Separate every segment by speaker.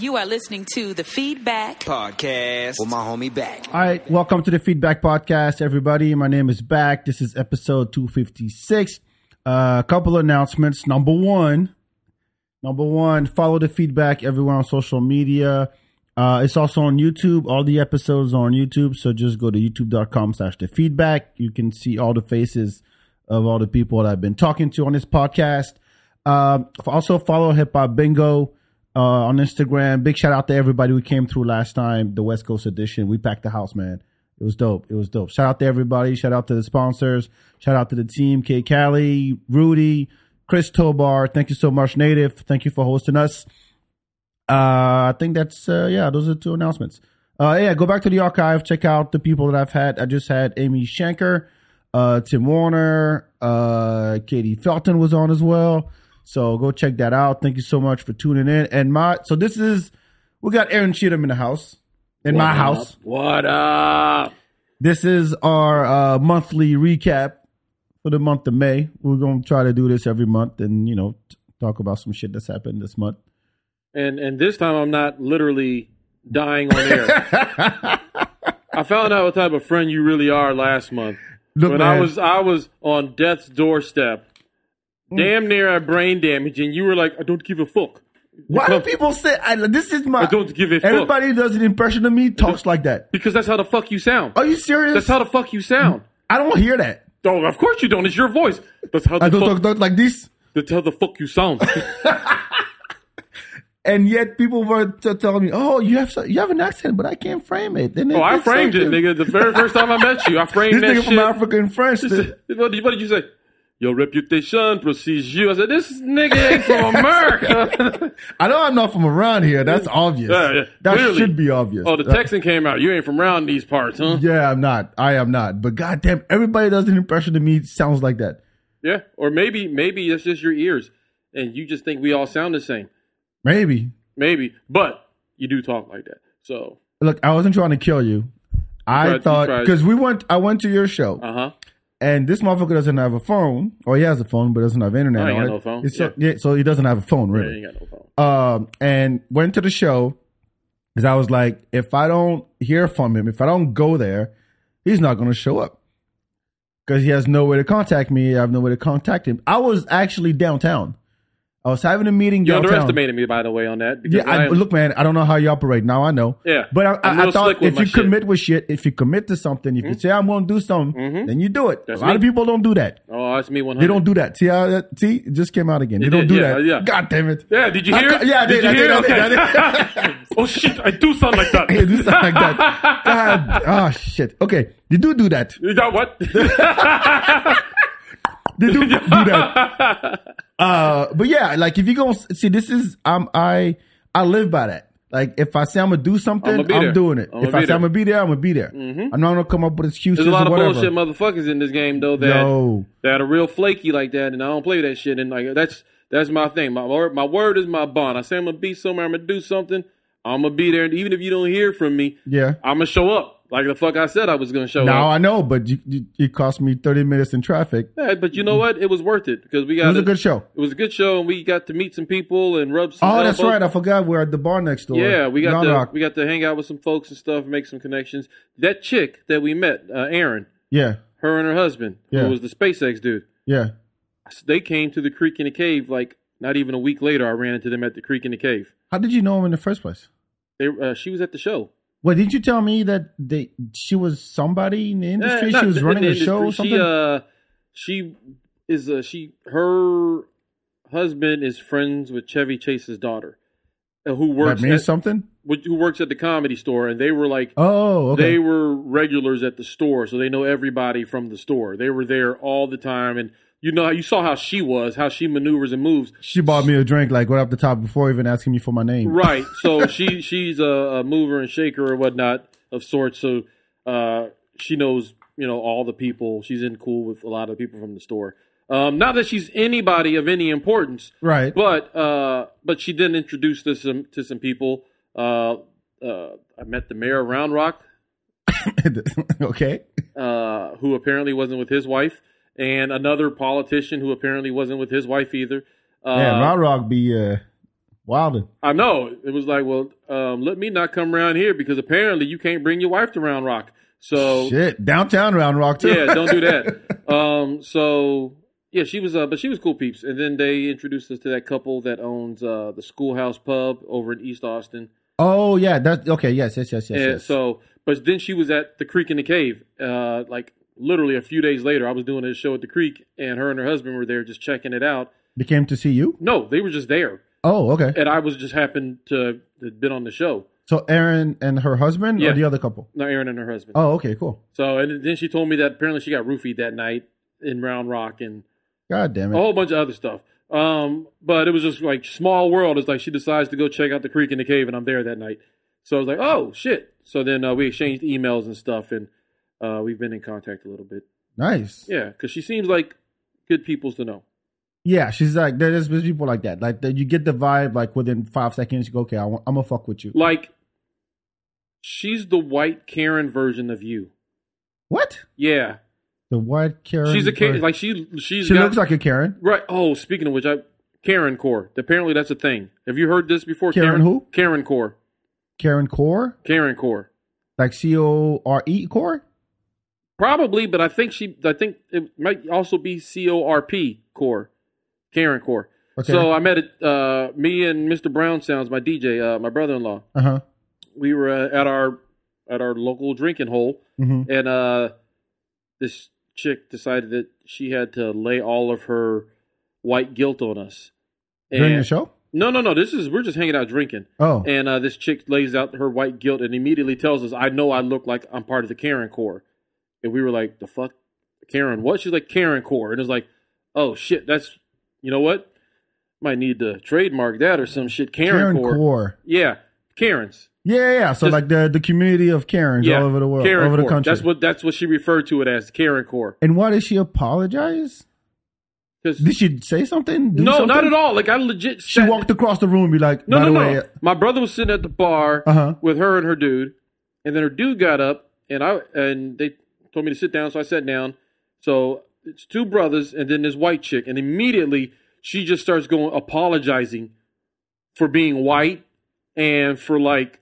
Speaker 1: You are listening to the feedback.
Speaker 2: Podcast with my homie back.
Speaker 3: All right, welcome to the Feedback Podcast, everybody. My name is Back. This is episode 256. A couple announcements. Number one, number one, follow the feedback everywhere on social media. Uh, it's also on YouTube. All the episodes are on YouTube. So just go to youtube.com slash the feedback. You can see all the faces of all the people that I've been talking to on this podcast. Um, also follow Hip Hop Bingo uh, on Instagram. Big shout out to everybody who came through last time, the West Coast edition. We packed the house, man. It was dope. It was dope. Shout out to everybody. Shout out to the sponsors. Shout out to the team, K Cali, Rudy, Chris Tobar. Thank you so much, Native. Thank you for hosting us. Uh, I think that's uh, yeah. Those are two announcements. Uh, yeah, go back to the archive. Check out the people that I've had. I just had Amy Shanker, uh, Tim Warner, uh, Katie Felton was on as well. So go check that out. Thank you so much for tuning in. And my so this is we got Aaron Cheatham in the house, in my house.
Speaker 4: What up?
Speaker 3: This is our uh, monthly recap for the month of May. We're going to try to do this every month and, you know, t- talk about some shit that's happened this month.
Speaker 4: And and this time I'm not literally dying on air. I found out what type of friend you really are last month.
Speaker 3: Look,
Speaker 4: when I
Speaker 3: man.
Speaker 4: was I was on death's doorstep,
Speaker 3: Hmm.
Speaker 4: damn near I brain damage, and you were like, I don't give a fuck.
Speaker 3: Why do
Speaker 4: Because-
Speaker 3: people say I, this is my.
Speaker 4: I don't give a fuck.
Speaker 3: Uh, Everybody who does an impression of me talks like that.
Speaker 4: Because that's how the fuck you sound.
Speaker 3: Are you serious?
Speaker 4: That's how the fuck you sound.
Speaker 3: I don't hear that.
Speaker 4: Oh, of course you don't. It's your voice. That's how
Speaker 3: I
Speaker 4: the
Speaker 3: don't
Speaker 4: fuck.
Speaker 3: talk, talk like this.
Speaker 4: That's how the fuck you sound.
Speaker 3: And yet people were t- telling me, "Oh, you have so, you have an accent, but I can't frame it." And
Speaker 4: oh, I framed it, nigga. The very first time I met you, I framed
Speaker 3: This
Speaker 4: that
Speaker 3: nigga
Speaker 4: shit.
Speaker 3: from African French.
Speaker 4: She said, what, did, what did you say? Your reputation precedes you. I said, this nigga ain't from America.
Speaker 3: I know I'm not from around here. That's obvious.
Speaker 4: Yeah, yeah,
Speaker 3: That
Speaker 4: clearly.
Speaker 3: should be obvious.
Speaker 4: oh, the
Speaker 3: That-
Speaker 4: Texan came out. You ain't from around these parts, huh? Yeah.
Speaker 3: Yeah, I'm not. I am not. But goddamn, everybody does an impression to me sounds like that.
Speaker 4: Or maybe, maybe it's just your ears, and you just think we all sound the same.
Speaker 3: Maybe.
Speaker 4: Maybe, but you do talk like that. So,
Speaker 3: Look, I wasn't trying to kill you. I
Speaker 4: tried- you
Speaker 3: thought
Speaker 4: tried.
Speaker 3: because we went. I went to your show,
Speaker 4: uh huh.
Speaker 3: and this motherfucker doesn't have a phone, or he has a phone but doesn't have internet
Speaker 4: I ain't
Speaker 3: on
Speaker 4: Oh,
Speaker 3: it.
Speaker 4: got no phone.
Speaker 3: It's so, yeah, so he doesn't have a phone
Speaker 4: You
Speaker 3: really.
Speaker 4: ain't got no phone.
Speaker 3: um, and went to the show because I was like, if I don't hear from him, if I don't go there, he's not going to show up because he has no way to contact me. I have no way to contact him. I was actually downtown. I was having a meeting
Speaker 4: You
Speaker 3: downtown.
Speaker 4: underestimated me, by the way, on that. because
Speaker 3: Yeah, I,
Speaker 4: am-
Speaker 3: look, man, I don't know how you operate. Now I know.
Speaker 4: Yeah.
Speaker 3: But I,
Speaker 4: I'm
Speaker 3: I, I
Speaker 4: real
Speaker 3: thought
Speaker 4: slick with
Speaker 3: if
Speaker 4: my
Speaker 3: you
Speaker 4: shit. Mm-hmm.
Speaker 3: commit with shit, if you commit to something, if you say I'm going to do something, then you do it.
Speaker 4: That's
Speaker 3: a lot of
Speaker 4: me.
Speaker 3: people don't do that.
Speaker 4: Oh, that's me. One
Speaker 3: They
Speaker 4: hundred.
Speaker 3: don't do that. See, how that, see, it just came out again. They
Speaker 4: It
Speaker 3: don't
Speaker 4: did,
Speaker 3: do
Speaker 4: yeah,
Speaker 3: that.
Speaker 4: yeah.
Speaker 3: God damn it.
Speaker 4: Yeah, did you
Speaker 3: I
Speaker 4: hear?
Speaker 3: ca- yeah, I did,
Speaker 4: you
Speaker 3: I did,
Speaker 4: hear?
Speaker 3: I did,
Speaker 4: Okay. oh shit, I do sound like that.
Speaker 3: It is like that. God, oh shit. Okay, they do do that.
Speaker 4: You got what?
Speaker 3: They do do that. Uh, but yeah, like if you go see, this is um, I I live by that. Like if I say I'm gonna do something,
Speaker 4: I'ma
Speaker 3: I'm,
Speaker 4: be there.
Speaker 3: doing it.
Speaker 4: I'ma
Speaker 3: if
Speaker 4: be
Speaker 3: I say
Speaker 4: there. Mm-hmm.
Speaker 3: I'm gonna be there, I'm gonna be there. I'm not gonna come up with excuses
Speaker 4: There's a lot
Speaker 3: or
Speaker 4: of
Speaker 3: whatever.
Speaker 4: bullshit motherfuckers in this game though that
Speaker 3: Yo.
Speaker 4: that are real flaky like that, and I don't play that shit. And like that's that's my thing. My word, my word is my bond. I say I'm gonna be somewhere. I'm gonna do something. I'm gonna be there, and even if you don't hear from me,
Speaker 3: Yeah.
Speaker 4: I'm gonna show up. Like the fuck I said I was gonna show
Speaker 3: Now
Speaker 4: up.
Speaker 3: I know, but you, you, it cost me 30 minutes in traffic.
Speaker 4: Yeah, but you know what? It was worth it because we got
Speaker 3: It was a good show.
Speaker 4: It was a good show, and we got to meet some people and rub some.
Speaker 3: Oh, that's
Speaker 4: elbows.
Speaker 3: right. I forgot we're at the bar next door.
Speaker 4: Yeah, we got
Speaker 3: Round
Speaker 4: to
Speaker 3: Rock.
Speaker 4: we got to hang out with some folks and stuff, make some connections. That chick that we met, uh, Aaron,
Speaker 3: yeah,
Speaker 4: her and her husband,
Speaker 3: Yeah.
Speaker 4: who was the SpaceX dude.
Speaker 3: yeah.
Speaker 4: they came to the creek in the cave like not even a week later i ran into them at the creek in the cave
Speaker 3: How did you know him in the first place?
Speaker 4: they, uh, she was at the show
Speaker 3: Well, didn't you tell me that they she was somebody in the industry?
Speaker 4: Eh, not
Speaker 3: she was
Speaker 4: in
Speaker 3: running
Speaker 4: the
Speaker 3: a show or
Speaker 4: industry.
Speaker 3: something.
Speaker 4: she, uh, she is uh, she her husband is friends with chevy chase's daughter uh, who
Speaker 3: that
Speaker 4: works
Speaker 3: means
Speaker 4: at,
Speaker 3: something.
Speaker 4: which- who works at the comedy store and they were like
Speaker 3: Oh, okay.
Speaker 4: They were regulars at the store, so they know everybody from the store. They were there all the time, and you know you saw how she was, how she maneuvers and moves.
Speaker 3: she bought me a drink like right off the top before even asking me for my name.
Speaker 4: Right. So she she's a, a mover and shaker or whatnot of sorts. So uh, she knows you know all the people. She's in cool with a lot of people from the store. Um, not that she's anybody of any importance,
Speaker 3: Right.
Speaker 4: but uh, but she did introduce this some, to some people. Uh, uh, I met the mayor of Round Rock,
Speaker 3: okay.
Speaker 4: uh, who apparently wasn't with his wife, and another politician who apparently wasn't with his wife either. Uh,
Speaker 3: Yeah, Round Rock be uh, Wilding.
Speaker 4: I know. It was like, well, um, let me not come around here because apparently you can't bring your wife to Round Rock. So
Speaker 3: Shit. Downtown Round Rock, too.
Speaker 4: yeah, don't do that. Um, so yeah, she was, uh, but she was cool peeps. And then they introduced us to that couple that owns uh, the Schoolhouse Pub over in East Austin.
Speaker 3: oh, yeah. That's okay. Yes, yes, yes, yes.
Speaker 4: and
Speaker 3: yes.
Speaker 4: so, but then she was at the Creek in the Cave. Uh, like literally a few days later, I was doing a show at the Creek, and her and her husband were there just checking it out.
Speaker 3: they came to see you?
Speaker 4: No, they were just there,
Speaker 3: Oh, okay.
Speaker 4: and I was just happened to have been on the show.
Speaker 3: So Aaron and her husband
Speaker 4: Yeah.
Speaker 3: or the other couple?
Speaker 4: Not Erin and her husband.
Speaker 3: Oh, okay. Cool.
Speaker 4: So, and then she told me that apparently she got roofied that night in Round Rock and
Speaker 3: God damn it.
Speaker 4: a whole bunch of other stuff. Um, but it was just like small world. It's like she decides to go check out the creek in the cave, and I'm there that night. So I was like, oh shit. So then uh, we exchanged emails and stuff, and uh, we've been in contact a little bit.
Speaker 3: Nice.
Speaker 4: Yeah, because she seems like good people's to know.
Speaker 3: Yeah, she's like there's, there's people like that. Like that you get the vibe like within five seconds. You go, okay, I want, I'm gonna fuck with you.
Speaker 4: Like she's the white Karen version of you.
Speaker 3: What?
Speaker 4: Yeah,
Speaker 3: The white Karen.
Speaker 4: she's a Karen.
Speaker 3: or-
Speaker 4: Like she she's
Speaker 3: she
Speaker 4: got-
Speaker 3: looks like a Karen.
Speaker 4: right. Oh, speaking of which, I Karen Core. Apparently that's a thing. Have you heard this before?
Speaker 3: Karen who?
Speaker 4: Karen Core.
Speaker 3: Karen Core,
Speaker 4: Karen Core.
Speaker 3: like C O R E Core.
Speaker 4: Probably, but I think she. I think it might also be C O R P core, Karen core.
Speaker 3: Okay.
Speaker 4: So I met it. Uh, me and Mr. Brown sounds my DJ, uh, my brother-in-law.
Speaker 3: Uh huh.
Speaker 4: We were uh, at our at our local drinking hole,
Speaker 3: hmm
Speaker 4: and uh, this chick decided that she had to lay all of her white guilt on us.
Speaker 3: During the
Speaker 4: And-
Speaker 3: show.
Speaker 4: No, no, no. This is we're just hanging out drinking.
Speaker 3: Oh,
Speaker 4: And uh, this chick lays out her white guilt and immediately tells us, I know I look like I'm part of the Karen Corps. And we were like, the fuck? Karen what? She's like, Karen Corps. And it's like, oh shit, that's, you know what? Might need to trademark that or some shit. Karen,
Speaker 3: Karen
Speaker 4: Corps.
Speaker 3: Core.
Speaker 4: Yeah, Karens.
Speaker 3: Yeah, yeah, yeah. So
Speaker 4: Just-
Speaker 3: like the the community of Karens
Speaker 4: Yeah,
Speaker 3: all over the world, all
Speaker 4: Karen
Speaker 3: over the
Speaker 4: Corps.
Speaker 3: country.
Speaker 4: That's what that's what she referred to it as, Karen Corps.
Speaker 3: and why did she apologize?
Speaker 4: 'Cause-
Speaker 3: Did she say something? Do
Speaker 4: no,
Speaker 3: something?
Speaker 4: not at all. Like I legit.
Speaker 3: She
Speaker 4: sat-
Speaker 3: walked across the room, and be like,
Speaker 4: No,
Speaker 3: by
Speaker 4: no,
Speaker 3: the
Speaker 4: no.
Speaker 3: way, uh,
Speaker 4: My brother was sitting at the bar
Speaker 3: Uh-huh.
Speaker 4: with her and her dude, and then her dude got up, and I and they told me to sit down, so I sat down. So it's two brothers, and then this white chick, and immediately she just starts going apologizing for being white and for like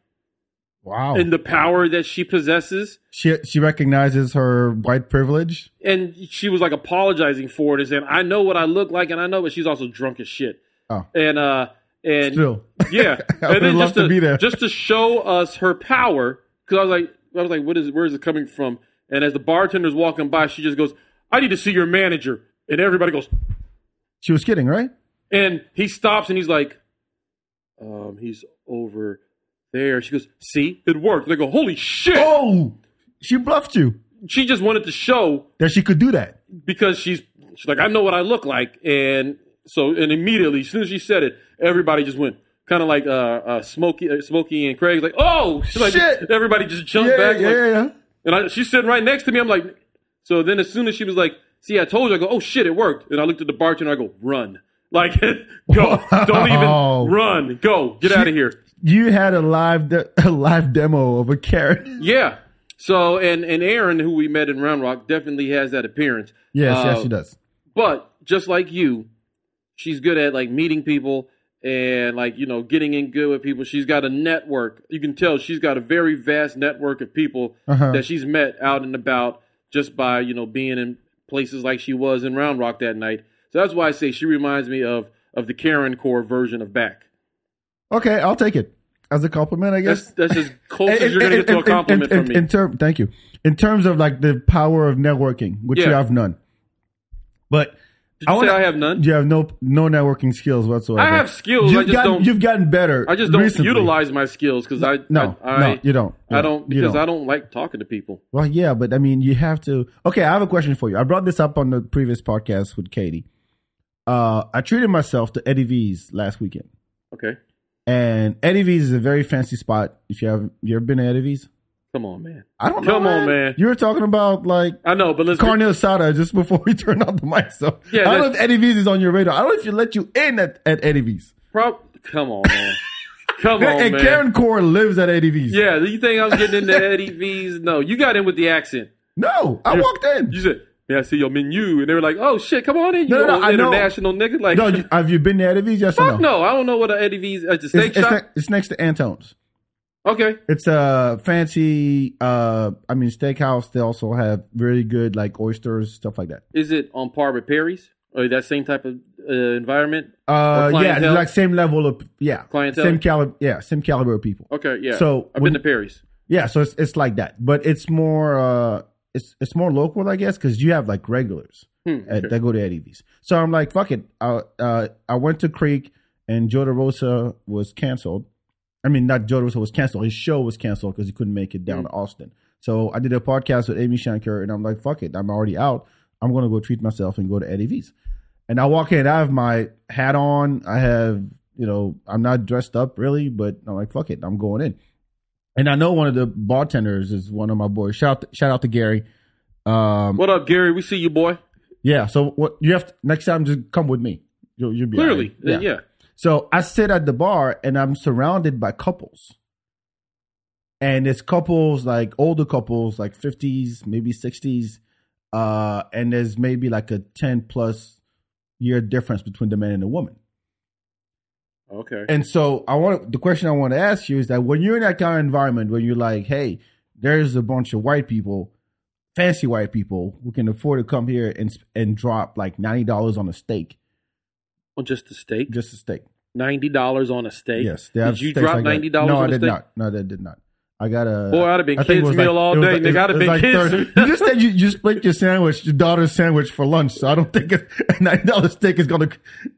Speaker 3: wow.
Speaker 4: and the power that she possesses.
Speaker 3: she she recognizes her white privilege.
Speaker 4: And she was like apologizing for it and saying, "I know what I look like, and I know," but she's also drunk as shit.
Speaker 3: Oh.
Speaker 4: and uh, and
Speaker 3: Still,
Speaker 4: Yeah,
Speaker 3: I would've
Speaker 4: then
Speaker 3: loved
Speaker 4: just
Speaker 3: to be there.
Speaker 4: just to show us her power. Because I was like, I was like, what is where is it coming from? And as the bartender's walking by, she just goes, "I need to see your manager." And everybody goes,
Speaker 3: she was kidding, right?
Speaker 4: and he stops and he's like, um, he's over there. She goes, "See, it worked." They go, "Holy shit!"
Speaker 3: Oh, she bluffed you
Speaker 4: She just wanted to show
Speaker 3: that she could do that.
Speaker 4: because she's she's like, I know what I look like, and so and immediately, as soon as she said it, everybody just went kind of like uh, uh Smokey, uh, Smokey and Craig, like, oh, She's like,
Speaker 3: Shit.
Speaker 4: Everybody just jumped
Speaker 3: Yeah,
Speaker 4: back,
Speaker 3: yeah,
Speaker 4: like-
Speaker 3: yeah.
Speaker 4: and I, she's sitting right next to me. I'm like, so then as soon as she was like, see, I told you, I go, oh shit, it worked, and I looked at the bartender, I go, run, like, go, don't
Speaker 3: Wow.
Speaker 4: even run, go, get out of here.
Speaker 3: You had a live de- a live demo of a Karen.
Speaker 4: Yeah. So and and Aaron, who we met in Round Rock, definitely has that appearance.
Speaker 3: Yes, yes,
Speaker 4: Uh,
Speaker 3: she does.
Speaker 4: But just like you, she's good at like meeting people and like you know getting in good with people. She's got a network. You can tell she's got a very vast network of people
Speaker 3: Uh-huh.
Speaker 4: that she's met out and about just by you know being in places like she was in Round Rock that night. So that's why I say she reminds me of of the Karen Core version of back.
Speaker 3: Okay, I'll take it as a compliment, I guess.
Speaker 4: That's that's as close as you're gonna get to a compliment
Speaker 3: in,
Speaker 4: from me.
Speaker 3: in term, thank you. In terms of like the power of networking, which you
Speaker 4: Yeah.
Speaker 3: have none. But
Speaker 4: Did you
Speaker 3: wanna-
Speaker 4: say I have none?
Speaker 3: You have no no networking skills whatsoever.
Speaker 4: I have skills, I
Speaker 3: You've
Speaker 4: just
Speaker 3: gotten,
Speaker 4: don't-
Speaker 3: You've gotten better.
Speaker 4: I just don't
Speaker 3: recently.
Speaker 4: utilize my skills because I
Speaker 3: No,
Speaker 4: I, I-
Speaker 3: no, you don't. You
Speaker 4: I don't
Speaker 3: You
Speaker 4: because I don't like talking to people.
Speaker 3: Well, yeah, but I mean, you have to. Okay, I have a question for you. I brought this up on the previous podcast with Katie. Uh, I treated myself to Eddie V's last weekend,
Speaker 4: Okay,
Speaker 3: and Eddie V's is a very fancy spot. If you have, you ever been to Eddie V's?
Speaker 4: come on, man.
Speaker 3: I don't know.
Speaker 4: Come on, man.
Speaker 3: You were talking about like
Speaker 4: I know, but let's
Speaker 3: carne asada just before we turned off the mic. So
Speaker 4: Yeah,
Speaker 3: I don't know
Speaker 4: that's-
Speaker 3: if Eddie V's is on your radar. I don't know if you let you in at, at Eddie V's.
Speaker 4: Prob- come on, man. Come on,
Speaker 3: and
Speaker 4: man.
Speaker 3: Karen Core lives at Eddie V's.
Speaker 4: yeah, do you think I'm getting into Eddie V's? No, you got in with the accent.
Speaker 3: No, I walked in.
Speaker 4: You said, Yeah, I see your menu, and they were like, "Oh shit, come on in, you
Speaker 3: No, no, no,
Speaker 4: old
Speaker 3: I know.
Speaker 4: international nigga." Like,
Speaker 3: No, you- have you been to Eddie V's? Yes or
Speaker 4: fuck
Speaker 3: no?
Speaker 4: no, I don't know what an Eddie V's at the
Speaker 3: It's,
Speaker 4: steak
Speaker 3: it's
Speaker 4: shop.
Speaker 3: ne- it's next to Antone's.
Speaker 4: okay,
Speaker 3: It's a fancy, uh, I mean, steakhouse. They also have really good like oysters, stuff like that.
Speaker 4: is it on par with Perry's or that same type of uh, environment?
Speaker 3: Uh, yeah,
Speaker 4: clientele?
Speaker 3: like same level of yeah,
Speaker 4: Clientele?
Speaker 3: same caliber, yeah, same caliber of people.
Speaker 4: Okay, yeah.
Speaker 3: So,
Speaker 4: I've
Speaker 3: when-
Speaker 4: been to Perry's.
Speaker 3: Yeah, so it's it's like that, but it's more uh, it's it's more local, I guess, because you have like regulars at, that go to Eddie V's. So I'm like, fuck it. I uh, I went to Creek, and Joe DeRosa was canceled. I mean, not Joe DeRosa was canceled. His show was canceled because he couldn't make it down to Austin. So I did a podcast with Amy Shanker, and I'm like, fuck it. I'm already out. I'm gonna go treat myself and go to Eddie V's. And I walk in, I have my hat on. I have, you know, I'm not dressed up really, but I'm like, fuck it, I'm going in. And I know one of the bartenders is one of my boys. Shout shout out to Gary. Um,
Speaker 4: What up, Gary? We see you, boy.
Speaker 3: yeah. So what you have to, next time, just come with me. You'll, you'll be all
Speaker 4: Clearly,
Speaker 3: right.
Speaker 4: yeah. yeah.
Speaker 3: So I sit at the bar and I'm surrounded by couples. And it's couples like older couples, like 50s, maybe 60s. Uh, and there's maybe like a 10 plus year difference between the man and the woman.
Speaker 4: Okay.
Speaker 3: And so I want the question I want to ask you is that when you're in that kind of environment where you're like, hey, there's a bunch of white people, fancy white people who can afford to come here and and drop like ninety dollars on a steak,
Speaker 4: On just a steak,
Speaker 3: just a steak.
Speaker 4: ninety dollars on a steak.
Speaker 3: Yes, they have
Speaker 4: Did you
Speaker 3: steaks
Speaker 4: drop
Speaker 3: like that.
Speaker 4: ninety dollars
Speaker 3: No,
Speaker 4: on
Speaker 3: I
Speaker 4: a
Speaker 3: did
Speaker 4: steak?
Speaker 3: not. No, they did not. I got a.
Speaker 4: Boy, I'd have been
Speaker 3: I think it
Speaker 4: kids'
Speaker 3: was
Speaker 4: meal all
Speaker 3: it was
Speaker 4: day, nigga. I'd have
Speaker 3: it was
Speaker 4: been kids'
Speaker 3: $30. You just said you, you split your sandwich, your daughter's sandwich for lunch. So I don't think a ninety dollars steak is gonna.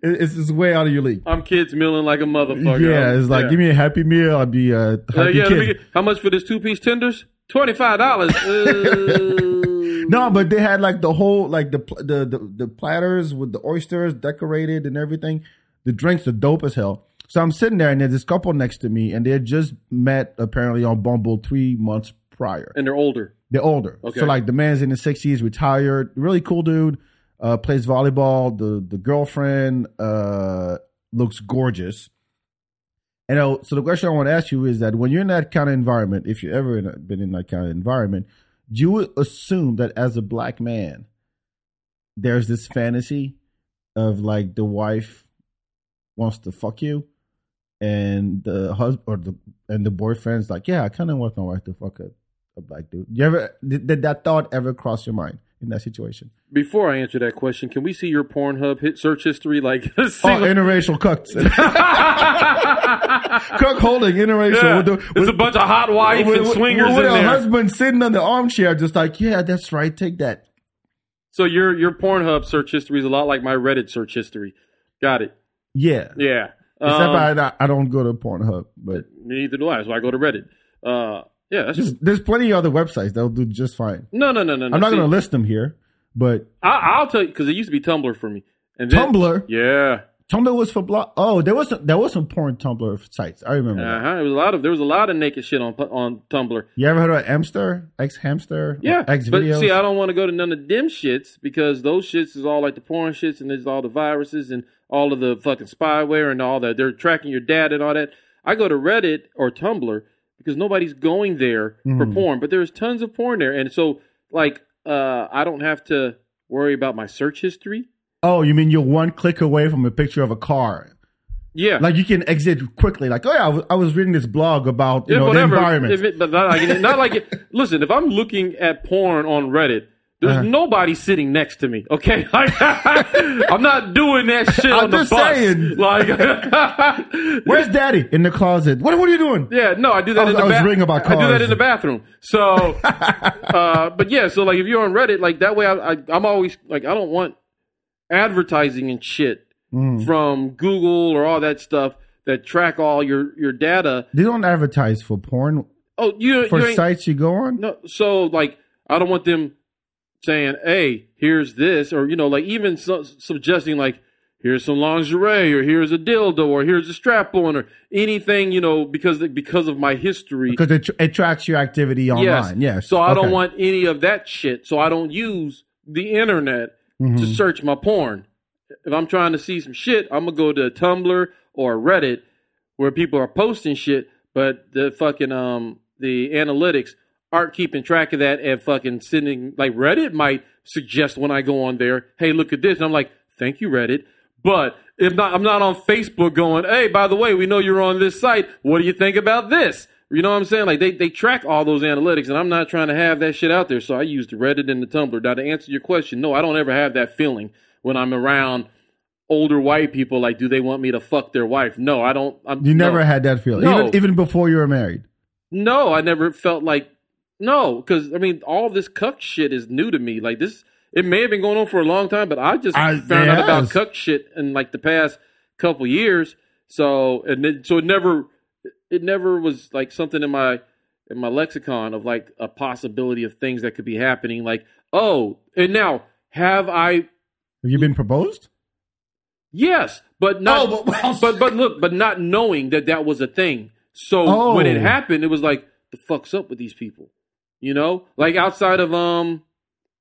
Speaker 3: It's, it's way out of your league.
Speaker 4: I'm kids milling like a motherfucker.
Speaker 3: yeah,
Speaker 4: I'm-
Speaker 3: it's like give me a happy meal. I'd be a happy
Speaker 4: Uh, yeah, let
Speaker 3: kid.
Speaker 4: me get, how much for this two piece tenders? Twenty five dollars. Uh.
Speaker 3: No, but they had like the whole like the pl- the the, the platters with the oysters decorated and everything. The drinks are dope as hell. So I'm sitting there and there's this couple next to me and they had just met apparently on Bumble three months prior.
Speaker 4: and they're older.
Speaker 3: They're older.
Speaker 4: Okay.
Speaker 3: So like the man's in his sixties, retired, really cool dude, uh, plays volleyball. The the girlfriend uh, looks gorgeous. And uh, so the question I want to ask you is that when you're in that kind of environment, if you've ever in a- been in that kind of environment, do you assume that as a black man, there's this fantasy of like the wife wants to fuck you, and the husband or the and the boyfriend's like, yeah, I kind of want my wife to fuck a, a black dude. You ever did, did that thought ever cross your mind in that situation?
Speaker 4: Before I answer that question, can we see your Pornhub hit search history? Like, let's see
Speaker 3: Oh,
Speaker 4: what-
Speaker 3: interracial cucks, cuck holding interracial.
Speaker 4: Yeah,
Speaker 3: with the-
Speaker 4: it's
Speaker 3: with-
Speaker 4: a bunch of hot wife
Speaker 3: with-
Speaker 4: and
Speaker 3: with-
Speaker 4: swingers
Speaker 3: with
Speaker 4: in
Speaker 3: a
Speaker 4: there.
Speaker 3: husband sitting on the armchair, just like, yeah, that's right, take that.
Speaker 4: So your your Pornhub search history is a lot like my Reddit search history. Got it.
Speaker 3: Yeah.
Speaker 4: Yeah.
Speaker 3: Except
Speaker 4: Um,
Speaker 3: I- I, I don't go to Pornhub, but
Speaker 4: neither do I. That's why I go to Reddit. Uh, yeah. That's
Speaker 3: there's, there's plenty of other websites that'll do just fine.
Speaker 4: no, no, no, no. no.
Speaker 3: I'm not
Speaker 4: See,
Speaker 3: going to list them here, but
Speaker 4: I, I'll tell you because it used to be Tumblr for me. And then,
Speaker 3: Tumblr,
Speaker 4: Yeah.
Speaker 3: Tumblr was for blog. Oh, there was some, there was some porn Tumblr sites. I remember.
Speaker 4: Uh
Speaker 3: that.
Speaker 4: huh. It was a lot of there was a lot of naked shit on on Tumblr.
Speaker 3: You ever heard of Amster, X Hamster,
Speaker 4: Yeah,
Speaker 3: X
Speaker 4: but see, I
Speaker 3: videos?
Speaker 4: don't want to go to none of them shits because those shits is all like the porn shits and there's all the viruses and all of the fucking spyware and all that. They're tracking your dad and all that. I go to Reddit or Tumblr because nobody's going there for
Speaker 3: Hmm.
Speaker 4: porn, but there's tons of porn there, and so like uh, I don't have to worry about my search history.
Speaker 3: Oh, you mean you're one click away from a picture of a car?
Speaker 4: Yeah,
Speaker 3: Like you can exit quickly. Like, oh yeah, I was, I was reading this blog about you
Speaker 4: Yeah,
Speaker 3: know the environment.
Speaker 4: If it- but not like, it- not like it. Listen, if I'm looking at porn on Reddit, there's
Speaker 3: Uh-huh.
Speaker 4: nobody sitting next to me. Okay, like, I'm not doing that shit
Speaker 3: I'm
Speaker 4: on the
Speaker 3: just
Speaker 4: bus.
Speaker 3: saying.
Speaker 4: Like,
Speaker 3: Where's Daddy in the closet? What, what are you doing?
Speaker 4: yeah, no, I do that.
Speaker 3: I was-
Speaker 4: in the
Speaker 3: I was
Speaker 4: bathroom.
Speaker 3: reading about
Speaker 4: I do that
Speaker 3: cars.
Speaker 4: in the bathroom. So, uh, but yeah, so like if you're on Reddit, like that way, I, I, I'm always like, I don't want advertising and shit
Speaker 3: Mm.
Speaker 4: from Google or all that stuff that track all your your data.
Speaker 3: They don't advertise for porn
Speaker 4: Oh, you
Speaker 3: for
Speaker 4: you ain't,
Speaker 3: sites you go on.
Speaker 4: No, so like I don't want them saying, "Hey, here's this," or you know, like even su- suggesting like, "Here's some lingerie," or "Here's a dildo," or "Here's a strap on," or anything, you know, because because of my history.
Speaker 3: because it, tr- it tracks your activity online. Yes.
Speaker 4: So I don't
Speaker 3: Okay.
Speaker 4: want any of that shit. So I don't use the internet
Speaker 3: Mm-hmm.
Speaker 4: to search my porn. If I'm trying to see some shit, I'm gonna go to Tumblr or Reddit where people are posting shit, but the fucking um the analytics aren't keeping track of that and fucking sending like Reddit might suggest when I go on there, hey, look at this. And I'm like, thank you, Reddit. But if not, I'm not on Facebook going, hey, by the way, we know you're on this site. What do you think about this? You know what I'm saying? Like they, they track all those analytics, and I'm not trying to have that shit out there. So I used Reddit and the Tumblr. Now to answer your question, no, I don't ever have that feeling when I'm around older white people. Like, do they want me to fuck their wife? No, I don't. I'm,
Speaker 3: You
Speaker 4: no.
Speaker 3: never had that feeling,
Speaker 4: No.
Speaker 3: even, even before you were married.
Speaker 4: No, I never felt like no, because I mean, all this cuck shit is new to me. Like this, it may have been going on for a long time, but I just
Speaker 3: I-
Speaker 4: found out about
Speaker 3: yes.
Speaker 4: cuck shit in like the past couple years. So and it, so it never, it never was like something in my in my lexicon of like a possibility of things that could be happening. Like oh, and now have I?
Speaker 3: Have you been proposed?
Speaker 4: Yes, but not.
Speaker 3: Oh, but-
Speaker 4: but but look, but not knowing that that was a thing. So
Speaker 3: Oh.
Speaker 4: when it happened, it was like the fuck's up with these people, you know? Like outside of um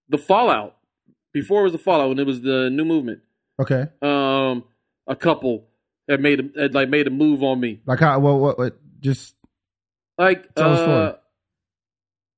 Speaker 4: the Fallout, before it was the Fallout, when it was the New Movement,
Speaker 3: Okay,
Speaker 4: um a couple had made a, had like made a move on me,
Speaker 3: like how? What? What? what just
Speaker 4: like
Speaker 3: Tell the
Speaker 4: uh,
Speaker 3: story.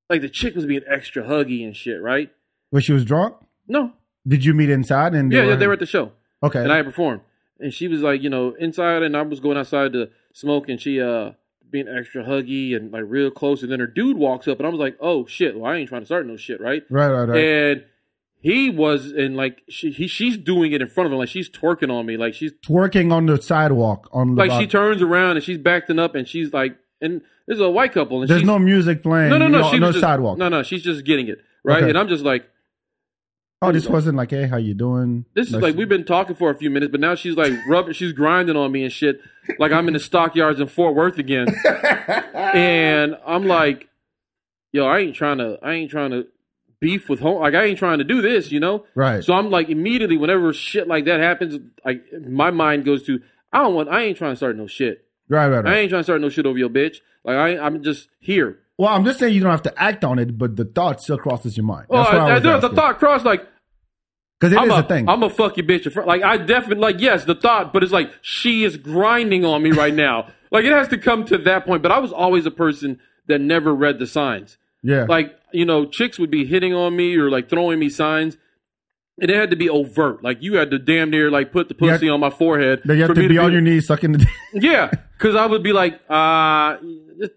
Speaker 4: like the chick was being extra huggy and shit, right?
Speaker 3: when she was drunk?
Speaker 4: No,
Speaker 3: Did you meet inside? And
Speaker 4: yeah, yeah, they were at the show.
Speaker 3: okay.
Speaker 4: and I had performed. And she was like, you know, inside, and I was going outside to smoke, and she uh being extra huggy and like real close. And then her dude walks up, and I was like, oh shit, well I ain't trying to start no shit, right?
Speaker 3: right, right, right.
Speaker 4: And he was, and like she, he, she's doing it in front of him, like she's twerking on me, like she's
Speaker 3: Twerking on the sidewalk on
Speaker 4: like
Speaker 3: the
Speaker 4: she turns around and she's backing up, and she's like, and this is a white couple, and
Speaker 3: There's
Speaker 4: she's,
Speaker 3: no music playing.
Speaker 4: no, no, no,
Speaker 3: No,
Speaker 4: she
Speaker 3: no
Speaker 4: was just-
Speaker 3: sidewalk.
Speaker 4: no, no, she's just getting it right,
Speaker 3: Okay.
Speaker 4: and I'm just like,
Speaker 3: oh, this wasn't like, hey, how you doing?
Speaker 4: This is like we've been talking for a few minutes, but now she's like rubbing, she's grinding on me and shit. Like I'm in the stockyards in Fort Worth again, and I'm like, yo, I ain't trying to, I ain't trying to beef with home. Like I ain't trying to do this, you know.
Speaker 3: Right.
Speaker 4: So I'm like immediately whenever shit like that happens, like my mind goes to, I don't want, I ain't trying to start no shit.
Speaker 3: right, right,
Speaker 4: I
Speaker 3: right.
Speaker 4: ain't trying to start no shit over your bitch. Like I, I'm just here.
Speaker 3: Well, I'm just saying you don't have to act on it, but the thought still crosses your mind.
Speaker 4: Well,
Speaker 3: That's
Speaker 4: Oh, I, I, there was a thought crossed like.
Speaker 3: because it
Speaker 4: I'm
Speaker 3: is
Speaker 4: a,
Speaker 3: a thing.
Speaker 4: I'm a fuck your bitch. in front- Like I definitely like yes, the thought, but it's like she is grinding on me right now. like it has to come to that point. But I was always a person that never read the signs.
Speaker 3: yeah,
Speaker 4: Like you know, chicks would be hitting on me or like throwing me signs, and it had to be overt. Like you had to damn near like put the
Speaker 3: You
Speaker 4: pussy
Speaker 3: had-
Speaker 4: on my forehead.
Speaker 3: Then you have
Speaker 4: for
Speaker 3: to
Speaker 4: me
Speaker 3: be, on your knees sucking the.
Speaker 4: yeah, because I would be like, uh,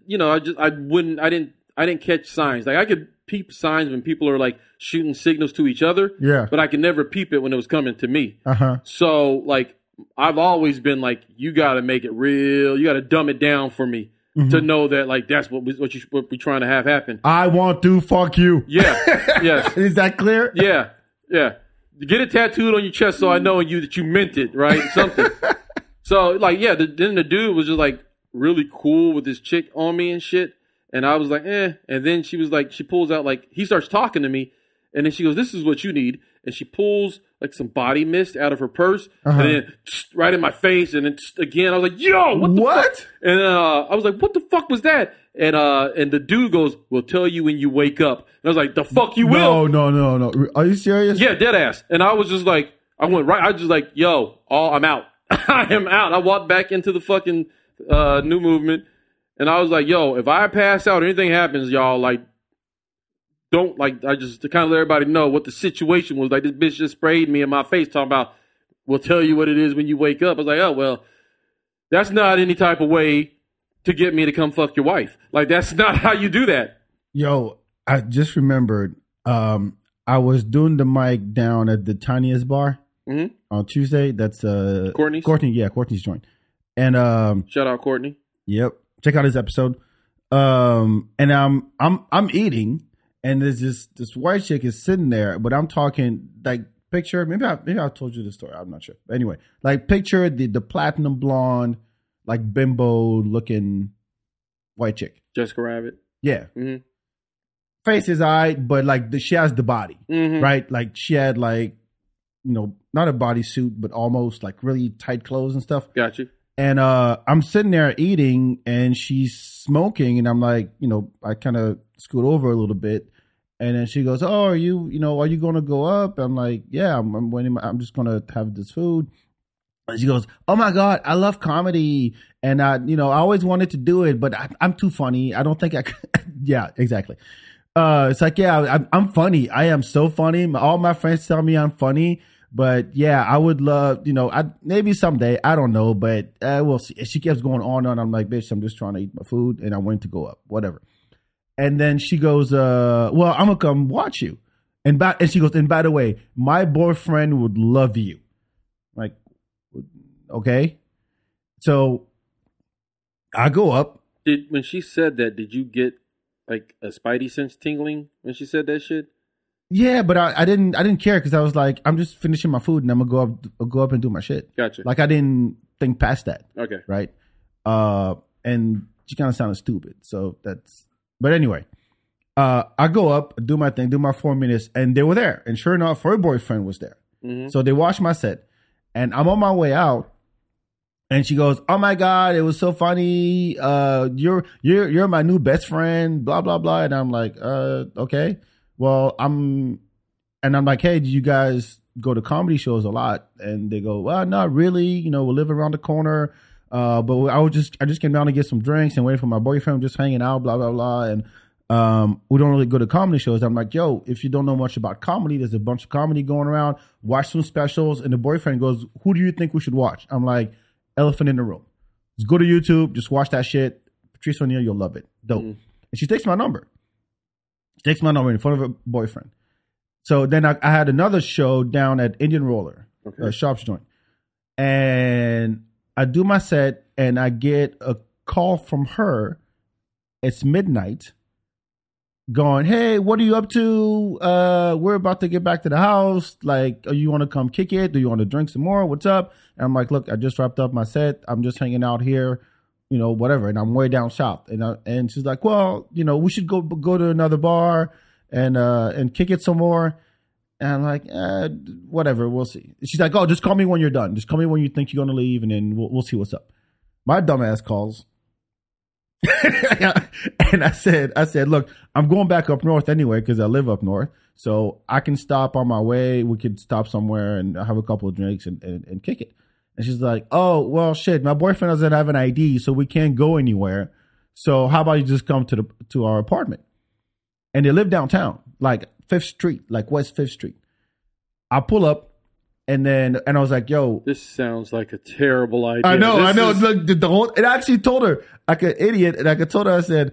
Speaker 4: you know, I just I wouldn't, I didn't, I didn't catch signs. Like I could peep signs when people are like shooting signals to each other.
Speaker 3: Yeah.
Speaker 4: but I could never peep it when it was coming to me.
Speaker 3: uh huh.
Speaker 4: So like, I've always been like, you got to make it real. You got to dumb it down for me to know that like that's what we, what you what we trying to have happen.
Speaker 3: I want to fuck you.
Speaker 4: Yeah, yes,
Speaker 3: Is that clear?
Speaker 4: yeah, yeah. Get it tattooed on your chest so I know you that you meant it, right? Something. so like, yeah. The, then the dude was just like really cool with his chick on me and shit, and I was like, eh. And then she was like, she pulls out like he starts talking to me, and then she goes, "This is what you need," and she pulls like some body mist out of her purse, and then right in my face, and then again. I was like, "Yo, what the
Speaker 3: What?
Speaker 4: fuck?" And uh, I was like, "What the fuck was that?" And uh, and the dude goes, "We'll tell you when you wake up." And I was like, "The fuck you will."
Speaker 3: No, no, no, no. Are you serious?
Speaker 4: Yeah, dead ass. And I was just like, I went right. I was just like, yo, all I'm out. I am out. I walked back into the fucking uh, new movement, and I was like, yo, if I pass out or anything happens, y'all like, don't like. I just to kind of let everybody know what the situation was. Like this bitch just sprayed me in my face, talking about, we'll tell you what it is when you wake up. I was like, oh well, that's not any type of way to get me to come fuck your wife. Like that's not how you do that.
Speaker 3: Yo, I just remembered. Um, I was doing the mic down at the tiniest bar
Speaker 4: Mhm.
Speaker 3: on Tuesday. That's uh,
Speaker 4: Courtney's?
Speaker 3: Courtney, yeah, Courtney's joint. And um,
Speaker 4: Shout out Courtney.
Speaker 3: Yep. Check out his episode. Um, and I'm I'm I'm eating, and there's this this white chick is sitting there, but I'm talking like picture. Maybe I maybe I told you the story. I'm not sure. But anyway, like picture the the platinum blonde, like bimbo looking white chick.
Speaker 4: Jessica Rabbit.
Speaker 3: Yeah.
Speaker 4: Mhm.
Speaker 3: Face is eye, but like the, she has the body
Speaker 4: Mm-hmm.
Speaker 3: right? Like she had like, you know, not a bodysuit, but almost like really tight clothes and stuff.
Speaker 4: Got you.
Speaker 3: And uh I'm sitting there eating and she's smoking and I'm like, you know, I kind of scoot over a little bit. And then she goes, "Oh, are you, you know, are you going to go up?" I'm like, "Yeah, I'm, I'm waiting. I'm just going to have this food." And she goes, "Oh my god, I love comedy, and I, you know, I always wanted to do it, but I, I'm too funny. I don't think I could." yeah, exactly. Uh, it's like, yeah, I'm, I'm funny. I am so funny. My- All my friends tell me I'm funny. But yeah, I would love, you know, I maybe someday. I don't know, but uh, we'll see. She keeps going on and on. I'm like, bitch, I'm just trying to eat my food, and I want it to go up, whatever. And then she goes, uh, well, I'm gonna come watch you. And by, and she goes, and by the way, my boyfriend would love you. Like, okay. So I go up.
Speaker 4: Did when she said that? Did you get like a spidey sense tingling when she said that shit?
Speaker 3: Yeah, but I, I didn't I didn't care because I was like, I'm just finishing my food and I'm gonna go up go up and do my shit.
Speaker 4: Gotcha.
Speaker 3: Like I didn't think past that.
Speaker 4: okay.
Speaker 3: right? Uh, and she kind of sounded stupid. So that's, but anyway, uh, I go up, do my thing, do my four minutes, and they were there. And sure enough, her boyfriend was there.
Speaker 4: Mhm.
Speaker 3: So they watched my set, and I'm on my way out. And she goes, "Oh my god, it was so funny. Uh, you're you're you're my new best friend. Blah blah blah." And I'm like, "Uh, okay. Well, I'm and I'm like, hey, do you guys go to comedy shows a lot? And they go, well, not really. You know, we live around the corner. Uh, but I was just, I just came down to get some drinks and waiting for my boyfriend, just hanging out, blah blah blah. And um, we don't really go to comedy shows. I'm like, yo, if you don't know much about comedy, there's a bunch of comedy going around. Watch some specials. And the boyfriend goes, who do you think we should watch? I'm like, Elephant in the Room. Just go to YouTube, just watch that shit. Patrice O'Neill, you'll love it. Dope. And she takes my number. Takes my number in front of her boyfriend. So then I, I had another show down at Indian Roller, a Sharps joint. And I do my set and I get a call from her. It's midnight going, Hey, what are you up to? Uh, we're about to get back to the house. Like, are you want to come kick it? Do you want to drink some more? What's up? And I'm like, Look, I just wrapped up my set. I'm just hanging out here, you know, whatever. And I'm way down south. And I, and she's like, Well, you know, we should go go to another bar and uh and kick it some more. And I'm like, eh, whatever, we'll see. She's like, oh, just call me when you're done. Just call me when you think you're gonna leave, and then we'll, we'll see what's up. My dumbass calls, and I said, I said, look, I'm going back up north anyway because I live up north, so I can stop on my way. We could stop somewhere and have a couple of drinks and and, and kick it. And she's like, oh, well, shit, my boyfriend doesn't have an ID, so we can't go anywhere. So how about you just come to the to our apartment? and they live downtown, like Fifth Street, like West Fifth Street. I pull up, and then and I was like, "Yo,
Speaker 4: This sounds like a terrible idea.
Speaker 3: I know, I
Speaker 4: This
Speaker 3: know."
Speaker 4: is-
Speaker 3: Look, the, the whole and I actually told her like an idiot, and I could told her I said,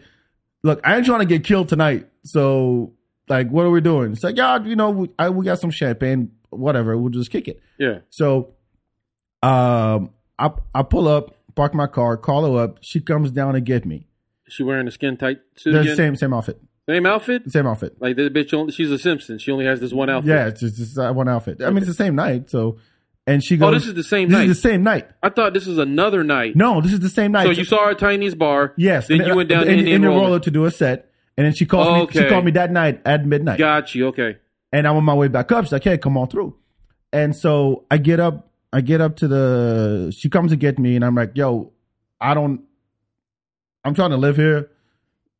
Speaker 3: "Look, I ain't trying to get killed tonight, so like, what are we doing?" It's like, "Yeah, you know, we, I, we got some champagne, whatever. We'll just kick it."
Speaker 4: yeah.
Speaker 3: So, um, I I pull up, park my car, call her up. She comes down to get me.
Speaker 4: Is she wearing a skin tight suit
Speaker 3: The
Speaker 4: again?
Speaker 3: same same outfit,
Speaker 4: Same outfit?
Speaker 3: same outfit.
Speaker 4: Like this bitch, only, she's a Simpson. She only has this one outfit.
Speaker 3: Yeah, it's just, just that one outfit. I mean, it's the same night. So, and she goes,
Speaker 4: Oh, this is the same
Speaker 3: This
Speaker 4: night.
Speaker 3: is the same night.
Speaker 4: I thought this was another night.
Speaker 3: No, this is the same night.
Speaker 4: so you saw her at Tiny's bar.
Speaker 3: yes.
Speaker 4: Then
Speaker 3: and-
Speaker 4: you went down
Speaker 3: and-
Speaker 4: to
Speaker 3: and-
Speaker 4: Indian
Speaker 3: and the
Speaker 4: Roller.
Speaker 3: to do a set, and then she calls me. She
Speaker 4: Okay.
Speaker 3: called me that night at midnight,
Speaker 4: Got you. Okay.
Speaker 3: and I'm on my way back up. She's like, "Hey, come on through." And so I get up. I get up to the. She comes to get me, and I'm like, "Yo, I don't. I'm trying to live here."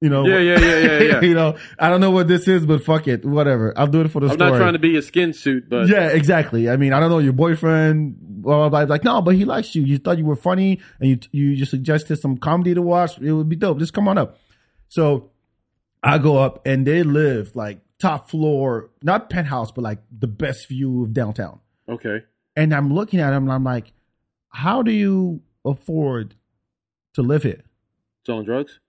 Speaker 3: You know.
Speaker 4: Yeah, yeah, yeah, yeah, yeah.
Speaker 3: you know, I don't know what this is, but fuck it, whatever. I'll do it for the
Speaker 4: I'm
Speaker 3: story.
Speaker 4: not trying to be a skin suit, but
Speaker 3: yeah, exactly. I mean, I don't know your boyfriend. Blah blah blah. Like, no, but he likes you. You thought you were funny, and you you just suggested some comedy to watch. It would be dope. Just come on up. So I go up, and they live like top floor, not penthouse, but like the best view of downtown.
Speaker 4: okay.
Speaker 3: And I'm looking at them, and I'm like, how do you afford to live here?
Speaker 4: It's on drugs.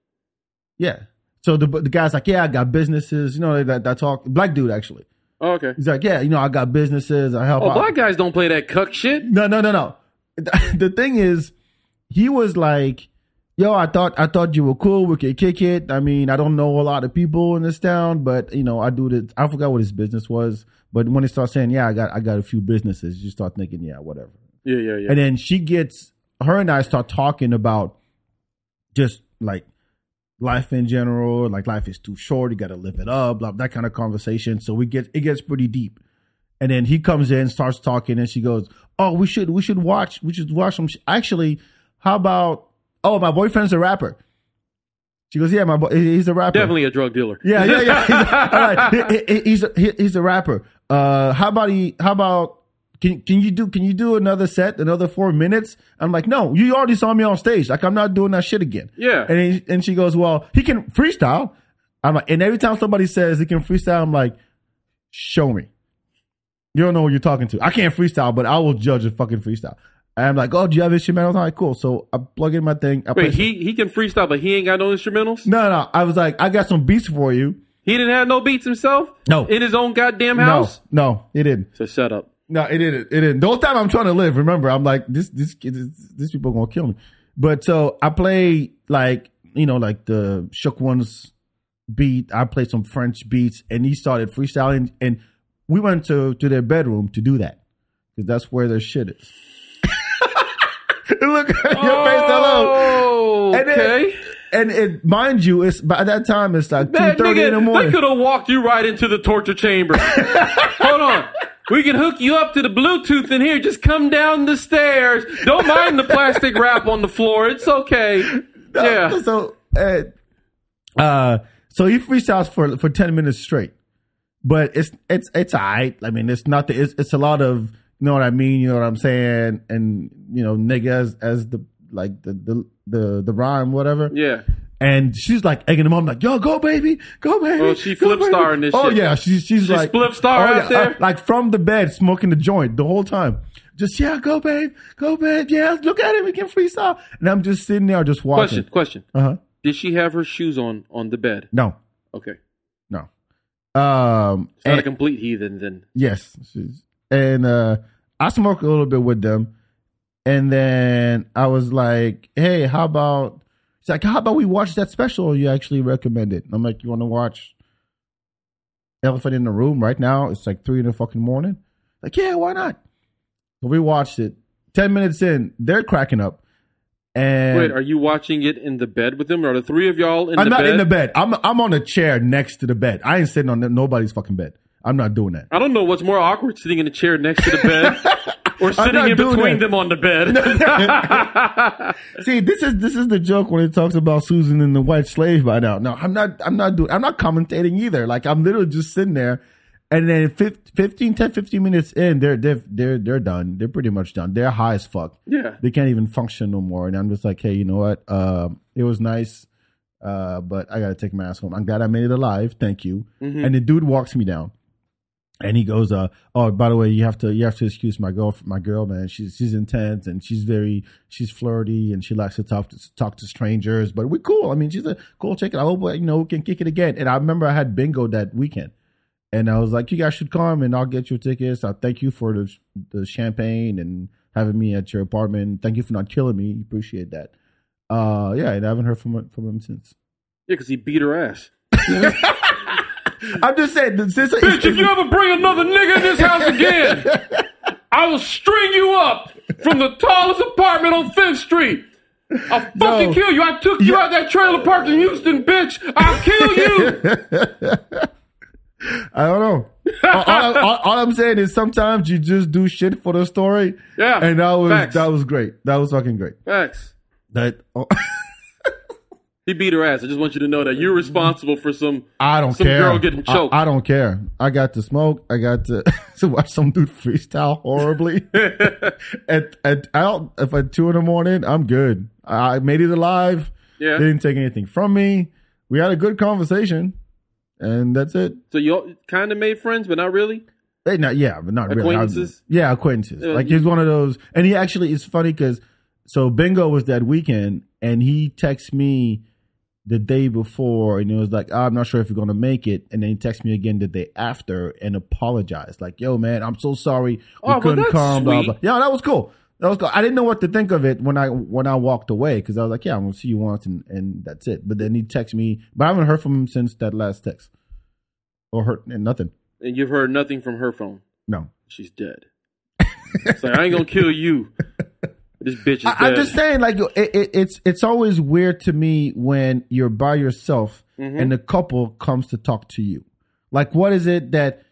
Speaker 3: Yeah. So the the guy's like, yeah, I got businesses. You know that that talk. Black dude actually.
Speaker 4: Oh, okay.
Speaker 3: He's like, yeah, you know, I got businesses. I help.
Speaker 4: Oh,
Speaker 3: out.
Speaker 4: black guys don't play that cuck shit.
Speaker 3: No, no, no, no. The thing is, he was like, "Yo, I thought I thought you were cool. We could kick it. I mean, I don't know a lot of people in this town, but you know, I do this. I forgot what his business was, but when he starts saying, "Yeah, I got I got a few businesses," you start thinking, "Yeah, whatever."
Speaker 4: Yeah, yeah, yeah.
Speaker 3: And then she gets her and I start talking about just like life in general, like life is too short, you got to live it up, blah, that kind of conversation. So we get it gets pretty deep. And then he comes in, starts talking, and she goes, "Oh, we should we should watch we should watch some. Sh- Actually, how about oh my boyfriend's a rapper." She goes, "Yeah, my boy, he- he's a rapper.
Speaker 4: Definitely a drug dealer.
Speaker 3: Yeah, yeah, yeah. He's a, all right. He- he- he's a, he- he's a rapper. Uh, how about he? How about can can you do can you do another set, another four minutes? I'm like, no, you already saw me on stage. Like I'm not doing that shit again.
Speaker 4: Yeah.
Speaker 3: And he, and she goes, well, he can freestyle. I'm like, and every time somebody says they can freestyle, I'm like, show me. You don't know what you're talking to. I can't freestyle, but I will judge a fucking freestyle. And I'm like, oh, do you have instrumentals? I'm like, cool. So I plug in my thing. I play
Speaker 4: Wait, he he can freestyle, but he ain't got no instrumentals.
Speaker 3: no, no. I was like, I got some beats for you.
Speaker 4: He didn't have no beats himself.
Speaker 3: No.
Speaker 4: in his own goddamn
Speaker 3: No,
Speaker 4: house.
Speaker 3: no, it didn't.
Speaker 4: So shut up.
Speaker 3: No, it didn't. It didn't. The whole time I'm trying to live. Remember, I'm like this. This kid. This, this people gonna kill me. But so I play like you know like the shook ones beat. I played some French beats, and he started freestyling. And we went to to their bedroom to do that because that's where their shit is. Look at your face. Hello.
Speaker 4: Oh,
Speaker 3: And then-
Speaker 4: okay.
Speaker 3: And it, mind you, it's by that time it's like two
Speaker 4: That
Speaker 3: thirty in the
Speaker 4: nigga, they
Speaker 3: morning.
Speaker 4: could have walked you right into the torture chamber. Hold on. We can hook you up to the Bluetooth in here. Just come down the stairs. Don't mind the plastic wrap on the floor. It's okay. Yeah.
Speaker 3: So, uh, uh, so he freestyles for for ten minutes straight, but it's it's it's alright. I mean, it's not the, it's it's a lot of you know what I mean. You know what I'm saying, and you know niggas as the like the the the, the rhyme whatever.
Speaker 4: Yeah.
Speaker 3: And she's like egging him on, like, yo, go baby, go baby.
Speaker 4: Oh, she
Speaker 3: go,
Speaker 4: flip
Speaker 3: baby."
Speaker 4: starring this
Speaker 3: Oh
Speaker 4: shit.
Speaker 3: yeah, she's she's like
Speaker 4: flip star out there?
Speaker 3: uh, like from the bed, smoking the joint the whole time. Just yeah, go babe, go babe, yeah. Look at him, he can freestyle. And I'm just sitting there, just watching.
Speaker 4: Question. Question.
Speaker 3: Uh huh.
Speaker 4: Did she have her shoes on on the bed?
Speaker 3: No,
Speaker 4: Okay.
Speaker 3: no. Um,
Speaker 4: It's not
Speaker 3: and-
Speaker 4: a complete heathen then.
Speaker 3: yes, she's- and uh, I smoked a little bit with them, and then I was like, "Hey, how about?" She's like, "How about we watch that special you actually recommended?" And I'm like, "You want to watch Elephant in the Room right now? It's like three in the fucking morning." Like, yeah, why not? So we watched it. Ten minutes in, they're cracking up. And
Speaker 4: Wait, are you watching it in the bed with them? Are the three of y'all in
Speaker 3: I'm
Speaker 4: the
Speaker 3: not
Speaker 4: bed?
Speaker 3: in the bed. I'm I'm on a chair next to the bed. I ain't sitting on nobody's fucking bed. I'm not doing that.
Speaker 4: I don't know what's more awkward sitting in a chair next to the bed or sitting
Speaker 3: not
Speaker 4: in
Speaker 3: doing
Speaker 4: between
Speaker 3: that.
Speaker 4: them on the bed.
Speaker 3: See, this is this is the joke when it talks about Susan and the white slave by now. No, I'm not I'm not doing I'm not commentating either. Like I'm literally just sitting there and then fif- 15 10 15 minutes in they're they're they're they're done. They're pretty much done. They're high as fuck.
Speaker 4: yeah.
Speaker 3: They can't even function no more and I'm just like, "Hey, you know what? Um it was nice uh but I got to take my ass home. I'm glad I made it alive. Thank you." And the dude walks me down. and he goes, uh, "Oh, by the way, you have to you have to excuse my girl, my girl, man. She's she's intense and she's very she's flirty and she likes to talk to talk to strangers, but we're cool. I mean, she's a cool chick. and I hope you know we can kick it again." And I remember I had bingo that weekend, and I was like, "You guys should come, and I'll get you tickets. I thank you for the the champagne and having me at your apartment. Thank you for not killing me. Appreciate that." Uh, yeah, and I haven't heard from from him since.
Speaker 4: Yeah, because he beat her ass.
Speaker 3: I'm just saying, this is
Speaker 4: Bitch, if you ever bring another nigga in this house again, I will string you up from the tallest apartment on Fifth Street. I'll fucking
Speaker 3: No.
Speaker 4: kill you. I took you out of that trailer park in Houston, bitch. I'll kill you.
Speaker 3: I don't know. all, all- all- all I'm saying is sometimes you just do shit for the story.
Speaker 4: Yeah,
Speaker 3: And that was
Speaker 4: facts.
Speaker 3: that was great. That was fucking great.
Speaker 4: Thanks.
Speaker 3: That oh,
Speaker 4: He beat her ass. I just want you to know that you're responsible for some.
Speaker 3: I don't
Speaker 4: Some
Speaker 3: care.
Speaker 4: girl getting
Speaker 3: I-
Speaker 4: choked.
Speaker 3: I, don't care. I got to smoke. I got to, to watch some dude freestyle horribly. at at out if at two in the morning, I'm good. I made it alive.
Speaker 4: Yeah.
Speaker 3: They didn't take anything from me. We had a good conversation, and that's it.
Speaker 4: So y'all kind of made friends, but not really.
Speaker 3: They not yeah, but not really. I was-
Speaker 4: Acquaintances?
Speaker 3: yeah, acquaintances.
Speaker 4: Uh,
Speaker 3: like
Speaker 4: you-
Speaker 3: he's one of those, and he actually it's funny because so Bingo was that weekend, and he texts me the day before, and it was like I'm not sure if you're gonna make it, and then he texts me again the day after and apologized, like Yo, man, I'm so sorry we
Speaker 4: Oh, well,
Speaker 3: couldn't
Speaker 4: that's
Speaker 3: come. Blah, blah.
Speaker 4: sweet.
Speaker 3: Yeah, that was cool. That was cool. I didn't know what to think of it when I when I walked away because I was like, yeah, I'm gonna see you once, and and that's it. But then he texts me, but I haven't heard from him since that last text, or heard and nothing.
Speaker 4: And you've heard nothing from her phone.
Speaker 3: No.
Speaker 4: She's dead. It's like I ain't gonna kill you. This bitch is dead.
Speaker 3: I, I'm just saying, like it, it, it's it's always weird to me when you're by yourself
Speaker 4: Mm-hmm.
Speaker 3: and the couple comes to talk to you. Like, what is it that?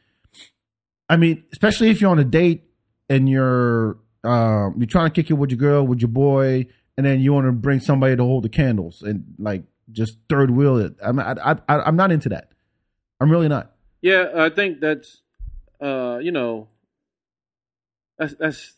Speaker 3: I mean, especially if you're on a date and you're um, you're trying to kick it with your girl, with your boy, and then you want to bring somebody to hold the candles and like just third wheel it. I'm I, I, I'm not into that. I'm really not.
Speaker 4: Yeah, I think that's uh, you know that's that's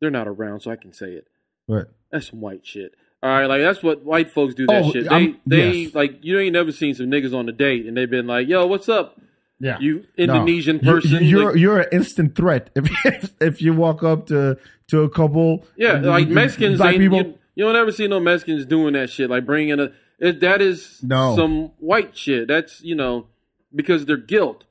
Speaker 4: they're not around, so I can say it.
Speaker 3: But
Speaker 4: That's some white shit. All right, like that's what white folks do. That
Speaker 3: Oh,
Speaker 4: shit. They
Speaker 3: I'm-
Speaker 4: they
Speaker 3: yes.
Speaker 4: like you ain't never seen some niggas on a date and they've been like, "Yo, what's up,
Speaker 3: Yeah.
Speaker 4: you Indonesian
Speaker 3: You-
Speaker 4: person?"
Speaker 3: You, are
Speaker 4: Like-
Speaker 3: you're an instant threat if, if if you walk up to to a couple.
Speaker 4: yeah,
Speaker 3: and you-
Speaker 4: like
Speaker 3: you-
Speaker 4: Mexicans.
Speaker 3: black
Speaker 4: Ain't,
Speaker 3: people.
Speaker 4: you, you don't ever see no Mexicans doing that shit. Like bringing a it, that is
Speaker 3: No.
Speaker 4: some white shit. That's you know because their guilt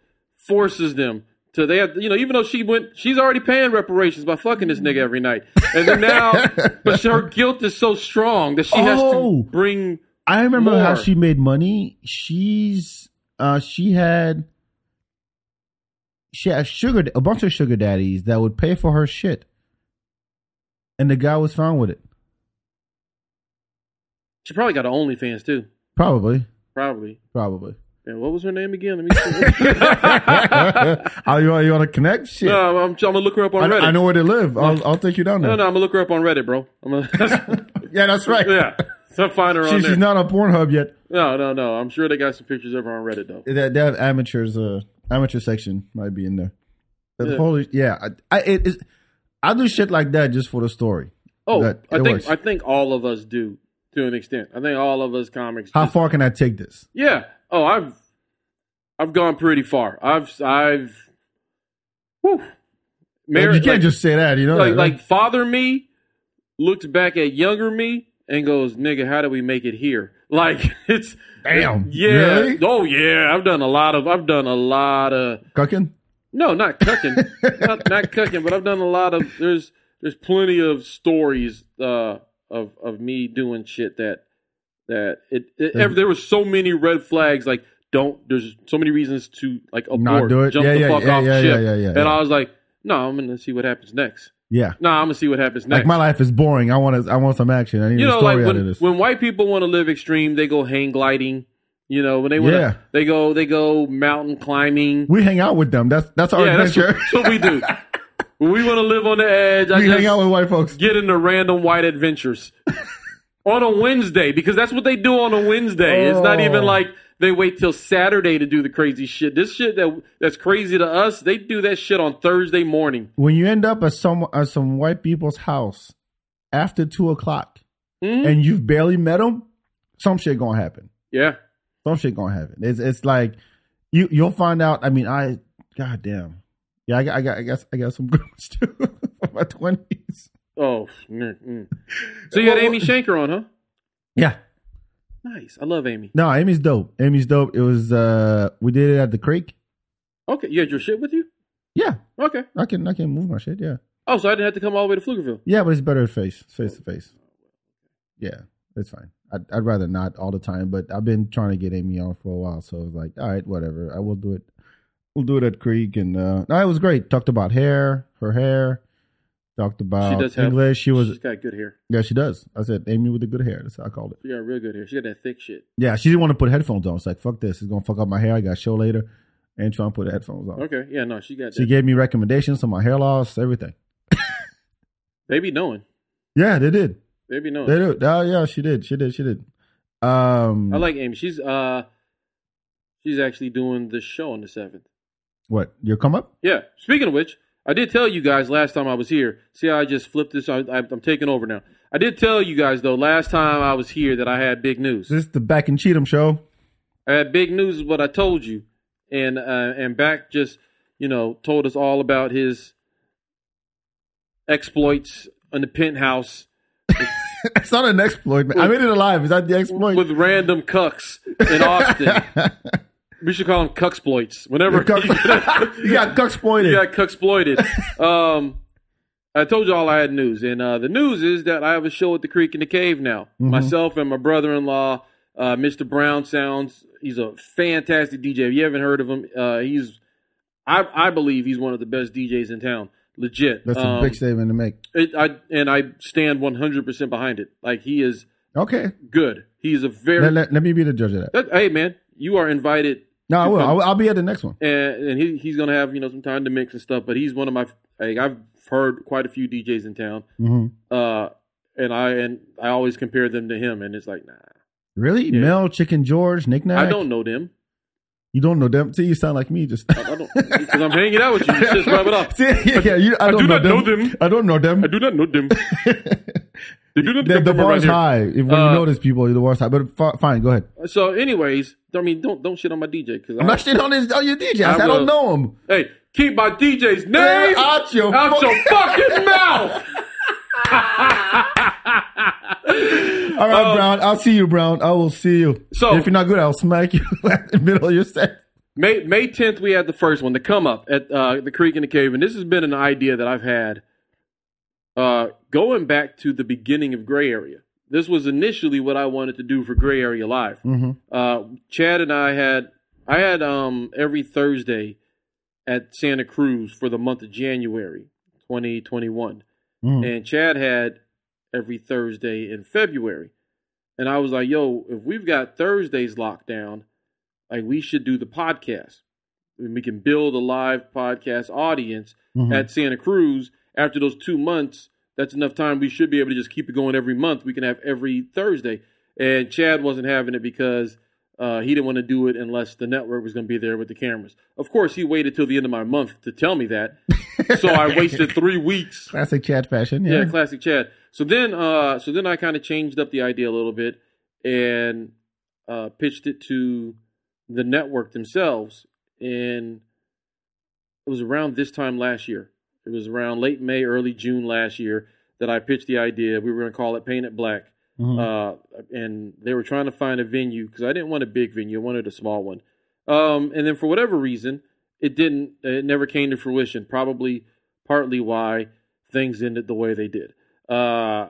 Speaker 4: forces them. to they have you know even though she went she's already paying reparations by fucking this nigga every night and then now but her guilt is so strong that she has
Speaker 3: Oh.
Speaker 4: to bring
Speaker 3: I remember how
Speaker 4: More.
Speaker 3: she made money. She's uh she had she had sugar a bunch of sugar daddies that would pay for her shit. And the guy was found with it.
Speaker 4: she probably got an OnlyFans too
Speaker 3: Probably.
Speaker 4: probably
Speaker 3: Probably.
Speaker 4: And what was her name again? Let me see.
Speaker 3: oh, you, want- you want to connect? Shit.
Speaker 4: no, I'm, I'm gonna look her up
Speaker 3: I,
Speaker 4: on Reddit.
Speaker 3: I know where they live. I'll, I'll take you down
Speaker 4: No,
Speaker 3: there.
Speaker 4: no, I'm gonna look her up on Reddit, bro. I'm gonna,
Speaker 3: Yeah, that's right.
Speaker 4: yeah, so I'll find her
Speaker 3: She-
Speaker 4: on there.
Speaker 3: she's not on Pornhub yet.
Speaker 4: no, no, no. I'm sure they got some pictures of her on Reddit though.
Speaker 3: They, they have amateurs. Uh, amateur section might be in there. The
Speaker 4: Yeah.
Speaker 3: Holy, yeah. I, I it, it's- I do shit like that just for the story.
Speaker 4: Oh,
Speaker 3: That-
Speaker 4: I
Speaker 3: it
Speaker 4: think
Speaker 3: works.
Speaker 4: I think all of us do to an extent. I think all of us comics.
Speaker 3: How
Speaker 4: just-
Speaker 3: far can I take this?
Speaker 4: Yeah. Oh, I've I've gone pretty far. I've I've. Whew.
Speaker 3: Like,
Speaker 4: Mar-
Speaker 3: you can't
Speaker 4: like-
Speaker 3: just say that, you know.
Speaker 4: like,
Speaker 3: that,
Speaker 4: like father me looks back at younger me and goes, "Nigga, how do we make it here?" Like it's
Speaker 3: Damn.
Speaker 4: yeah,
Speaker 3: Really?
Speaker 4: oh yeah. I've done a lot of, I've done a lot of,
Speaker 3: cucking.
Speaker 4: no, not cooking, not not cooking, but I've done a lot of. There's there's plenty of stories uh, of of me doing shit that that it, it ev- there were so many red flags like. Don't there's so many reasons to like abort,
Speaker 3: Not do it.
Speaker 4: jump
Speaker 3: Yeah,
Speaker 4: the
Speaker 3: yeah,
Speaker 4: fuck
Speaker 3: yeah,
Speaker 4: off
Speaker 3: yeah,
Speaker 4: ship,
Speaker 3: yeah, yeah, yeah,
Speaker 4: and
Speaker 3: yeah.
Speaker 4: I was like, no, I'm gonna see what happens next.
Speaker 3: Yeah.
Speaker 4: No, I'm gonna see what happens next.
Speaker 3: Like my life is boring. I want to. I want some action. I need
Speaker 4: you
Speaker 3: a
Speaker 4: know,
Speaker 3: story
Speaker 4: like
Speaker 3: out of
Speaker 4: when,
Speaker 3: this.
Speaker 4: when white people want to live extreme, they go hang gliding. You know, when they want,
Speaker 3: Yeah.
Speaker 4: to they go they go mountain climbing.
Speaker 3: we hang out with them. That's that's our
Speaker 4: yeah, that's what,
Speaker 3: Oh, adventure.
Speaker 4: that's what we do. when we want to live on the edge, I
Speaker 3: we hang out
Speaker 4: just
Speaker 3: with white folks.
Speaker 4: get into random white adventures on a Wednesday because that's what they do on a Wednesday. It's not even
Speaker 3: Oh.
Speaker 4: like they wait till Saturday to do the crazy shit. This shit that that's crazy to us, they do that shit on Thursday morning.
Speaker 3: When you end up at some at some white people's house after two o'clock,
Speaker 4: Mhm.
Speaker 3: and you've barely met them, some shit gonna happen.
Speaker 4: Yeah,
Speaker 3: some shit gonna happen. It's it's like you you'll find out. I mean, I goddamn, yeah, I got I got I guess I got some good ones too from my twenties.
Speaker 4: Oh, mm, mm. so you had
Speaker 3: Well,
Speaker 4: Amy Shanker on, huh?
Speaker 3: Yeah,
Speaker 4: Nice. I love Amy.
Speaker 3: no, Amy's dope. Amy's dope. It was uh we did it at the creek.
Speaker 4: Okay, you had your shit with you.
Speaker 3: Yeah,
Speaker 4: Okay.
Speaker 3: I can I can move my shit. Yeah,
Speaker 4: Oh, so I didn't have to come all the way to Pflugerville.
Speaker 3: yeah, but it's better face face to face. Yeah, it's fine. I'd, I'd rather not all the time, but I've been trying to get Amy on for a while, so I was like, all right, whatever. I will do it. We'll do it at Creek, and uh, no, it was great. Talked about hair, her hair. Talked about
Speaker 4: does have-
Speaker 3: English. she was
Speaker 4: She's got good hair.
Speaker 3: Yeah, she does. I said Amy with the good hair. That's how I called it.
Speaker 4: She got real good hair. She got that thick shit.
Speaker 3: Yeah, she didn't want to put headphones on. It's like fuck this. It's gonna fuck up my hair. I got a show later, and trying to put headphones on.
Speaker 4: Okay. Yeah. No, she got
Speaker 3: She
Speaker 4: that.
Speaker 3: gave me recommendations on my hair loss, everything.
Speaker 4: they be knowing.
Speaker 3: Yeah, they did.
Speaker 4: They be knowing.
Speaker 3: They did. Oh yeah, she did. She did. She did. Um,
Speaker 4: I like Amy. She's uh, she's actually doing the show on the seventh.
Speaker 3: what your come up.
Speaker 4: Yeah. Speaking of which, I did tell you guys last time I was here. See, how I just flipped this. I, I, I'm taking over now. I did tell you guys though last time I was here that I had big news.
Speaker 3: This is the back and Cheatham show.
Speaker 4: I had big news is what I told you, and uh, and back just you know told us all about his exploits in the penthouse
Speaker 3: it's not an exploit, man. I made it alive. Is that the exploit?
Speaker 4: with random cucks in Austin. we should call them cucksploits. Whenever
Speaker 3: Cuck- you got cuck exploited.
Speaker 4: you got cucksploited. Um, I told you all I had news, and uh, the news is that I have a show at the Creek in the Cave now.
Speaker 3: Mm-hmm.
Speaker 4: Myself and my brother-in-law, uh, Mr. Brown Sounds. He's a fantastic DJ. If you haven't heard of him, uh, he's I, I believe he's one of the best DJs in town. Legit.
Speaker 3: That's a
Speaker 4: Um,
Speaker 3: big statement to make.
Speaker 4: it, I and I stand one hundred percent behind it. Like he is
Speaker 3: Okay,
Speaker 4: good. He's a very.
Speaker 3: let, let, let me be the judge of that.
Speaker 4: that- hey man, you are invited
Speaker 3: No, I will. I will. I'll be at the next one.
Speaker 4: and and he, he's gonna have you know some time to mix and stuff. But he's one of my like, I've heard quite a few DJs in town,
Speaker 3: Mhm.
Speaker 4: uh, and I and I always compare them to him, and it's like nah,
Speaker 3: Really, Mel, Chicken George, Nick Nack.
Speaker 4: I don't know them.
Speaker 3: You don't know them. See, you sound like me. Just
Speaker 4: I don't because I'm hanging out with you. It's Just rub it off.
Speaker 3: See, yeah, yeah, you, I,
Speaker 4: I
Speaker 3: don't
Speaker 4: do
Speaker 3: know,
Speaker 4: not
Speaker 3: them.
Speaker 4: know them.
Speaker 3: I don't know them.
Speaker 4: I do not know them.
Speaker 3: The, the bar's
Speaker 4: right
Speaker 3: high. If, when
Speaker 4: Uh,
Speaker 3: you notice people, the bar's high. But fi- fine, go ahead.
Speaker 4: here. So, anyways, I mean, don't don't shit on my DJ because
Speaker 3: I'm not shitting on, oh, his, on your DJ. I,
Speaker 4: uh, I
Speaker 3: said I don't
Speaker 4: will.
Speaker 3: know him.
Speaker 4: Hey, keep my DJ's name
Speaker 3: Yeah, out your
Speaker 4: out
Speaker 3: fuck-
Speaker 4: your fucking mouth.
Speaker 3: All right, Brown. I'll see you, Brown. I will see you.
Speaker 4: Oh. So-
Speaker 3: if you're not good, I'll smack you in the middle of your set.
Speaker 4: May May tenth, we had the first one, the come up at uh, the creek in the cave, and this has been an idea that I've had uh, going back to the beginning of Gray Area. This was initially what I wanted to do for Gray Area Live. Uh, Chad and I had I had um, every Thursday at Santa Cruz for the month of January, twenty twenty one,
Speaker 3: Mhm.
Speaker 4: and Chad had every Thursday in February, and I was like, "Yo, if we've got Thursdays locked down." like we should do the podcast. And we can build a live podcast audience
Speaker 3: mm-hmm.
Speaker 4: at Santa Cruz after those two months. That's enough time. We should be able to just keep it going every month. We can have every Thursday. And Chad wasn't having it because uh, he didn't want to do it unless the network was going to be there with the cameras. Of course, he waited till the end of my month to tell me that. so I wasted three weeks
Speaker 3: Classic Chad fashion.
Speaker 4: yeah,
Speaker 3: Yeah.
Speaker 4: classic Chad. So then, uh, so then I kind of changed up the idea a little bit and uh, pitched it to the network themselves, and it was around this time last year. It was around late May, early June last year that I pitched the idea. We were going to call it Paint It Black,
Speaker 3: Mm-hmm.
Speaker 4: uh, and they were trying to find a venue because I didn't want a big venue; I wanted a small one. Um, and then for whatever reason, it didn't. It never came to fruition. Probably partly why things ended the way they did. Uh,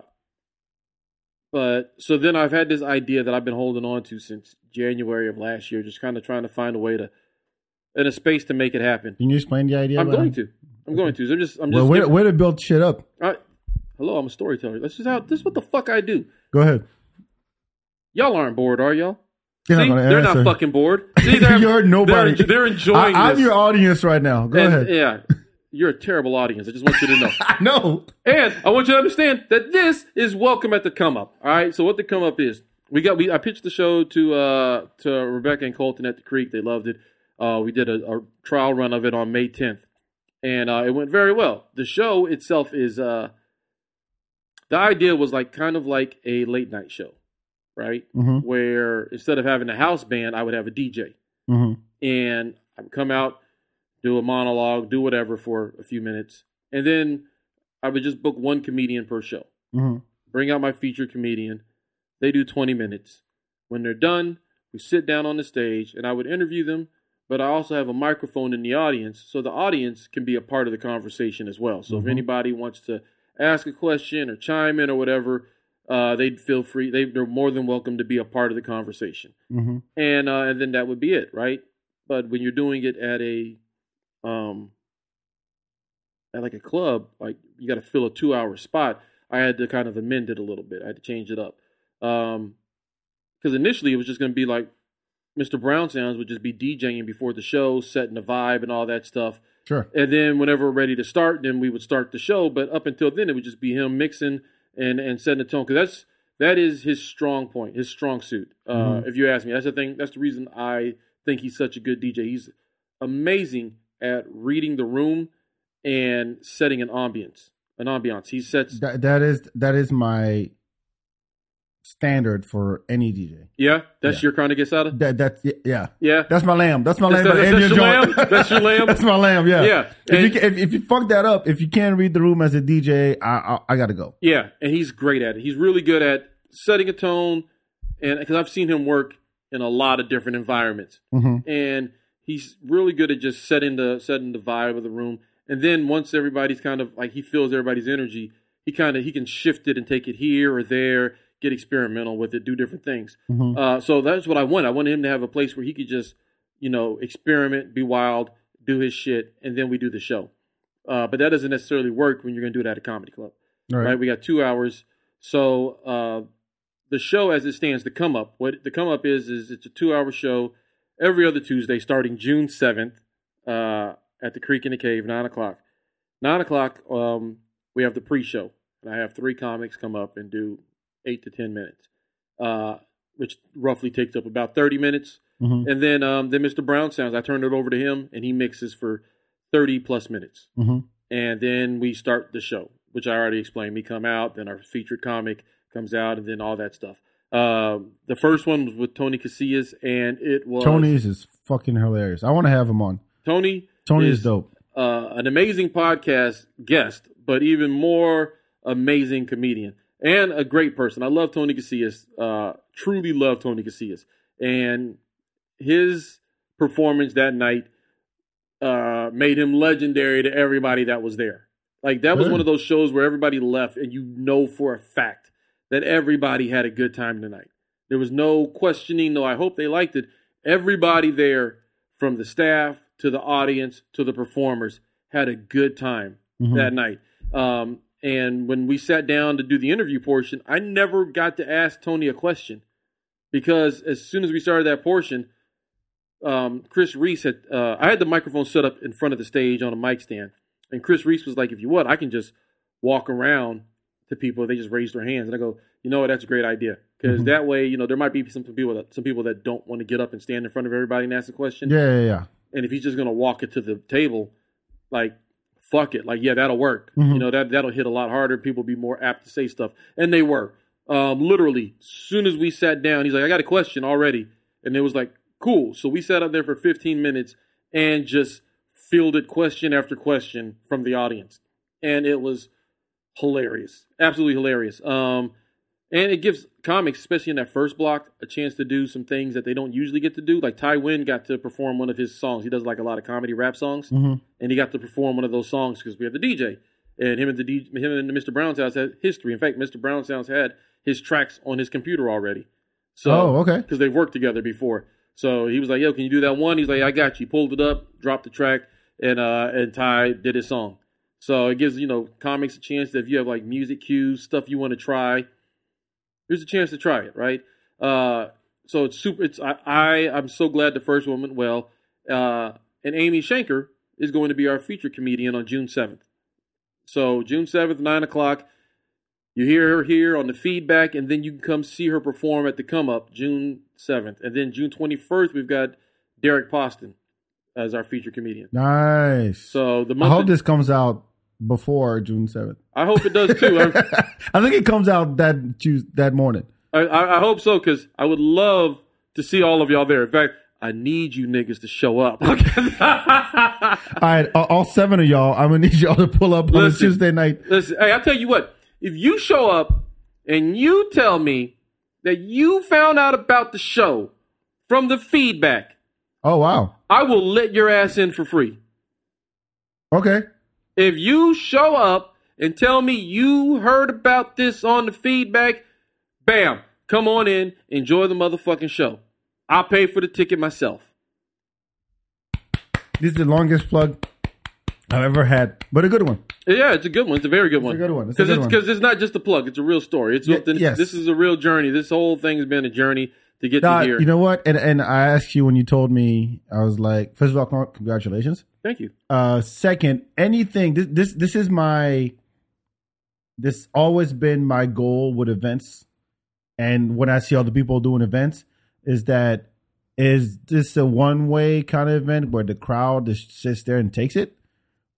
Speaker 4: but so then I've had this idea that I've been holding on to since January of last year, just kind of trying to find a way to and a space to make it happen.
Speaker 3: Can you explain the idea?
Speaker 4: I'm
Speaker 3: about
Speaker 4: going
Speaker 3: it?
Speaker 4: to. I'm going to. So I'm just. I'm just.
Speaker 3: Well, way,
Speaker 4: giving-
Speaker 3: way to build shit up.
Speaker 4: I- hello, I'm a storyteller. This is how. This is what the fuck I do.
Speaker 3: Go ahead.
Speaker 4: Y'all aren't bored, are y'all?
Speaker 3: You're
Speaker 4: See,
Speaker 3: gonna
Speaker 4: they're
Speaker 3: answer.
Speaker 4: not fucking bored. See, they're,
Speaker 3: You're nobody.
Speaker 4: They're, they're enjoying
Speaker 3: I, I'm
Speaker 4: this.
Speaker 3: your audience right now. Go
Speaker 4: And,
Speaker 3: ahead.
Speaker 4: Yeah, you're a terrible audience. I just want you to know.
Speaker 3: I know.
Speaker 4: And I want you to understand that this is welcome at the come up. All right. So what the come up is? We got we I pitched the show to uh to Rebecca and Colton at the Creek. They loved it. Uh, we did a, a trial run of it on May 10th, and uh, it went very well. The show itself is uh the idea was like kind of like a late night show, right?
Speaker 3: Mhm.
Speaker 4: Where instead of having a house band, I would have a DJ
Speaker 3: hmm
Speaker 4: and I would come out, do a monologue, do whatever for a few minutes, and then I would just book one comedian per show.
Speaker 3: hmm
Speaker 4: Bring out my featured comedian. They do 20 minutes. When they're done, we sit down on the stage and I would interview them, but I also have a microphone in the audience so the audience can be a part of the conversation as well. So if anybody wants to ask a question or chime in or whatever, uh, they'd feel free. They, they're more than welcome to be a part of the conversation
Speaker 3: hmm
Speaker 4: and uh, and then that would be it, right? But when you're doing it at a um at like a club, like you got to fill a two hour spot. I had to kind of amend it a little bit. I had to change it up Um 'cause because initially it was just going to be like Mr. Brown sounds would just be DJing before the show, setting the vibe and all that stuff.
Speaker 3: Sure.
Speaker 4: And then whenever we're ready to start, then we would start the show. But up until then, it would just be him mixing and and setting the tone because that's that is his strong point, his strong suit. Uh, If you ask me, that's the thing. That's the reason I think he's such a good DJ. He's amazing at reading the room and setting an ambience. An ambiance. He sets.
Speaker 3: That, that is that is my standard for any DJ.
Speaker 4: Yeah, that's your kind of gets out of.
Speaker 3: That that yeah.
Speaker 4: Yeah,
Speaker 3: That's my lamb. That's my lamb.
Speaker 4: that-
Speaker 3: by
Speaker 4: that's
Speaker 3: Indian
Speaker 4: your
Speaker 3: Joint.
Speaker 4: lamb? That's your lamb?
Speaker 3: that's my lamb. Yeah.
Speaker 4: Yeah.
Speaker 3: If you,
Speaker 4: And-
Speaker 3: can, if, if you fuck that up, if you can't read the room as a DJ, I I, I gotta go.
Speaker 4: Yeah, and he's great at it. He's really good at setting a tone, and because I've seen him work in a lot of different environments, and he's really good at just setting the setting the vibe of the room. And then once everybody's kind of like he feels everybody's energy, he kind of he can shift it and take it here or there, get experimental with it, do different things. Uh, so that's what I want. I want him to have a place where he could just you know experiment, be wild, do his shit, and then we do the show. Uh, but that doesn't necessarily work when you're going to do it at a comedy club
Speaker 3: All
Speaker 4: right? We got two hours. So uh, the show, as it stands, the come up. What the come up is is it's a two hour show every other Tuesday, starting June seventh uh, at the Creek in the Cave, nine o'clock. Nine o'clock. Um, we have the pre show, and I have three comics come up and do eight to ten minutes, uh, which roughly takes up about thirty minutes.
Speaker 3: Mhm.
Speaker 4: And then um, then Mr. Brown sounds. I turn it over to him, and he mixes for thirty plus minutes
Speaker 3: hmm
Speaker 4: and then we start the show, which I already explained. We come out, then our featured comic comes out, and then all that stuff. Um, the first one was with Tony Casillas, and it was
Speaker 3: Tony's is fucking hilarious. I want to have him on.
Speaker 4: Tony.
Speaker 3: Tony is dope.
Speaker 4: uh, an amazing podcast guest, but even more amazing comedian and a great person. I love Tony Casillas. Uh, truly love Tony Casillas, and his performance that night uh, made him legendary to everybody that was there. Like that was
Speaker 3: Good.
Speaker 4: one of those shows where everybody left, and you know for a fact that everybody had a good time tonight. There was no questioning. No, I hope they liked it. Everybody there, from the staff to the audience to the performers, had a good time
Speaker 3: Mhm.
Speaker 4: that night. Um, and when we sat down to do the interview portion, I never got to ask Tony a question because as soon as we started that portion, um, Chris Reese had uh, I had the microphone set up in front of the stage on a mic stand, and Chris Reese was like, "If you want, I can just walk around to people. They just raise their hands." And I go, "You know what? That's a great idea because
Speaker 3: Mhm.
Speaker 4: that way, you know, there might be some people that some people that don't want to get up and stand in front of everybody and ask a question.
Speaker 3: Yeah, yeah, yeah.
Speaker 4: And if he's just gonna walk it to the table, like." Fuck it, like yeah, that'll work.
Speaker 3: Mhm.
Speaker 4: You know that that'll hit a lot harder. People be more apt to say stuff, and they were. Um, literally, soon as we sat down, he's like, "I got a question already," and it was like, "Cool." So we sat up there for 15 minutes and just fielded question after question from the audience, and it was hilarious, absolutely hilarious. Um, and it gives comics, especially in that first block, a chance to do some things that they don't usually get to do. Like Ty Wynn got to perform one of his songs. He does like a lot of comedy rap songs,
Speaker 3: Mhm.
Speaker 4: and he got to perform one of those songs because we had the DJ. And him and the D, him and Mr. Brown's house had history. In fact, Mr. Brown's house had his tracks on his computer already. So,
Speaker 3: Oh, okay.
Speaker 4: because they've worked together before. So he was like, "Yo, can you do that one?" He's like, "I got you." Pulled it up, dropped the track, and uh, and Ty did his song. So it gives you know comics a chance that if you have like music cues, stuff you want to try, there's a chance to try it, right? Uh, so it's super. It's I, I I'm so glad the first one went well. Uh, and Amy Shanker is going to be our feature comedian on June 7th. So June 7th, nine o'clock. You hear her here on the feedback, and then you can come see her perform at the come up June 7th. And then June 21st, we've got Derek Poston as our feature comedian.
Speaker 3: Nice.
Speaker 4: So the
Speaker 3: I
Speaker 4: month
Speaker 3: hope this comes out before June seventh.
Speaker 4: I hope it does too. I'm-
Speaker 3: I think it comes out that Tues that morning.
Speaker 4: I, I, I hope so because I would love to see all of y'all there. In fact, I need you niggas to show up.
Speaker 3: All right, all, all seven of y'all. I'm gonna need y'all to pull up on a
Speaker 4: Listen.
Speaker 3: Tuesday night.
Speaker 4: Listen, hey, I tell you what. If you show up and you tell me that you found out about the show from the feedback,
Speaker 3: Oh wow.
Speaker 4: I will let your ass in for free.
Speaker 3: Okay.
Speaker 4: If you show up and tell me you heard about this on the feedback, bam, come on in, enjoy the motherfucking show. I'll pay for the ticket myself.
Speaker 3: This is the longest plug I've ever had, but a good one.
Speaker 4: Yeah, it's a good one. It's a very good one.
Speaker 3: good one. It's a
Speaker 4: Because
Speaker 3: good
Speaker 4: it's
Speaker 3: one.
Speaker 4: because it's not just a plug. It's a real story. It's
Speaker 3: Ye-
Speaker 4: something-
Speaker 3: yes.
Speaker 4: this is a real journey. This whole thing's been a journey to get
Speaker 3: Nah,
Speaker 4: to here.
Speaker 3: you know what? And and I asked you when you told me, I was like, first of all, con- congratulations.
Speaker 4: Thank you.
Speaker 3: Uh, second, anything. This this this is my. This always been my goal with events, and when I see other people doing events, is that is this a one way kind of event where the crowd just sits there and takes it,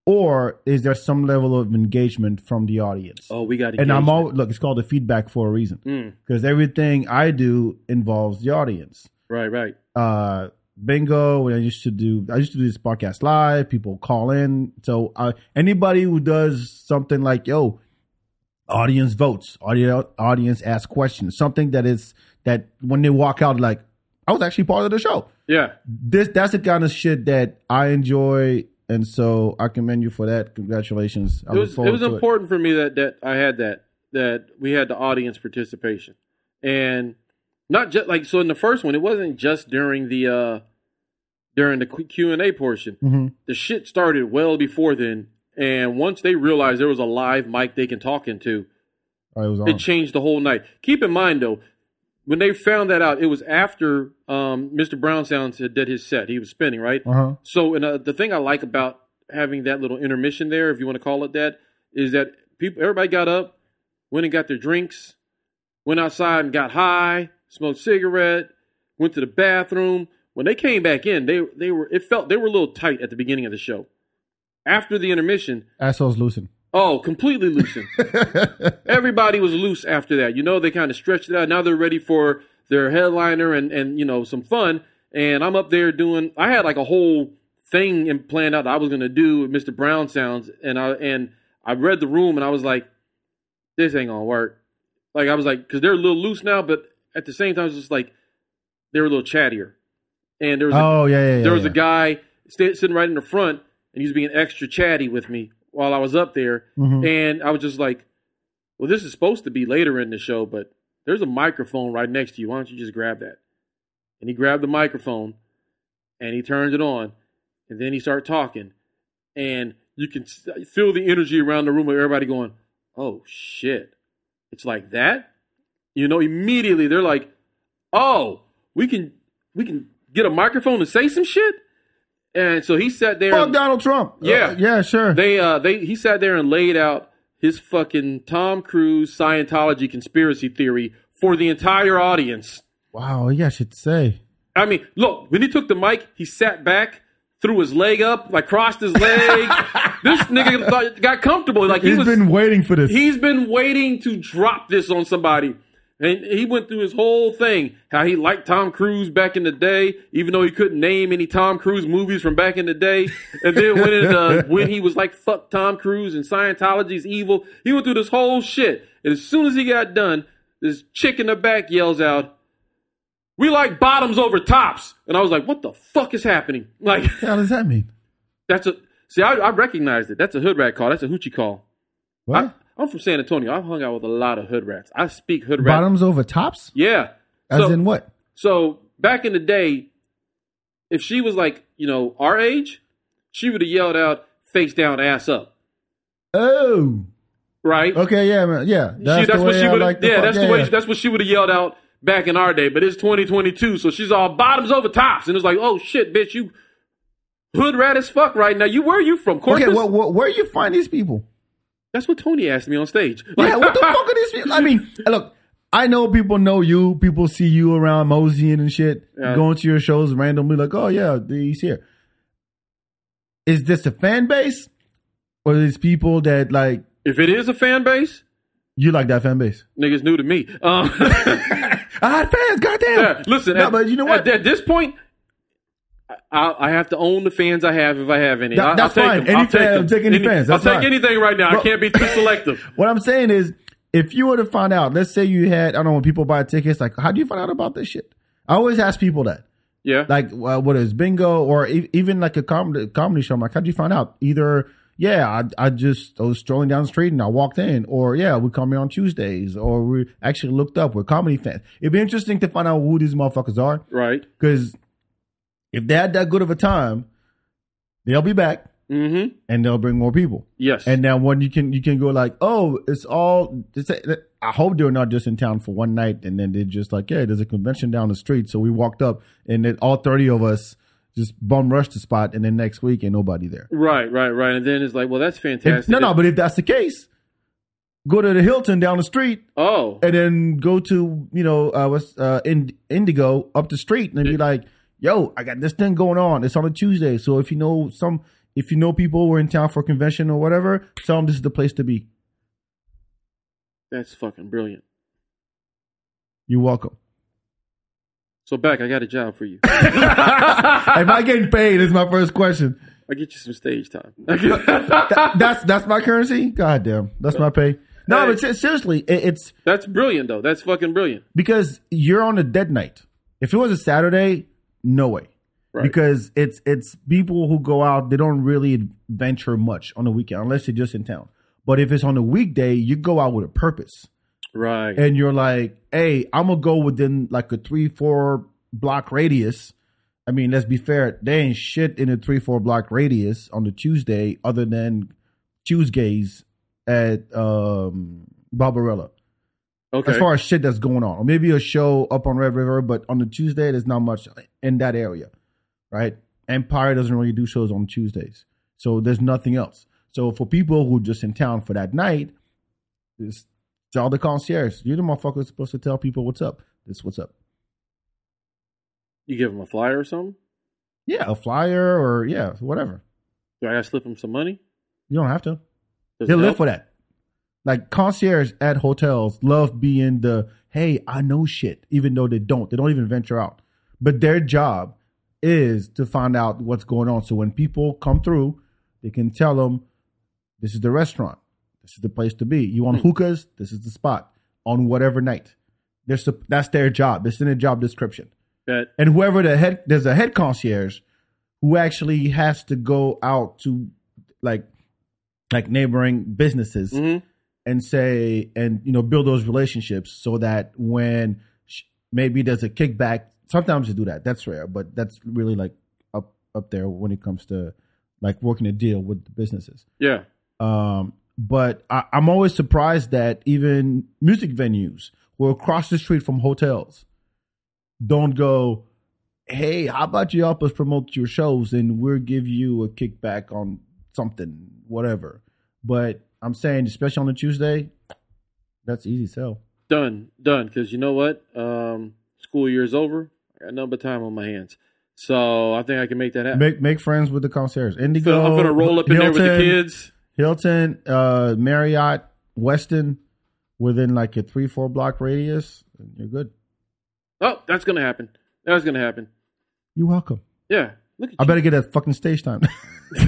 Speaker 3: or is there some level of engagement from the audience?
Speaker 4: Oh, we got
Speaker 3: and I'm
Speaker 4: engagement.
Speaker 3: all look. It's called the feedback for a reason
Speaker 4: Mm,
Speaker 3: because everything I do involves the audience
Speaker 4: right, right.
Speaker 3: uh bingo when i used to do i used to do this podcast live people call in so uh, anybody who does something like yo audience votes audio audience asks questions something that is that when they walk out like i was actually part of the show
Speaker 4: Yeah.
Speaker 3: this that's the kind of shit that i enjoy and so i commend you for that congratulations I
Speaker 4: It
Speaker 3: look
Speaker 4: was it
Speaker 3: forward
Speaker 4: was
Speaker 3: to
Speaker 4: important for me that that I had that that we had the audience participation and not just like so in the first one it wasn't just during the uh during the Q and A portion.
Speaker 3: Mhm.
Speaker 4: The shit started well before then, and once they realized there was a live mic they can talk into,
Speaker 3: Oh, it was
Speaker 4: it
Speaker 3: on.
Speaker 4: changed the whole night. Keep in mind though, when they found that out, it was after um, Mr. Brown Sounds had did his set. He was spinning right.
Speaker 3: uh-huh
Speaker 4: So, and uh, the thing I like about having that little intermission there, if you want to call it that, is that people, everybody got up, went and got their drinks, went outside and got high, smoked cigarette, went to the bathroom. When they came back in, they they were it felt they were a little tight at the beginning of the show. After the intermission,
Speaker 3: assholes loosen
Speaker 4: Oh, completely loosened. Everybody was loose after that. You know, they kind of stretched it out. Now they're ready for their headliner and and you know some fun. And I'm up there doing. I had like a whole thing and planned out that I was gonna do with Mr. Brown sounds. And I and I read the room and I was like, this ain't gonna work. Like I was like, because they're a little loose now, but at the same time, it's just like they were a little chattier. And there was a
Speaker 3: Oh yeah, yeah, yeah.
Speaker 4: there was
Speaker 3: yeah.
Speaker 4: a guy sta- sitting right in the front, and he was being extra chatty with me while I was up there,
Speaker 3: Mm-hmm.
Speaker 4: and I was just like, "Well, this is supposed to be later in the show, but there's a microphone right next to you. Why don't you just grab that?" And he grabbed the microphone, and he turned it on, and then he started talking, and you can s- feel the energy around the room of everybody going, "Oh shit!" It's like that, you know. Immediately they're like, "Oh, we can we can get a microphone and say some shit." And so he sat there.
Speaker 3: Fuck Donald Trump.
Speaker 4: Yeah.
Speaker 3: Uh, yeah, sure.
Speaker 4: They uh they he sat there and laid out his fucking Tom Cruise Scientology conspiracy theory for the entire audience.
Speaker 3: wow, yeah, shit to say.
Speaker 4: I mean, look, when he took the mic, he sat back, threw his leg up, like crossed his leg. this nigga thought- got comfortable. Like he
Speaker 3: He's
Speaker 4: was
Speaker 3: been waiting for this.
Speaker 4: he's been waiting to drop this on somebody. And he went through his whole thing, how he liked Tom Cruise back in the day, even though he couldn't name any Tom Cruise movies from back in the day. And then when it, uh, when he was like, "Fuck Tom Cruise" and Scientology's evil, he went through this whole shit. And as soon as he got done, this chick in the back yells out, "We like bottoms over tops!" And I was like, "What the fuck is happening?" Like
Speaker 3: What the hell does that mean?
Speaker 4: that's a see, I, I recognized it. That's a hood rat call. That's a hoochie call.
Speaker 3: What?
Speaker 4: I, I'm from San Antonio. I've hung out with a lot of hood rats. I speak hood rat.
Speaker 3: Bottoms over tops?
Speaker 4: Yeah.
Speaker 3: As
Speaker 4: so,
Speaker 3: in what?
Speaker 4: so back in the day, if she was like, you know, our age, she would have yelled out, face down, ass up.
Speaker 3: Oh.
Speaker 4: Right?
Speaker 3: Okay, yeah, man. Yeah.
Speaker 4: She-
Speaker 3: That's, the
Speaker 4: what
Speaker 3: way
Speaker 4: she
Speaker 3: I
Speaker 4: would
Speaker 3: like the
Speaker 4: yeah,
Speaker 3: fuck-
Speaker 4: that's the way that's what she would have yelled out back in our day. But it's 2022, so she's all bottoms over tops, and it's like, oh shit, bitch, you hood rat as fuck right now. You where are you from? Corpus?
Speaker 3: Okay, well, well, where you find these people?
Speaker 4: that's what Tony asked me on stage.
Speaker 3: Yeah, what the fuck are these people? I mean, look, I know people know you. People see you around moseying and shit,
Speaker 4: Yeah.
Speaker 3: going to your shows randomly, like, oh, yeah, he's here. Is this a fan base? Or is people that, like,
Speaker 4: If it is a fan base,
Speaker 3: you like that fan base?
Speaker 4: niggas new to me. Um,
Speaker 3: I had fans, goddamn.
Speaker 4: Yeah, listen,
Speaker 3: No,
Speaker 4: at,
Speaker 3: but you know what?
Speaker 4: At, at this point, I, I have to own the fans I have if I have any.
Speaker 3: That-
Speaker 4: I,
Speaker 3: that's
Speaker 4: I'll take
Speaker 3: fine.
Speaker 4: Them.
Speaker 3: Any
Speaker 4: I'll take
Speaker 3: fan-
Speaker 4: them.
Speaker 3: take any fans.
Speaker 4: I'll
Speaker 3: That's
Speaker 4: take
Speaker 3: fine.
Speaker 4: anything right now.
Speaker 3: Well-
Speaker 4: I can't be too selective.
Speaker 3: What I'm saying is, if you were to find out, let's say you had, I don't know, when people buy tickets, like, how do you find out about this shit? I always ask people that.
Speaker 4: Yeah.
Speaker 3: Like, uh, whether it's bingo or e- even like a comedy, comedy show, I'm like, how'd you find out? Either, yeah, I, I just I was strolling down the street and I walked in, or yeah, we come here on Tuesdays, or we actually looked up, we're comedy fans. It'd be interesting to find out who these motherfuckers are,
Speaker 4: right.
Speaker 3: because if they had that good of a time, they'll be back
Speaker 4: Mm-hmm.
Speaker 3: and they'll bring more people.
Speaker 4: Yes.
Speaker 3: And now when you can you can go like, oh, it's all. It's a, I hope they're not just in town for one night and then they're just like, yeah, there's a convention down the street, so we walked up and then all thirty of us just bum rushed the spot, and then next week ain't nobody there.
Speaker 4: right. Right. Right. And then it's like, well, that's
Speaker 3: If-
Speaker 4: fantastic.
Speaker 3: no, no, but if that's the case, go to the Hilton down the street
Speaker 4: oh,
Speaker 3: and then go to you know uh, what's uh, in, Indigo up the street and be like, "Yo, I got this thing going on. It's on a Tuesday, so if you know some, if you know people who are in town for a convention or whatever, tell them this is the place to be.
Speaker 4: that's fucking brilliant.
Speaker 3: You're welcome.
Speaker 4: So back, I got a job for you.
Speaker 3: Am I getting paid? Is my first question.
Speaker 4: I get you some stage time.
Speaker 3: That's that's my currency. God damn, that's my pay. No, but se- seriously, it, it's
Speaker 4: that's brilliant, though. That's fucking brilliant.
Speaker 3: because you're on a dead night. If it was a Saturday, no way.
Speaker 4: Right.
Speaker 3: Because it's it's people who go out, they don't really venture much on the weekend unless they're just in town. But if it's on a weekday, you go out with a purpose.
Speaker 4: Right.
Speaker 3: And you're like, hey, I'm gonna go within like a three, four block radius. I mean, let's be fair, there ain't shit in a three, four block radius on the Tuesday other than Tuesdays at um Barbarella
Speaker 4: okay.
Speaker 3: as far as shit that's going on. Or maybe a show up on Red River, but on the Tuesday, there's not much in that area, right? Empire doesn't really do shows on Tuesdays. So there's nothing else. So for people who are just in town for that night, just tell the concierge. You're the motherfucker supposed to tell people what's up. This what's up.
Speaker 4: you give him a flyer or something?
Speaker 3: Yeah, a flyer or yeah, whatever.
Speaker 4: Do I got to slip him some money?
Speaker 3: You don't have to. They live for that. Like concierge at hotels love being the hey, I know shit, even though they don't. They don't even venture out. But their job is to find out what's going on. So when people come through, they can tell them this is the restaurant, this is the place to be. You want hookahs? This is the spot on whatever night. They're, sup- that's their job. It's in the job description
Speaker 4: that.
Speaker 3: and whoever the head there's a head concierge who actually has to go out to like like neighboring businesses
Speaker 4: Mm. mm-hmm.
Speaker 3: and say and you know build those relationships so that when sh- maybe there's a kickback sometimes you do that that's rare but that's really like up up there when it comes to like working a deal with the businesses
Speaker 4: Yeah.
Speaker 3: um, but I, I'm always surprised that even music venues who are across the street from hotels don't go, hey, how about you help us promote your shows and we'll give you a kickback on something, whatever. But I'm saying, especially on a Tuesday, that's easy sell.
Speaker 4: Done. Done. Because you know what? Um, school year's over. I got number time on my hands. So I think I can make that happen.
Speaker 3: Make make friends with the concierge. Indigo.
Speaker 4: I'm going to roll up in there with the
Speaker 3: Hilton,
Speaker 4: kids.
Speaker 3: Hilton, uh, Marriott, Weston, within like a three four block radius, and you're good.
Speaker 4: Oh, that's going to happen. That's going to happen.
Speaker 3: You're welcome.
Speaker 4: Yeah. Look
Speaker 3: I
Speaker 4: at
Speaker 3: better get that fucking stage time.
Speaker 4: you.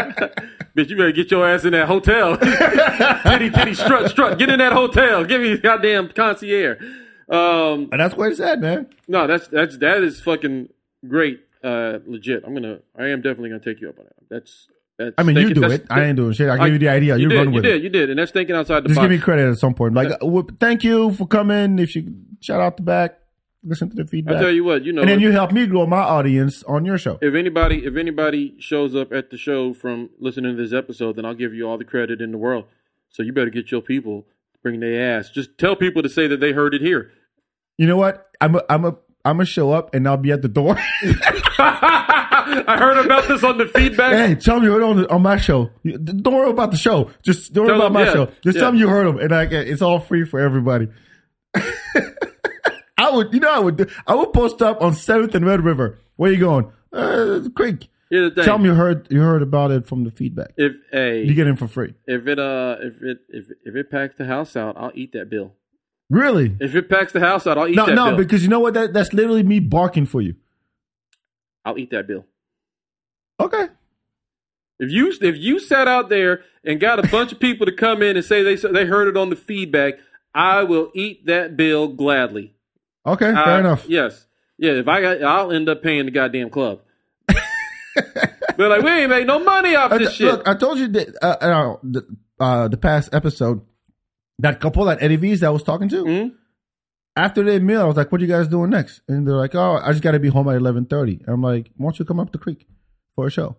Speaker 4: Bitch, you better get your ass in that hotel. titty, titty, strut, strut. Get in that hotel. Give me the goddamn concierge. Um,
Speaker 3: and that's what it's at, man.
Speaker 4: No, that's that's that is fucking great. Uh, legit. I'm gonna. I am definitely gonna take you up on that. That's that's.
Speaker 3: I mean, you
Speaker 4: thinking-
Speaker 3: do
Speaker 4: that's-
Speaker 3: it. I ain't doing shit. I give you the idea. You,
Speaker 4: did,
Speaker 3: run with
Speaker 4: you
Speaker 3: it.
Speaker 4: did. You did. And that's thinking outside the
Speaker 3: Just
Speaker 4: box.
Speaker 3: give me credit at some point. Like, uh, whoop, thank you for coming. If you shout out the back, listen to the feedback.
Speaker 4: I tell you what. You know.
Speaker 3: and then you help me grow my audience on your show.
Speaker 4: if anybody if anybody shows up at the show from listening to this episode, then I'll give you all the credit in the world. So you better get your people to bring their ass. Just tell people to say that they heard it here.
Speaker 3: you know what? I'm a, I'm a, I'm gonna show up and I'll be at the door.
Speaker 4: I heard about this on the feedback.
Speaker 3: hey, tell me you heard on, the- on my show. You- Don't worry about the show. Just don't worry
Speaker 4: Tell
Speaker 3: about
Speaker 4: them,
Speaker 3: my
Speaker 4: yeah,
Speaker 3: show. Just
Speaker 4: yeah.
Speaker 3: tell me you heard them, and I get it's all free for everybody. I would, you know, I would, do, I would post up on Seventh and Red River. Where you going? Uh, Creek.
Speaker 4: Here's the thing.
Speaker 3: Tell me you heard you heard about it from the feedback.
Speaker 4: if a
Speaker 3: You get in for free.
Speaker 4: if it uh if it if if it packs the house out, I'll eat that bill.
Speaker 3: Really?
Speaker 4: If it packs the house out, I'll eat
Speaker 3: No,
Speaker 4: that
Speaker 3: no,
Speaker 4: bill.
Speaker 3: because you know what? That that's literally me barking for you.
Speaker 4: I'll eat that bill.
Speaker 3: Okay.
Speaker 4: If you if you sat out there and got a bunch of people to come in and say they they heard it on the feedback, I will eat that bill gladly.
Speaker 3: Okay. Fair
Speaker 4: I-
Speaker 3: enough.
Speaker 4: Yes. Yeah. If I got, I'll end up paying the goddamn club. But like, we ain't make no money off
Speaker 3: I
Speaker 4: this
Speaker 3: t-
Speaker 4: shit.
Speaker 3: Look, I told you that uh, uh, the, uh, the past episode that couple that Eddie V's that I was talking to.
Speaker 4: Mhm.
Speaker 3: After their meal, I was like, "What you guys doing next?" And they're like, "Oh, I just got to be home at 11.30. I'm like, "Why don't you come up the creek for a show?"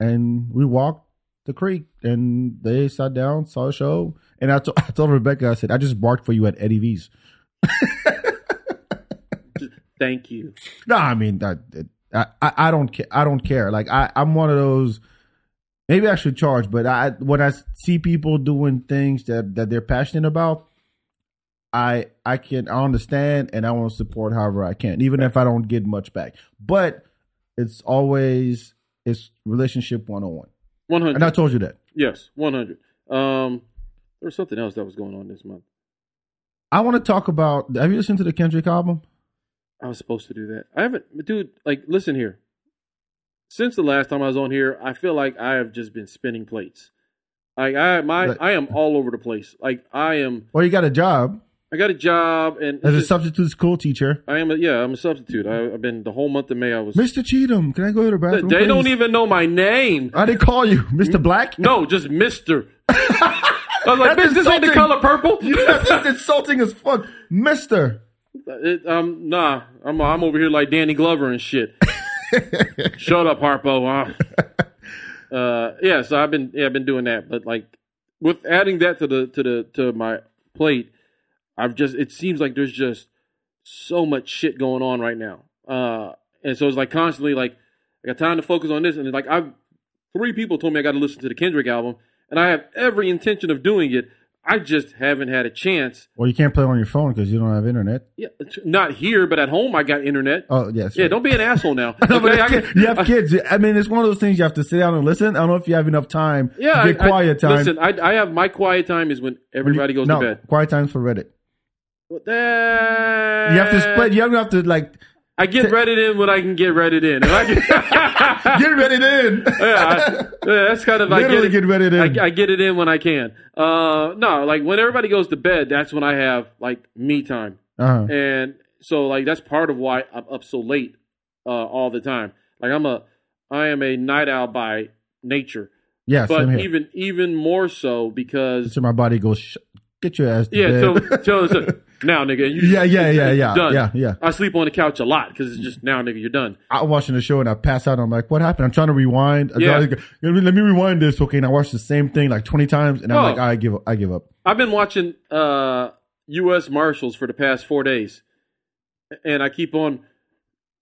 Speaker 3: And we walked the creek, and they sat down, saw a show, and I, to- I told Rebecca, I said, "I just barked for you at Eddie V's."
Speaker 4: Thank you.
Speaker 3: No, I mean that. that- I, I I don't care. I don't care. Like I I'm one of those. Maybe I should charge, but I when I see people doing things that that they're passionate about, I I can I understand and I want to support however I can, even if I don't get much back. But it's always it's relationship one on one,
Speaker 4: One
Speaker 3: and I
Speaker 4: hundred.
Speaker 3: told you that.
Speaker 4: Yes, one hundred. Um, there was something else that was going on this month.
Speaker 3: I want to talk about. Have you listened to the Kendrick album?
Speaker 4: I was supposed to do that. I haven't, dude. Like, listen here. Since the last time I was on here, I feel like I have just been spinning plates. Like I, my,
Speaker 3: Like-
Speaker 4: I am all over the place. Like I am.
Speaker 3: Well, you got a job
Speaker 4: I got a job, and it's
Speaker 3: as a
Speaker 4: just-
Speaker 3: substitute school teacher,
Speaker 4: I am. A, yeah, I'm a substitute. I, I've been the whole month of May. I was.
Speaker 3: Mr. Cheatham. Can I go to the
Speaker 4: they
Speaker 3: bathroom?
Speaker 4: they don't
Speaker 3: please?
Speaker 4: even know my name.
Speaker 3: I didn't call you, Mr. Black.
Speaker 4: No, just Mister. I was like,
Speaker 3: That's
Speaker 4: bitch, this ain't the
Speaker 3: insulting.
Speaker 4: color purple.
Speaker 3: That's just insulting as fuck, Mister.
Speaker 4: It, um, nah, I'm I'm over here like Danny Glover and shit. Shut up, Harpo. huh? Uh, yeah, so I've been yeah, I've been doing that, but like with adding that to the to the to my plate, I've just it seems like there's just so much shit going on right now, uh, and so it's like constantly like I got time to focus on this, and like I've three people told me I got to listen to the Kendrick album, and I have every intention of doing it. I just haven't had a chance.
Speaker 3: Well, you can't play on your phone because you don't have internet.
Speaker 4: Yeah, not here, but at home I got internet.
Speaker 3: Oh, yes.
Speaker 4: yeah, don't be an asshole now.
Speaker 3: No, but it's
Speaker 4: Okay, I
Speaker 3: kid-
Speaker 4: get-
Speaker 3: you have kids. I mean, it's one of those things you have to sit down and listen. I don't know if you have enough time.
Speaker 4: yeah,
Speaker 3: to get
Speaker 4: I- I-
Speaker 3: quiet time.
Speaker 4: Listen, I, I have my quiet time is when everybody goes
Speaker 3: no,
Speaker 4: to bed.
Speaker 3: quiet times for Reddit.
Speaker 4: But
Speaker 3: You have to
Speaker 4: that-
Speaker 3: split. You don't have to like
Speaker 4: I get Reddit in when I can get Reddit in. If I get-
Speaker 3: get Reddit in.
Speaker 4: yeah, Ah. I- yeah, that's kind of
Speaker 3: Literally
Speaker 4: I get, it,
Speaker 3: get Reddit in.
Speaker 4: I, I get it in when I can. Uh, no, like when everybody goes to bed, that's when I have like me time,
Speaker 3: Uh-huh.
Speaker 4: and so like that's part of why I'm up so late uh, all the time. Like I'm a I am a night owl by nature,
Speaker 3: Yeah, same
Speaker 4: but
Speaker 3: here.
Speaker 4: even even more so because
Speaker 3: so my body goes. Sh- get your ass. To
Speaker 4: yeah, so,
Speaker 3: bed.
Speaker 4: so, so now nigga, you,
Speaker 3: yeah, yeah, yeah, yeah,
Speaker 4: done.
Speaker 3: yeah, yeah.
Speaker 4: I sleep on the couch a lot because it's just now nigga, you're done.
Speaker 3: I'm watching the show and I pass out. I'm like, what happened? I'm trying to rewind. I'm
Speaker 4: Yeah.
Speaker 3: trying to go, let, me, let me rewind this. Okay, and I watch the same thing like 20 times, and I'm
Speaker 4: Oh.
Speaker 3: like, I give up. I give up.
Speaker 4: I've been watching uh, U.S. Marshals for the past four days, and I keep on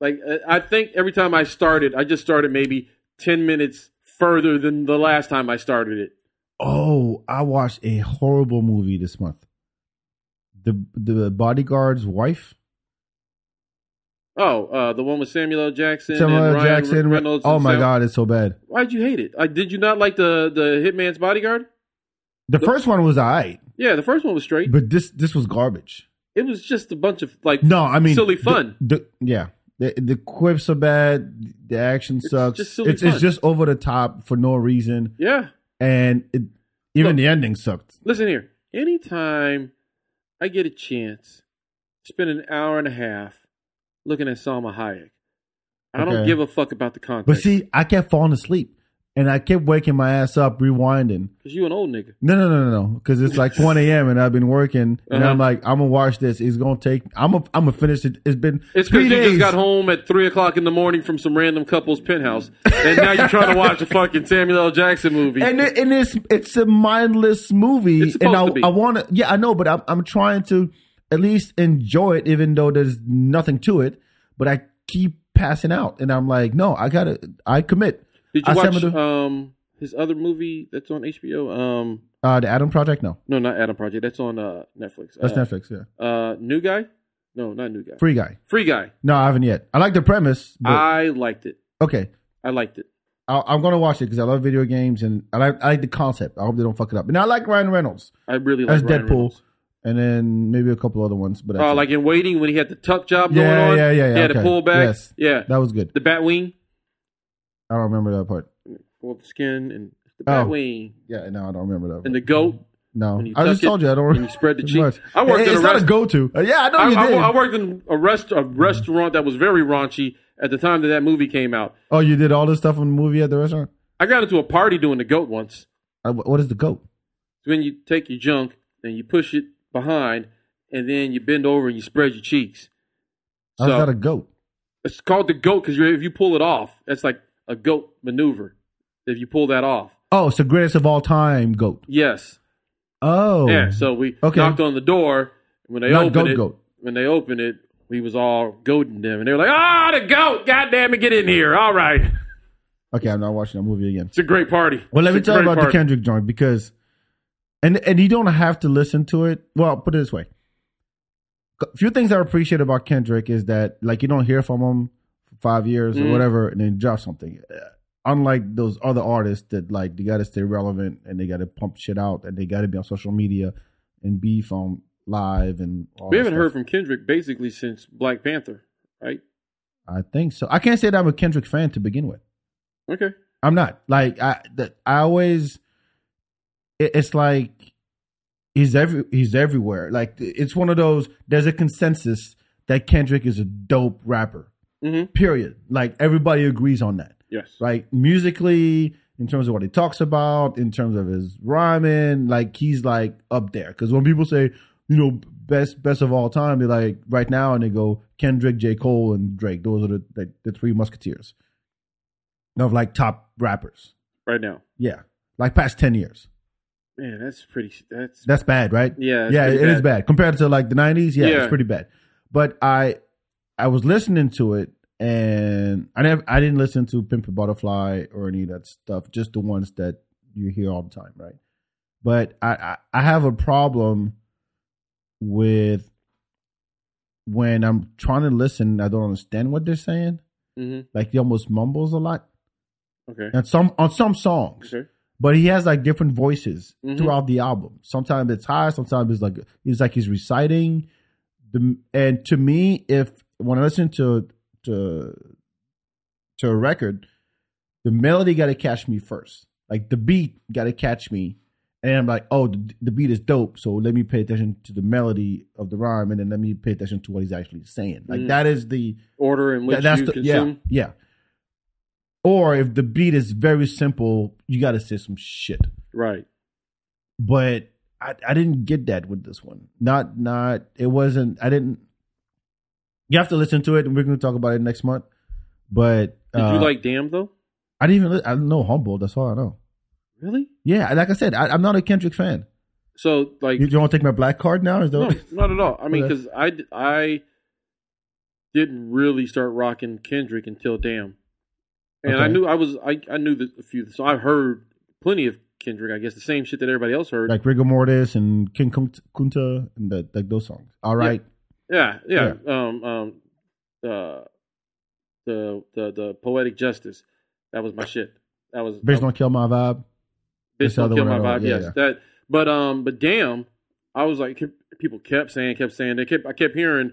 Speaker 4: like I- I think every time I started, I just started maybe ten minutes further than the last time I started it.
Speaker 3: Oh, I watched a horrible movie this month. The the bodyguard's wife,
Speaker 4: Oh, uh, the one with Samuel L. Jackson,
Speaker 3: Samuel
Speaker 4: and
Speaker 3: L.
Speaker 4: Ryan
Speaker 3: Jackson.
Speaker 4: Re- Reynolds.
Speaker 3: oh
Speaker 4: and
Speaker 3: my
Speaker 4: Sam-
Speaker 3: god, it's so bad.
Speaker 4: Why'd you hate it? Like, did you not like the the Hitman's Bodyguard?
Speaker 3: The first one was alright,
Speaker 4: Yeah, the first one was straight.
Speaker 3: but this this was garbage.
Speaker 4: It was just a bunch of like
Speaker 3: No, I mean
Speaker 4: silly
Speaker 3: the-
Speaker 4: fun.
Speaker 3: The, yeah, the, the quips are bad. The action sucks.
Speaker 4: just silly
Speaker 3: it's, it's
Speaker 4: fun.
Speaker 3: just over the top for no reason,
Speaker 4: yeah,
Speaker 3: and it, even
Speaker 4: Look.
Speaker 3: the ending sucked.
Speaker 4: Listen here. Anytime I get a chance, spend an hour and a half looking at Salma Hayek. I don't
Speaker 3: Okay.
Speaker 4: give a fuck about the context.
Speaker 3: But see, I kept falling asleep, and I kept waking my ass up, rewinding.
Speaker 4: cause you an old nigga.
Speaker 3: No, no, no, no, no, because it's like 1 a.m. and I've been working, and
Speaker 4: Uh-huh.
Speaker 3: I'm like, I'm gonna watch this. It's gonna take. I'm gonna, I'm gonna finish it. It's been
Speaker 4: It's because
Speaker 3: three
Speaker 4: you
Speaker 3: days.
Speaker 4: just got home at three o'clock in the morning from some random couple's penthouse, and now you're trying to watch a fucking Samuel L. Jackson movie.
Speaker 3: and it, and it's it's a mindless movie,
Speaker 4: It's
Speaker 3: and
Speaker 4: supposed
Speaker 3: I
Speaker 4: to be.
Speaker 3: I want to yeah I know, but I'm I'm trying to at least enjoy it, even though there's nothing to it. But I keep passing out, and I'm like, no, I gotta I commit.
Speaker 4: Did
Speaker 3: I
Speaker 4: you watch
Speaker 3: summoned-
Speaker 4: um his other movie that's on HBO? Um,
Speaker 3: Uh, the Adam Project, no,
Speaker 4: no, not Adam Project. That's on uh Netflix.
Speaker 3: that's
Speaker 4: uh,
Speaker 3: Netflix. Yeah,
Speaker 4: Uh, New Guy? No, not New Guy. Free,
Speaker 3: Free Guy.
Speaker 4: Guy.
Speaker 3: No, I haven't yet. I like the premise. But,
Speaker 4: I liked it.
Speaker 3: okay,
Speaker 4: I liked it.
Speaker 3: I, I'm gonna watch it because I love video games and I like I like the concept. I hope they don't fuck it up. And I like Ryan Reynolds
Speaker 4: I really like
Speaker 3: as
Speaker 4: Ryan
Speaker 3: Deadpool,
Speaker 4: Reynolds.
Speaker 3: and then maybe a couple other ones. But that's
Speaker 4: Oh,
Speaker 3: it.
Speaker 4: like in Waiting when he had the tuck job
Speaker 3: Yeah,
Speaker 4: going on.
Speaker 3: yeah, yeah, yeah,
Speaker 4: He had
Speaker 3: okay.
Speaker 4: to pull back.
Speaker 3: Yes.
Speaker 4: Yeah.
Speaker 3: that was good.
Speaker 4: The bat wing.
Speaker 3: I don't remember that part.
Speaker 4: Well, the skin and the
Speaker 3: Oh.
Speaker 4: bat wing.
Speaker 3: Yeah, no, I don't remember that. part.
Speaker 4: And the goat.
Speaker 3: No,
Speaker 4: When you
Speaker 3: I just
Speaker 4: tuck it,
Speaker 3: told you I don't.
Speaker 4: when you spread the
Speaker 3: much.
Speaker 4: cheeks. I worked
Speaker 3: It-
Speaker 4: at
Speaker 3: It's
Speaker 4: a
Speaker 3: not a
Speaker 4: rest-
Speaker 3: go-to. Uh, yeah, I know
Speaker 4: I,
Speaker 3: you
Speaker 4: I,
Speaker 3: did.
Speaker 4: I worked in a, rest, a restaurant that was very raunchy at the time that that movie came out.
Speaker 3: oh, you did all this stuff in the movie at the restaurant.
Speaker 4: I got into a party doing the goat once.
Speaker 3: Uh, wh- what is the goat?
Speaker 4: It's when you take your junk and you push it behind and then you bend over and you spread your cheeks.
Speaker 3: How's
Speaker 4: So-
Speaker 3: that a goat?
Speaker 4: It's called the goat because if you pull it off, that's like a goat maneuver. If you pull that off.
Speaker 3: Oh, it's the greatest of all time goat.
Speaker 4: Yes.
Speaker 3: Oh,
Speaker 4: Yeah, so we
Speaker 3: Okay.
Speaker 4: knocked on the door. When they
Speaker 3: Not
Speaker 4: opened
Speaker 3: goat,
Speaker 4: it,
Speaker 3: goat.
Speaker 4: when they opened it, we was all goading them, and they were like, "Ah, the goat! God damn it, get in here! All right,
Speaker 3: Okay, I'm not watching that movie again.
Speaker 4: it's a great party."
Speaker 3: Well, let me
Speaker 4: It's a
Speaker 3: tell you
Speaker 4: great
Speaker 3: about the
Speaker 4: party.
Speaker 3: Kendrick joint because, and and you don't have to listen to it. Well, put it this way: a few things I appreciate about Kendrick is that like you don't hear from him for five years or
Speaker 4: Mm.
Speaker 3: whatever, and then drop something. Uh, Unlike those other artists that like they got to stay relevant and they got to pump shit out and they got to be on social media and be on live and all
Speaker 4: We
Speaker 3: that
Speaker 4: haven't
Speaker 3: stuff.
Speaker 4: heard from Kendrick basically since Black Panther, right?
Speaker 3: I think so. I can't say that I'm a Kendrick fan to begin with.
Speaker 4: Okay,
Speaker 3: I'm not like I. That I always. It, it's like he's every he's everywhere. Like it's one of those. There's a consensus that Kendrick is a dope rapper.
Speaker 4: Mhm.
Speaker 3: Period. Like everybody agrees on that.
Speaker 4: yes,
Speaker 3: Like musically, in terms of what he talks about, in terms of his rhyming, like he's like up there. Because when people say you know best best of all time, they like right now and they go Kendrick, J. Cole, and Drake. Those are the the, the three musketeers of like top rappers.
Speaker 4: right now.
Speaker 3: Yeah, like past ten years.
Speaker 4: Man, that's pretty. That's
Speaker 3: That's bad, right?
Speaker 4: Yeah, it's
Speaker 3: yeah, it
Speaker 4: pretty
Speaker 3: is
Speaker 4: bad.
Speaker 3: bad compared to like the nineties. Yeah,
Speaker 4: Yeah.
Speaker 3: it's pretty bad. But I, I was listening to it, and I never, I didn't listen to Pimp a Butterfly or any of that stuff. Just the ones that you hear all the time, right? But I, I, I have a problem with when I'm trying to listen, I don't understand what they're saying.
Speaker 4: hmm
Speaker 3: Like he almost mumbles a lot
Speaker 4: Okay.
Speaker 3: on some on some songs.
Speaker 4: Okay.
Speaker 3: But he has like different voices
Speaker 4: Mhm.
Speaker 3: throughout the album. Sometimes it's high, sometimes it's like it's like he's reciting. The and to me, if when I listen to to to a record, the melody got to catch me first. Like the beat got to catch me, and I'm like, oh, the, the beat is dope. So let me pay attention to the melody of the rhyme, and then let me pay attention to what he's actually saying. Like
Speaker 4: Mm.
Speaker 3: that is the
Speaker 4: Order in
Speaker 3: Th-
Speaker 4: which you
Speaker 3: the-
Speaker 4: consume.
Speaker 3: Yeah, yeah. Or if the beat is very simple, you got to say some shit.
Speaker 4: Right.
Speaker 3: But I, I didn't get that with this one. Not not it wasn't. I didn't. You have to listen to it, and we're going to talk about it next month. But
Speaker 4: Did
Speaker 3: uh,
Speaker 4: you like Damn though?
Speaker 3: I didn't even. li- I don't know humble. That's all I know.
Speaker 4: Really?
Speaker 3: Yeah, like I said, I, I'm not a Kendrick fan.
Speaker 4: So like
Speaker 3: You, you want to take my black card now? Is that
Speaker 4: no, not at all. I mean,
Speaker 3: Okay.
Speaker 4: because I d- I didn't really start rocking Kendrick until Damn, and I
Speaker 3: Okay.
Speaker 4: knew I was I I knew the, a few. So I heard plenty of Kendrick. I guess the same shit that everybody else heard.
Speaker 3: like rigor mortis and King Kunt- Kunta and the, like those songs? All right,
Speaker 4: yeah, yeah. Um, um, uh, the the the poetic justice. That was my shit. That was
Speaker 3: bitch, don't kill my vibe.
Speaker 4: Bitch
Speaker 3: That's the
Speaker 4: don't
Speaker 3: other
Speaker 4: kill my
Speaker 3: one I
Speaker 4: vibe.
Speaker 3: like. Yeah,
Speaker 4: yes, that. But um, but damn, I was like, kept- people kept saying, kept saying, they kept, I kept hearing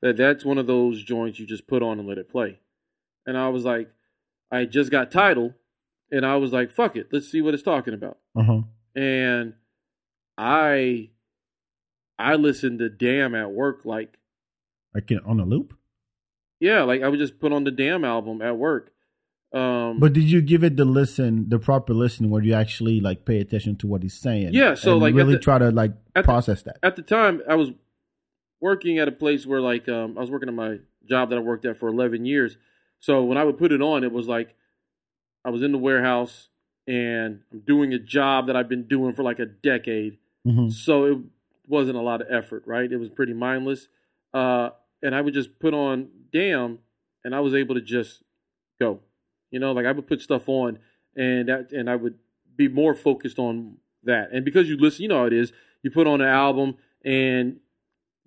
Speaker 4: that that's one of those joints you just put on and let it play, and I was like, I just got title, and I was like, fuck it, let's see what it's talking about,
Speaker 3: Uh huh.
Speaker 4: and I, I listened to damn at work like
Speaker 3: I can on a loop.
Speaker 4: yeah, like I would just put on the damn album at work, um,
Speaker 3: But did you give it the listen, the proper listen, where you actually like pay attention to what he's saying?
Speaker 4: Yeah, so,
Speaker 3: and
Speaker 4: like, at
Speaker 3: really
Speaker 4: the-
Speaker 3: try to like
Speaker 4: at the-
Speaker 3: process that.
Speaker 4: at the time I was working at a place where like um, I was working at my job that I worked at for 11 years. So when I would put it on, it was like I was in the warehouse and I'm doing a job that I've been doing for like a decade.
Speaker 3: Mhm.
Speaker 4: So it wasn't a lot of effort, right? It was pretty mindless. Uh, and I would just put on damn and I was able to just go. You know, like I would put stuff on and that and I would be more focused on that. And because you listen, you know how it is, you put on an album and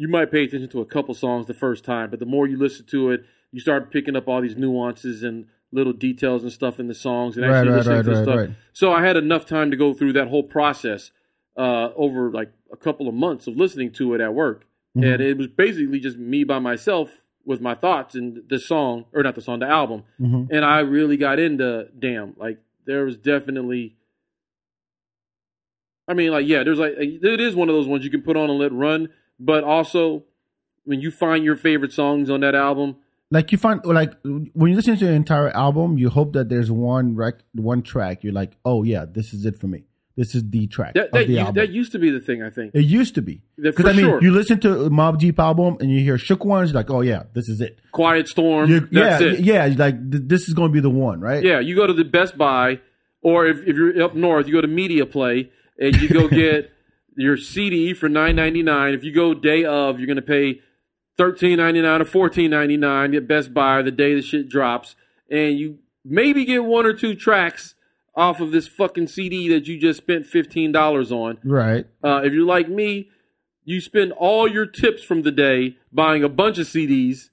Speaker 4: you might pay attention to a couple songs the first time, but the more you listen to it, you start picking up all these nuances and little details and stuff in the songs and
Speaker 3: Right,
Speaker 4: actually
Speaker 3: right,
Speaker 4: listening
Speaker 3: right,
Speaker 4: to the
Speaker 3: right,
Speaker 4: stuff.
Speaker 3: right.
Speaker 4: So I had enough time to go through that whole process uh, over like a couple of months of listening to it at work,
Speaker 3: Mm-hmm,
Speaker 4: and it was basically just me by myself with my thoughts and the song, or not the song, the album,
Speaker 3: mm-hmm.
Speaker 4: and I really got into damn. Like there was definitely. I mean, like, yeah, there's like, it is one of those ones you can put on and let run, but also when you find your favorite songs on that album,
Speaker 3: Like you find like when you listen to an entire album, you hope that there's one rec, one track. You're like, oh yeah, this is it for me. This is the track
Speaker 4: that
Speaker 3: of
Speaker 4: that,
Speaker 3: the
Speaker 4: u-
Speaker 3: album.
Speaker 4: that used to be the thing, I think.
Speaker 3: it used to be
Speaker 4: Yeah,
Speaker 3: because
Speaker 4: for
Speaker 3: I mean,
Speaker 4: sure.
Speaker 3: you listen to a Mob Deep album and you hear Shook Ones, you're like, oh yeah, this is it.
Speaker 4: Quiet Storm,
Speaker 3: You-
Speaker 4: Mm-hmm. that's
Speaker 3: yeah,
Speaker 4: it.
Speaker 3: yeah, you're like th- this is going to be the one, right?
Speaker 4: Yeah, you go to the Best Buy, or if, if you're up north, you go to Media Play and you go get your CD for nine ninety nine. If you go day of, you're gonna pay thirteen ninety nine or fourteen ninety nine at Best Buy the day the shit drops, and you maybe get one or two tracks off of this fucking CD that you just spent fifteen dollars on.
Speaker 3: right.
Speaker 4: Uh, if you're like me, you spend all your tips from the day buying a bunch of CDs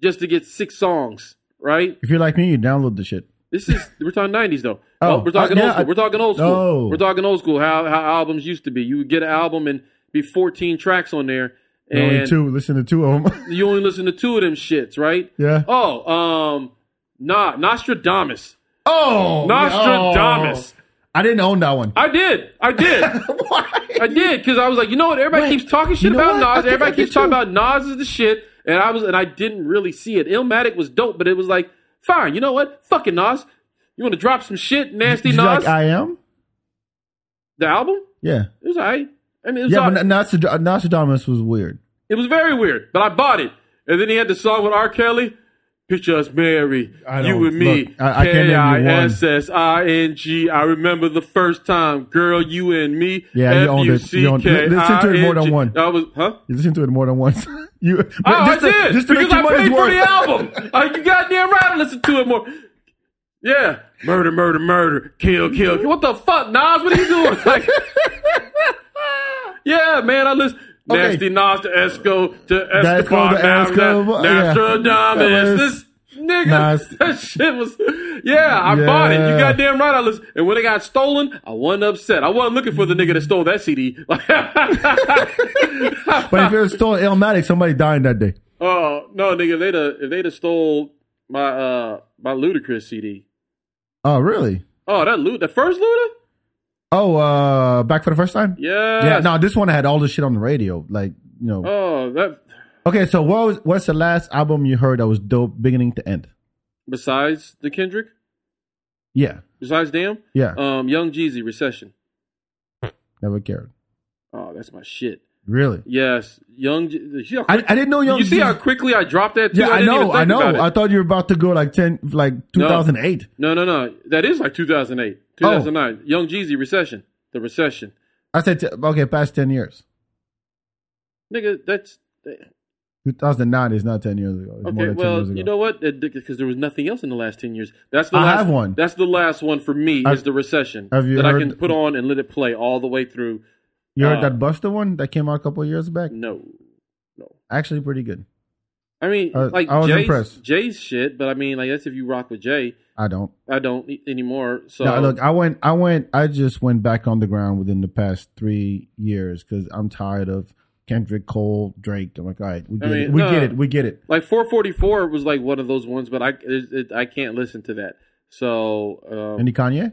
Speaker 4: just to get six songs, right?
Speaker 3: If you're like me, you download the shit.
Speaker 4: This is we're talking nineties though.
Speaker 3: Oh,
Speaker 4: Oh, we're talking
Speaker 3: uh, yeah,
Speaker 4: old school.
Speaker 3: I-
Speaker 4: We're talking old school.
Speaker 3: No.
Speaker 4: We're talking old school. How how albums used to be. You would get an album and be fourteen tracks on there,
Speaker 3: You only
Speaker 4: and
Speaker 3: two, listen to two of them.
Speaker 4: you only listen to two of them shits, right?
Speaker 3: yeah.
Speaker 4: Oh, um, nah, Nostradamus.
Speaker 3: Oh,
Speaker 4: Nostradamus.
Speaker 3: no. I didn't own that one.
Speaker 4: I did. I did. I
Speaker 3: Why?
Speaker 4: did because I was like, you know what? Everybody
Speaker 3: Wait,
Speaker 4: keeps talking shit
Speaker 3: you know
Speaker 4: about
Speaker 3: what? I
Speaker 4: Nas.
Speaker 3: think
Speaker 4: Everybody
Speaker 3: I did
Speaker 4: keeps talking
Speaker 3: too.
Speaker 4: about Nas is the shit, and I was and I didn't really see it. Illmatic was dope, but it was like, fine. You know what? Fucking Nas. You want to drop some shit, nasty
Speaker 3: Did you
Speaker 4: Nas?
Speaker 3: like I am?
Speaker 4: the album.
Speaker 3: Yeah.
Speaker 4: It was alright. I mean, it was
Speaker 3: Yeah,
Speaker 4: all-
Speaker 3: but Nostrad- Nostradamus was weird.
Speaker 4: it was very weird, but I bought it. And then he had the song with R. Kelly. Picture us married,
Speaker 3: I
Speaker 4: you
Speaker 3: don't-
Speaker 4: and me.
Speaker 3: look, I- I can't name you one.
Speaker 4: K-I-S-S-I-N-G. I remember the first time, girl, you and me.
Speaker 3: Yeah, you owned it. You owned- li- listen to it more than
Speaker 4: F-U-C-K-I-N-G.
Speaker 3: one.
Speaker 4: I was, huh?
Speaker 3: You listen to it more than once. you, oh,
Speaker 4: oh, I did. because I paid for the album. Uh, you goddamn right, I listened to it more. Yeah. Murder, murder, murder. Kill, kill. kill. What the fuck, Nas? What are you doing? Like, yeah, man, I listen.
Speaker 3: Okay.
Speaker 4: Nasty Nas to Esco to
Speaker 3: That's
Speaker 4: Escobar.
Speaker 3: called the
Speaker 4: Nas-
Speaker 3: Esco-
Speaker 4: Nas-
Speaker 3: yeah. That
Speaker 4: Nostradamus.
Speaker 3: was-
Speaker 4: This nigga.
Speaker 3: Nas-
Speaker 4: That shit was. Yeah, I bought it.
Speaker 3: Yeah.
Speaker 4: You goddamn right I listened. And when it got stolen, I wasn't upset. I wasn't looking for the nigga that stole that CD.
Speaker 3: But if it was still Illmatic, somebody dying that day.
Speaker 4: Oh no, nigga! If they'd have, if they'd have stole my uh my Ludacris CD.
Speaker 3: Oh, really?
Speaker 4: Oh, that Luda, the first Luda.
Speaker 3: Oh, uh, back for the first time?
Speaker 4: Yeah.
Speaker 3: Yeah, no, this one had all this shit on the radio. Like, you know.
Speaker 4: Oh, that.
Speaker 3: Okay, so what was what's the last album you heard that was dope beginning to end?
Speaker 4: Besides the Kendrick,
Speaker 3: Yeah.
Speaker 4: besides them,
Speaker 3: Yeah.
Speaker 4: um, Young Jeezy, Recession.
Speaker 3: Never cared.
Speaker 4: Oh, that's my shit.
Speaker 3: Really?
Speaker 4: Yes, Young. Je- see how
Speaker 3: I,
Speaker 4: quick-
Speaker 3: I didn't know Young
Speaker 4: you see
Speaker 3: Jeezy-
Speaker 4: how quickly I dropped that? Too?
Speaker 3: Yeah, I
Speaker 4: didn't even
Speaker 3: know,
Speaker 4: think
Speaker 3: I know.
Speaker 4: about it.
Speaker 3: I thought you were about to go like ten like two thousand eight.
Speaker 4: no, no, no. That is like 2008,
Speaker 3: Oh.
Speaker 4: 2009. Young Jeezy, Recession, the Recession.
Speaker 3: I said t- okay, past ten years.
Speaker 4: Nigga, that's
Speaker 3: Two thousand nine is not ten years ago. It's more
Speaker 4: Okay,
Speaker 3: than
Speaker 4: well,
Speaker 3: ten years ago.
Speaker 4: you know what? Because there was nothing else in the last ten years. That's the
Speaker 3: I
Speaker 4: last
Speaker 3: have one.
Speaker 4: That's the last one for me.
Speaker 3: I've-
Speaker 4: is the recession
Speaker 3: have you
Speaker 4: that I
Speaker 3: heard-
Speaker 4: can put on and let it play all the way through?
Speaker 3: you heard
Speaker 4: uh, Mm.
Speaker 3: that Buster one that came out a couple of years back?
Speaker 4: No,
Speaker 3: Actually pretty good.
Speaker 4: I mean,
Speaker 3: Uh,
Speaker 4: like
Speaker 3: I was
Speaker 4: Jay's,
Speaker 3: impressed.
Speaker 4: Jay's shit, but I mean, like that's if you rock with Jay.
Speaker 3: I don't.
Speaker 4: I don't e- anymore. So
Speaker 3: No, look, I went, I went, I just went back on the ground within the past three years because I'm tired of Kendrick Cole, Drake. I'm like, all right, we
Speaker 4: I
Speaker 3: get it,
Speaker 4: mean,
Speaker 3: we
Speaker 4: no.
Speaker 3: get it, we get it.
Speaker 4: like 444 was like one of those ones, but I it, it, I can't listen to that. So um,
Speaker 3: Any Kanye?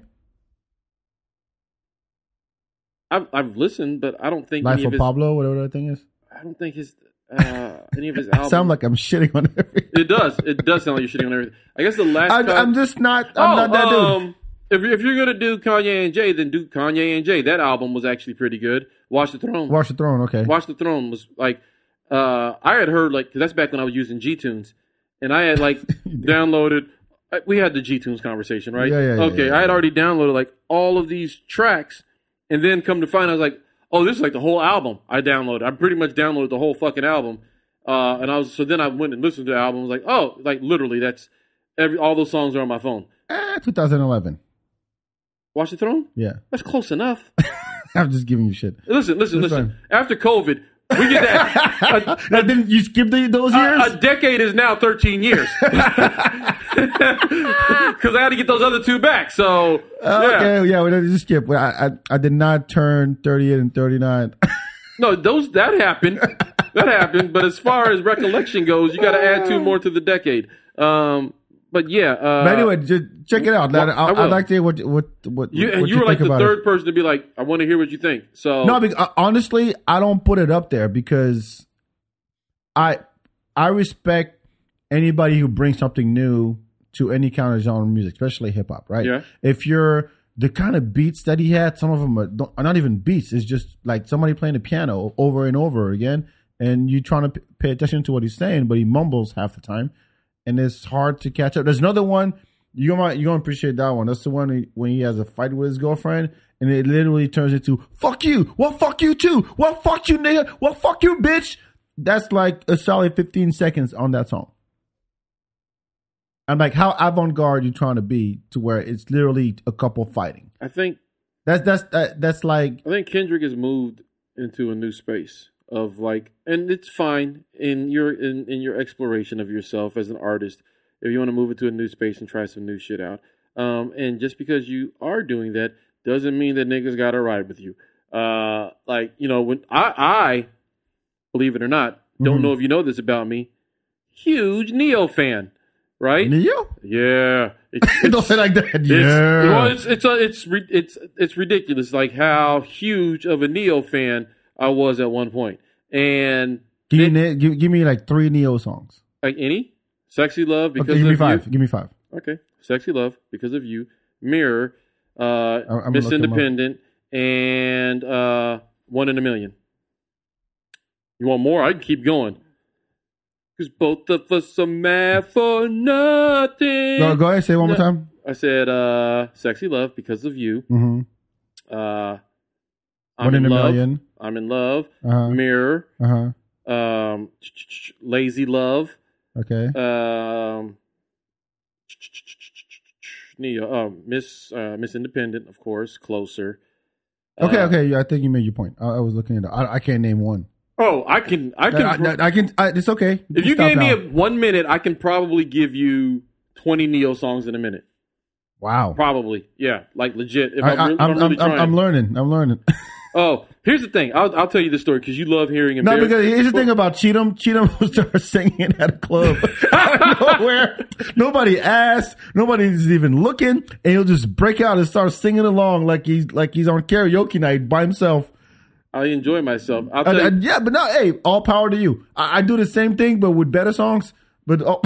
Speaker 4: I've I've listened, but I don't think
Speaker 3: Life
Speaker 4: any of
Speaker 3: of
Speaker 4: his.
Speaker 3: Pablo, whatever that thing is.
Speaker 4: I don't think his uh, any of his
Speaker 3: I
Speaker 4: albums.
Speaker 3: sound like I'm shitting on everything.
Speaker 4: it does. It does sound like you're shitting on everything. I guess the last
Speaker 3: I,
Speaker 4: time-
Speaker 3: I'm just not. I'm not that dude.
Speaker 4: um, If, if you're gonna do Kanye and Jay, then do Kanye and Jay. That album was actually pretty good. Watch the Throne. Watch,
Speaker 3: Watch the Throne. Okay.
Speaker 4: the Throne was like uh, I had heard like 'cause that's back when I was using G Tunes, and I had like downloaded. I- We had the G Tunes conversation, right?
Speaker 3: Yeah, yeah, yeah,
Speaker 4: okay,
Speaker 3: yeah,
Speaker 4: I had
Speaker 3: yeah.
Speaker 4: already downloaded like all of these tracks, and then come to find, I was like, oh, this is like the whole album. I downloaded. I pretty much downloaded the whole fucking album. Uh, and I was so then I went and listened to the album. I was like, oh, like literally, that's every all those songs are on my phone.
Speaker 3: Eh, 2011.
Speaker 4: Watch the Throne?
Speaker 3: Yeah.
Speaker 4: That's close enough.
Speaker 3: I'm just giving you shit.
Speaker 4: Listen, listen,
Speaker 3: That's
Speaker 4: listen. After COVID, we get that.
Speaker 3: Now, didn't you skip the, those
Speaker 4: A,
Speaker 3: years?
Speaker 4: a decade is now 13 years. Because I had to get those other two back. So, yeah.
Speaker 3: uh, Okay. Yeah. We didn't just skip. Well, I, I I did not turn 38 and 39.
Speaker 4: No, those that happened. That happened. But as far as recollection goes, you got to add two more to the decade. Um, but yeah. Uh,
Speaker 3: But anyway, just check it out.
Speaker 4: well,
Speaker 3: I,
Speaker 4: I
Speaker 3: I, would
Speaker 4: will.
Speaker 3: like to hear what what what
Speaker 4: you, and
Speaker 3: what
Speaker 4: you, were like
Speaker 3: think
Speaker 4: the
Speaker 3: about it.
Speaker 4: third person to be like, I want to hear what you think. So,
Speaker 3: No, because, uh, honestly, I don't put it up there because I I respect anybody who brings something new to any kind of genre of music, especially hip hop. Right?
Speaker 4: Yeah.
Speaker 3: If you're the kind of beats that he had, some of them are, don't- are not even beats. It's just like somebody playing the piano over and over again, and you're trying to p- pay attention to what he's saying, but he mumbles half the time, and it's hard to catch up. There's another one you might you gonna appreciate that one. That's the one he, when he has a fight with his girlfriend, and it literally turns into "fuck you," "well fuck you too," "well fuck you nigga," "well fuck you bitch." That's like a solid 15 seconds on that song. I'm like, how avant garde you trying to be to where it's literally a couple fighting?
Speaker 4: I think
Speaker 3: That's that's that, that's like
Speaker 4: I think Kendrick has moved into a new space of like, and it's fine in your in, in your exploration of yourself as an artist. If you want to move into a new space and try some new shit out, um, and just because you are doing that doesn't mean that niggas got to ride with you. Uh, like you know when I I believe it or not, don't
Speaker 3: Mhm.
Speaker 4: know if you know this about me, huge Neo fan, right?
Speaker 3: Neo.
Speaker 4: yeah, It's-
Speaker 3: Don't say like that.
Speaker 4: it's, well,
Speaker 3: Yeah.
Speaker 4: it's it's a, it's ri- it's it's ridiculous, like how huge of a Neo fan I was at one point, and
Speaker 3: Give, you na- give, give me like three Neo songs.
Speaker 4: like any sexy love because
Speaker 3: Okay, give me
Speaker 4: of
Speaker 3: five.
Speaker 4: you.
Speaker 3: Give me five.
Speaker 4: Okay, sexy love because of you. Mirror, uh,
Speaker 3: gonna look
Speaker 4: Miss
Speaker 3: them up.
Speaker 4: Independent, and uh, one in a million. You want more? I can keep going. Cause both of us are mad for nothing.
Speaker 3: Go, go ahead. Say it one more
Speaker 4: No.
Speaker 3: time.
Speaker 4: I said, uh, "Sexy love because of you."
Speaker 3: Mm-hmm.
Speaker 4: uh, I'm
Speaker 3: One in a
Speaker 4: love.
Speaker 3: million.
Speaker 4: I'm in love.
Speaker 3: Uh-huh.
Speaker 4: Mirror.
Speaker 3: Uh huh.
Speaker 4: Um, lazy love.
Speaker 3: Okay.
Speaker 4: Um, Nia, um, Miss uh, Miss Independent, of course, closer.
Speaker 3: Okay,
Speaker 4: Uh,
Speaker 3: okay. Yeah, I think you made your point. I, I was looking at it. I, I can't name one.
Speaker 4: Oh, I can, I can.
Speaker 3: I, I- I can. I, it's okay.
Speaker 4: if you
Speaker 3: Stop
Speaker 4: gave me
Speaker 3: now.
Speaker 4: a one minute, I can probably give you twenty Neo songs in a minute.
Speaker 3: wow,
Speaker 4: Probably, yeah, like legit. If
Speaker 3: I,
Speaker 4: I'm,
Speaker 3: I,
Speaker 4: re-
Speaker 3: am
Speaker 4: I'm, really
Speaker 3: I'm,
Speaker 4: trying.
Speaker 3: I'm learning. I'm learning.
Speaker 4: oh, here's the thing. I'll, I'll tell you the story because you love hearing.
Speaker 3: no,
Speaker 4: embarrass-
Speaker 3: because here's the thing about Cheatham. Cheatham started singing at a club out of nowhere. Nobody asked. Nobody's even looking, and he'll just break out and start singing along like he's like he's on karaoke night by himself.
Speaker 4: I enjoy myself. I'll
Speaker 3: I-
Speaker 4: tell
Speaker 3: I-
Speaker 4: you,
Speaker 3: yeah, but no, hey, all power to you. I, I do the same thing, but with better songs. But oh,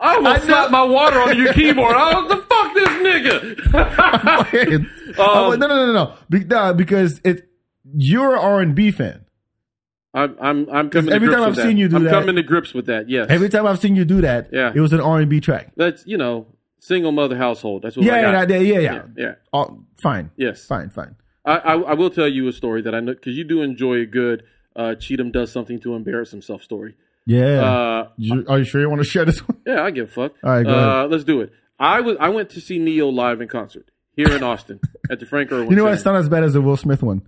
Speaker 4: I will
Speaker 3: I
Speaker 4: slap
Speaker 3: know-
Speaker 4: my water on your keyboard. I was the fuck this nigga.
Speaker 3: I'm
Speaker 4: Um,
Speaker 3: like, no, no, no, no, Be- nah, because it you're an R and B fan.
Speaker 4: I'm I'm I'm coming. To
Speaker 3: every
Speaker 4: grips
Speaker 3: time
Speaker 4: with
Speaker 3: I've seen you do
Speaker 4: I'm
Speaker 3: that-
Speaker 4: coming to grips with that. Yes,
Speaker 3: Every time I've seen you do that,
Speaker 4: Yeah.
Speaker 3: it was an R and B track.
Speaker 4: that's you know single mother household. That's what I
Speaker 3: Yeah,
Speaker 4: got.
Speaker 3: yeah, yeah, yeah, yeah.
Speaker 4: yeah, yeah.
Speaker 3: Oh, fine,
Speaker 4: Yes,
Speaker 3: fine, fine.
Speaker 4: I, I I will tell you a story that I know because you do enjoy a good uh, Cheatham does something to embarrass himself story.
Speaker 3: Yeah.
Speaker 4: Uh,
Speaker 3: You- are you sure you want to share this one?
Speaker 4: yeah, I give a fuck.
Speaker 3: All right, go
Speaker 4: uh, let's do it. I was I went to see Neo live in concert here in Austin at the Frank Irwin.
Speaker 3: You know what? It's
Speaker 4: Center.
Speaker 3: not as bad as the Will Smith one.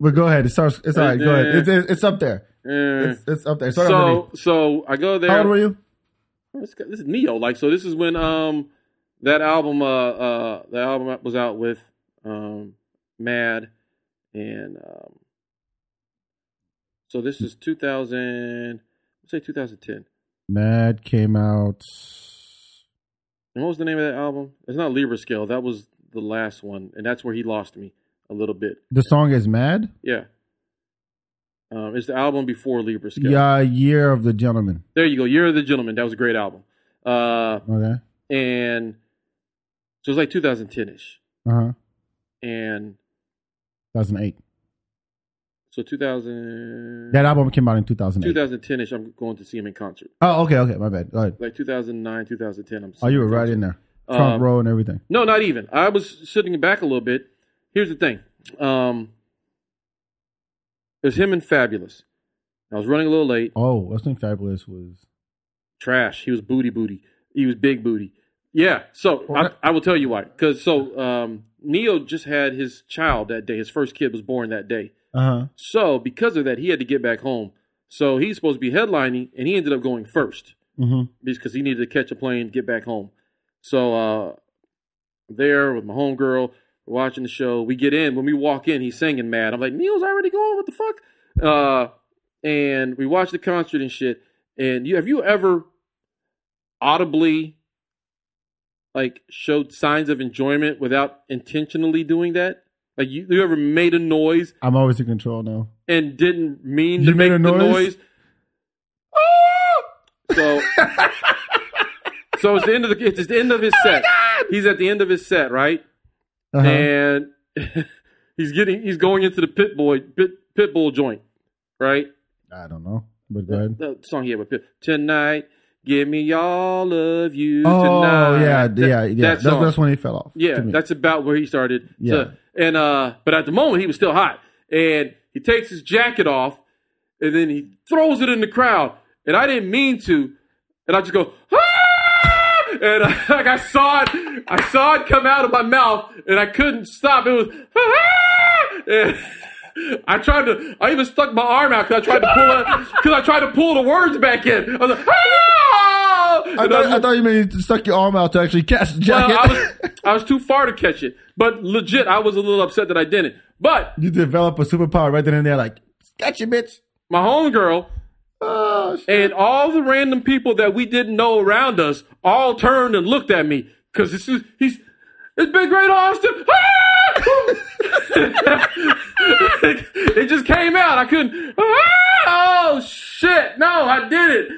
Speaker 3: But go ahead. It starts. It's all right. Go ahead. It's, it's, it's up there.
Speaker 4: Eh.
Speaker 3: It's, it's up there. Start
Speaker 4: so
Speaker 3: underneath.
Speaker 4: so I go there.
Speaker 3: how old were you?
Speaker 4: This, guy- this is Neo. Like so, this is when um that album uh uh the album was out with um Mad and um so this is 2000 let's say 2010.
Speaker 3: Mad came out.
Speaker 4: And what was the name of that album? It's not Libra Scale. That was the last one, and that's where he lost me a little bit.
Speaker 3: The song is Mad.
Speaker 4: Yeah. Um, it's the album before Libra Scale.
Speaker 3: Yeah, Year of the Gentleman.
Speaker 4: There you go. You're the Gentleman. That was a great album. Uh,
Speaker 3: Okay.
Speaker 4: and so it was like 2010 ish.
Speaker 3: Uh huh.
Speaker 4: And
Speaker 3: 2008.
Speaker 4: So 2000,
Speaker 3: That album came out in 2008.
Speaker 4: 2010 ish, I'm going to see him in concert.
Speaker 3: Oh, okay, okay. My bad. Go ahead.
Speaker 4: Like 2009, 2010. I'm
Speaker 3: Oh, you were right in there. Front
Speaker 4: Um,
Speaker 3: row and everything.
Speaker 4: No, not even. I was sitting back a little bit. Here's the thing um, it was him and Fabulous. I was running a little late.
Speaker 3: Oh, Western Fabulous was.
Speaker 4: Trash. He was booty booty. He was big booty. Yeah. So I, I will tell you why. Because so um, Neo just had his child that day. His first kid was born that day.
Speaker 3: Uh huh.
Speaker 4: So because of that, he had to get back home. So he's supposed to be headlining, and he ended up going first
Speaker 3: Mm-hmm.
Speaker 4: because he needed to catch a plane, get back home. So uh, there with my homegirl, we're watching the show. We get in. When we walk in, he's singing mad. I'm like, Neil's already going. What the fuck? Uh, and we watch the concert and shit. And you have you ever audibly like showed signs of enjoyment without intentionally doing that? Like you, you ever made a noise
Speaker 3: I'm always in control now.
Speaker 4: and didn't mean
Speaker 3: You
Speaker 4: to
Speaker 3: made
Speaker 4: make
Speaker 3: a
Speaker 4: the
Speaker 3: noise? Ah!
Speaker 4: noise. so, so it's the end of the it's the end of his set. He's at the end of his set, right?
Speaker 3: Oh Uh-huh.
Speaker 4: And he's getting he's going into the pit boy pit, pit bull joint, right?
Speaker 3: I don't know, but go ahead.
Speaker 4: The song he had with Pit tonight. Give me all of you
Speaker 3: Oh
Speaker 4: tonight.
Speaker 3: yeah,
Speaker 4: That-
Speaker 3: yeah, yeah.
Speaker 4: that
Speaker 3: That's,
Speaker 4: song.
Speaker 3: that's when he fell off.
Speaker 4: Yeah,
Speaker 3: to me.
Speaker 4: that's about where he started. to-
Speaker 3: Yeah.
Speaker 4: and uh, but at the moment he was still hot, and he takes his jacket off, and then he throws it in the crowd, and I didn't mean to, and I just go ah! and I, like I saw it, I saw it come out of my mouth, and I couldn't stop. It was ah! and I tried to, I even stuck my arm out because I tried to pull it, because I tried to pull the words back in. I was like. Ah!
Speaker 3: I
Speaker 4: And I
Speaker 3: thought,
Speaker 4: was-
Speaker 3: I thought you meant you stuck your arm out to actually catch the
Speaker 4: well,
Speaker 3: jacket.
Speaker 4: I was I was too far to catch it, but legit, I was a little upset that I didn't. But
Speaker 3: you develop a superpower right then and there, like gotcha, bitch.
Speaker 4: my homegirl
Speaker 3: Oh, shit.
Speaker 4: and all the random people that we didn't know around us all turned and looked at me because this is he's it's been great Austin. Ah! it, it just came out. I couldn't. Ah! Oh shit! No, I did it.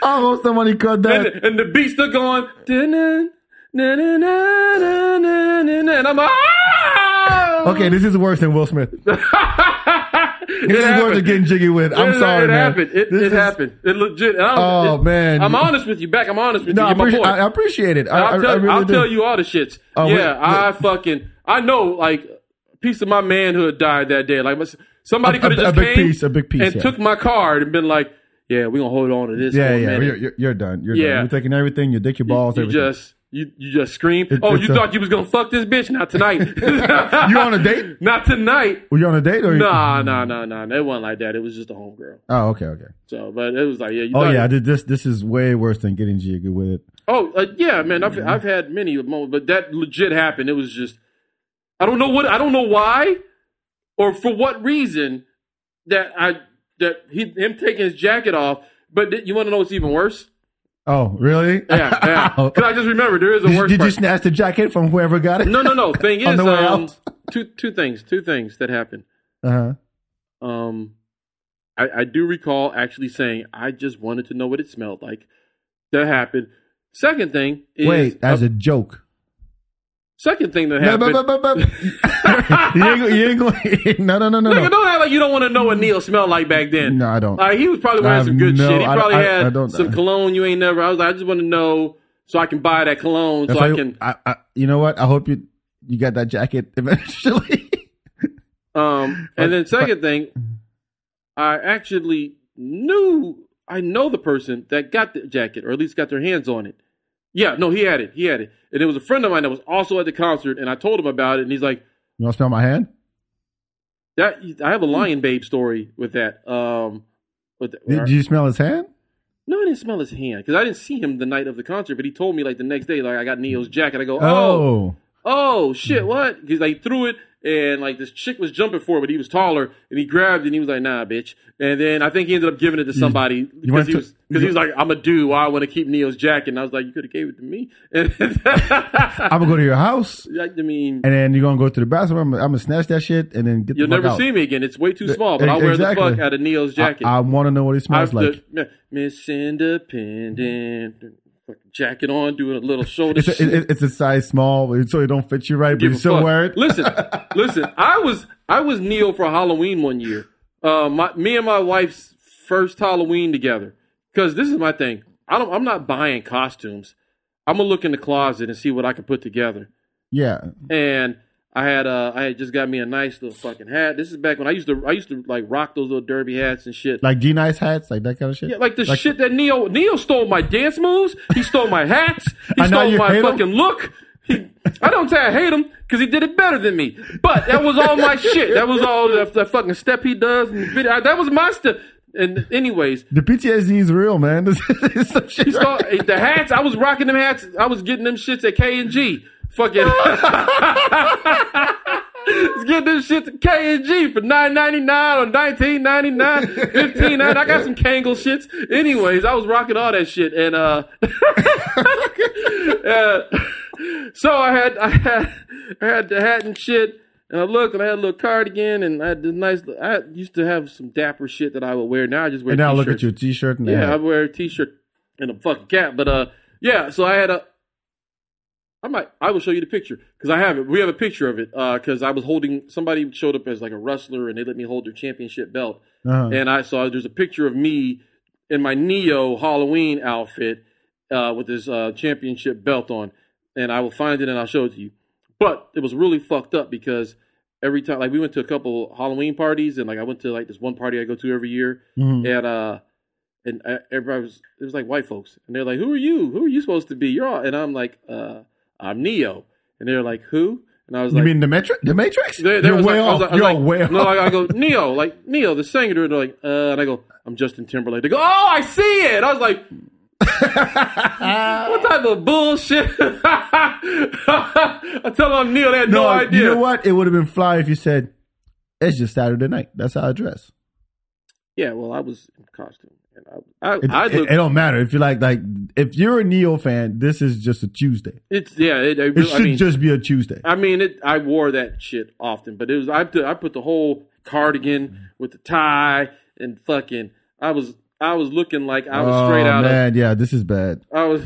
Speaker 3: I hope somebody caught
Speaker 4: and,
Speaker 3: that.
Speaker 4: and the beat's still going. "Dun-dun, dun-dun, dun-dun, dun-dun," And I'm like, ah!
Speaker 3: Okay, this is worse than Will Smith. This
Speaker 4: it
Speaker 3: is worse than
Speaker 4: happened.
Speaker 3: getting jiggy with. I'm
Speaker 4: It-
Speaker 3: sorry,
Speaker 4: it
Speaker 3: man.
Speaker 4: happened. It,
Speaker 3: This
Speaker 4: it
Speaker 3: is-
Speaker 4: happened. It legit. and I don't-
Speaker 3: Oh,
Speaker 4: it-
Speaker 3: man.
Speaker 4: I'm honest with you. Back. I'm honest with
Speaker 3: No,
Speaker 4: you.
Speaker 3: I
Speaker 4: You're my
Speaker 3: appreciate,
Speaker 4: boy.
Speaker 3: I, I appreciate it. I,
Speaker 4: I'll,
Speaker 3: I-
Speaker 4: tell,
Speaker 3: I
Speaker 4: you-
Speaker 3: really
Speaker 4: I'll
Speaker 3: do.
Speaker 4: tell you all the shits.
Speaker 3: Oh,
Speaker 4: yeah,
Speaker 3: wait, wait.
Speaker 4: I fucking. I know. Like a piece of my manhood died that day. Like my- somebody
Speaker 3: A-
Speaker 4: could have
Speaker 3: a- a
Speaker 4: just
Speaker 3: big
Speaker 4: came
Speaker 3: piece, a big piece,
Speaker 4: and
Speaker 3: yeah.
Speaker 4: took my card and been like, "Yeah, we gonna hold on to this."
Speaker 3: Yeah,
Speaker 4: for a
Speaker 3: yeah.
Speaker 4: minute."
Speaker 3: You're, you're, you're done. You're
Speaker 4: Yeah.
Speaker 3: done. You're taking everything. You dick your balls.
Speaker 4: you
Speaker 3: everything.
Speaker 4: just You you just scream.
Speaker 3: It-
Speaker 4: oh,
Speaker 3: it's
Speaker 4: you
Speaker 3: a-
Speaker 4: thought you was gonna fuck this bitch? Not tonight.
Speaker 3: You on a date?
Speaker 4: Not tonight.
Speaker 3: Were you on a date or? you-
Speaker 4: Nah, nah, nah, nah. It wasn't like that. It was just a homegirl.
Speaker 3: Oh, okay, okay.
Speaker 4: So, but it was like, yeah. You
Speaker 3: Oh
Speaker 4: thought-
Speaker 3: yeah, I did this this is way worse than getting jiggy with it.
Speaker 4: Oh uh, yeah, man. I've I've had many moments, but that legit happened. It was just I don't know what I don't know why or for what reason that I that he him taking his jacket off. But th- you want to know what's even worse?
Speaker 3: Oh, really?
Speaker 4: Yeah, yeah.
Speaker 3: Ow.
Speaker 4: 'Cause I just remember there is a
Speaker 3: Did, you-
Speaker 4: worse.
Speaker 3: did you
Speaker 4: part.
Speaker 3: snatch the jacket from whoever got it?
Speaker 4: no, no, no. Thing
Speaker 3: On
Speaker 4: is,
Speaker 3: the way
Speaker 4: um,
Speaker 3: out?
Speaker 4: two two things, two things that happened.
Speaker 3: Uh-huh.
Speaker 4: Um, I, I do recall actually saying I just wanted to know what it smelled like. That happened. Second thing is
Speaker 3: Wait, as
Speaker 4: uh,
Speaker 3: a joke.
Speaker 4: second thing that
Speaker 3: No,
Speaker 4: happened.
Speaker 3: but, but, but, but- you ain't, go- you ain't going. No, no, no, no,
Speaker 4: Nigga,
Speaker 3: no.
Speaker 4: don't act like you don't want to know what Neil smelled like back then.
Speaker 3: No, I don't.
Speaker 4: Like, he was probably
Speaker 3: I
Speaker 4: wearing
Speaker 3: have
Speaker 4: some good
Speaker 3: no-
Speaker 4: shit. He
Speaker 3: I-
Speaker 4: probably
Speaker 3: I-
Speaker 4: had
Speaker 3: I don't-
Speaker 4: some cologne you ain't never. I was like, I just want to know so I can buy that cologne
Speaker 3: That's
Speaker 4: so I
Speaker 3: why-
Speaker 4: can.
Speaker 3: I, I, you know what? I hope you you got that jacket eventually.
Speaker 4: Um, and then second thing, I actually knew I know the person that got the jacket or at least got their hands on it. Yeah, no, he had it. He had it, and it was a friend of mine that was also at the concert, and I told him about it, and he's like,
Speaker 3: you want to smell my hand?
Speaker 4: "That I
Speaker 3: Hmm.
Speaker 4: have a lion babe story with that." Um, with
Speaker 3: Did, did you smell his hand?
Speaker 4: No, I didn't smell his hand because I didn't see him the night of the concert. But he told me like the next day, like I got Neil's jacket. I go, oh,
Speaker 3: Oh,
Speaker 4: oh, shit, what? Because like, he threw it, and like this chick was jumping for it, but he was taller, and he grabbed it, and he was like, nah, bitch. And then I think he ended up giving it to somebody because
Speaker 3: went
Speaker 4: he
Speaker 3: to-
Speaker 4: was because he was like, I'm a dude, why I want to keep Neil's jacket. And I was like, you could have gave it to me. And I
Speaker 3: I'm gonna go to your house,
Speaker 4: mean,
Speaker 3: and then you're gonna go to the bathroom. I'm, gonna- I'm gonna snatch that shit, and then get
Speaker 4: you'll
Speaker 3: the fuck
Speaker 4: never
Speaker 3: out.
Speaker 4: see me again. It's way too small, but
Speaker 3: E-
Speaker 4: I'll wear
Speaker 3: exactly.
Speaker 4: the fuck out of Neil's jacket.
Speaker 3: I, want to know what it smells
Speaker 4: I've
Speaker 3: like.
Speaker 4: the yeah, Miss Independent fucking jacket on, doing a little shoulder.
Speaker 3: it's, a,
Speaker 4: shake.
Speaker 3: it- it- it's a size small, so it don't fit you right, but
Speaker 4: Give
Speaker 3: you
Speaker 4: a
Speaker 3: still
Speaker 4: fuck.
Speaker 3: wear it.
Speaker 4: Listen, listen. I was I was Neo for Halloween one year. Uh, my me and my wife's first Halloween together. Because this is my thing. I don't. I'm not buying costumes. I'm gonna look in the closet and see what I can put together.
Speaker 3: Yeah,
Speaker 4: and I had uh I had just got me a nice little fucking hat. This is back when I used to I used to like rock those little derby hats and shit.
Speaker 3: like G nice hats, like that kind of shit.
Speaker 4: Yeah, like the shit that Neo Neo stole my dance moves. He stole my hats. He
Speaker 3: I know
Speaker 4: stole
Speaker 3: you hate
Speaker 4: my
Speaker 3: him.
Speaker 4: fucking look. He, I don't say I hate him because he did it better than me. But that was all my shit. That was all the, the fucking step he does. And the video. That was my stuff. And anyways,
Speaker 3: The PTSD is real, man. This is some shit
Speaker 4: he stole
Speaker 3: right-
Speaker 4: the hats. I was rocking them hats. I was getting them shits at K and G. Fucking. was getting this shit to K and G for nine ninety nine or nineteen ninety nine, fifteen nine. I got some Kangle shits. Anyways, I was rocking all that shit, and uh, uh, so I had I had I had the hat and shit, and I looked and I had a little cardigan, and I had this nice. I used to have some dapper shit that I would wear. Now I just wear.
Speaker 3: And now look at
Speaker 4: t-shirts.
Speaker 3: your t-shirt. And
Speaker 4: Yeah, I
Speaker 3: yeah,
Speaker 4: wear a t-shirt and a fucking cap. But uh, yeah. So I had a. I might. I will show you the picture because I have it. We have a picture of it because I was holding. Somebody showed up as like a wrestler and they let me hold their championship belt.
Speaker 3: Uh-huh.
Speaker 4: And I saw there's a picture of me in my Neo Halloween outfit uh, with this uh, championship belt on, and I will find it and I'll show it to you. But it was really fucked up because every time, like, we went to a couple Halloween parties, and like I went to like this one party I go to every year,
Speaker 3: Mm-hmm.
Speaker 4: and uh, and uh, everybody was it was like white folks, and they're like, "Who are you? Who are you supposed to be? You're all," and I'm like, uh, "I'm Neo," and they're like, "Who?" And I was
Speaker 3: you
Speaker 4: like,
Speaker 3: mean the Matrix? The Matrix?
Speaker 4: they, they
Speaker 3: You're
Speaker 4: was
Speaker 3: way
Speaker 4: like, I
Speaker 3: off.
Speaker 4: was like- I was
Speaker 3: You're
Speaker 4: like-
Speaker 3: way off.
Speaker 4: No, like, I go Neo, like Neo, the singer. And they're like, uh, and I go, I'm Justin Timberlake. They go, oh, I see it. I was like, what type of bullshit? I tell them I'm Neo. They had no, idea.
Speaker 3: You know what? It would have been fly if you said, "It's just Saturday night. That's how I dress."
Speaker 4: Yeah, well, I was in costume, and I, I,
Speaker 3: It,
Speaker 4: I
Speaker 3: it-
Speaker 4: look.
Speaker 3: it don't matter if you like like if you're a Neo fan. This is just a Tuesday.
Speaker 4: it's yeah. It, it,
Speaker 3: It
Speaker 4: really- I
Speaker 3: should
Speaker 4: mean,
Speaker 3: just be a Tuesday.
Speaker 4: I mean, it. I wore that shit often, but it was I. Put, I put the whole
Speaker 3: Mm-hmm.
Speaker 4: cardigan with the tie and fucking. I was. I was looking like I was straight
Speaker 3: oh
Speaker 4: out of.
Speaker 3: man, yeah, this is bad.
Speaker 4: I was.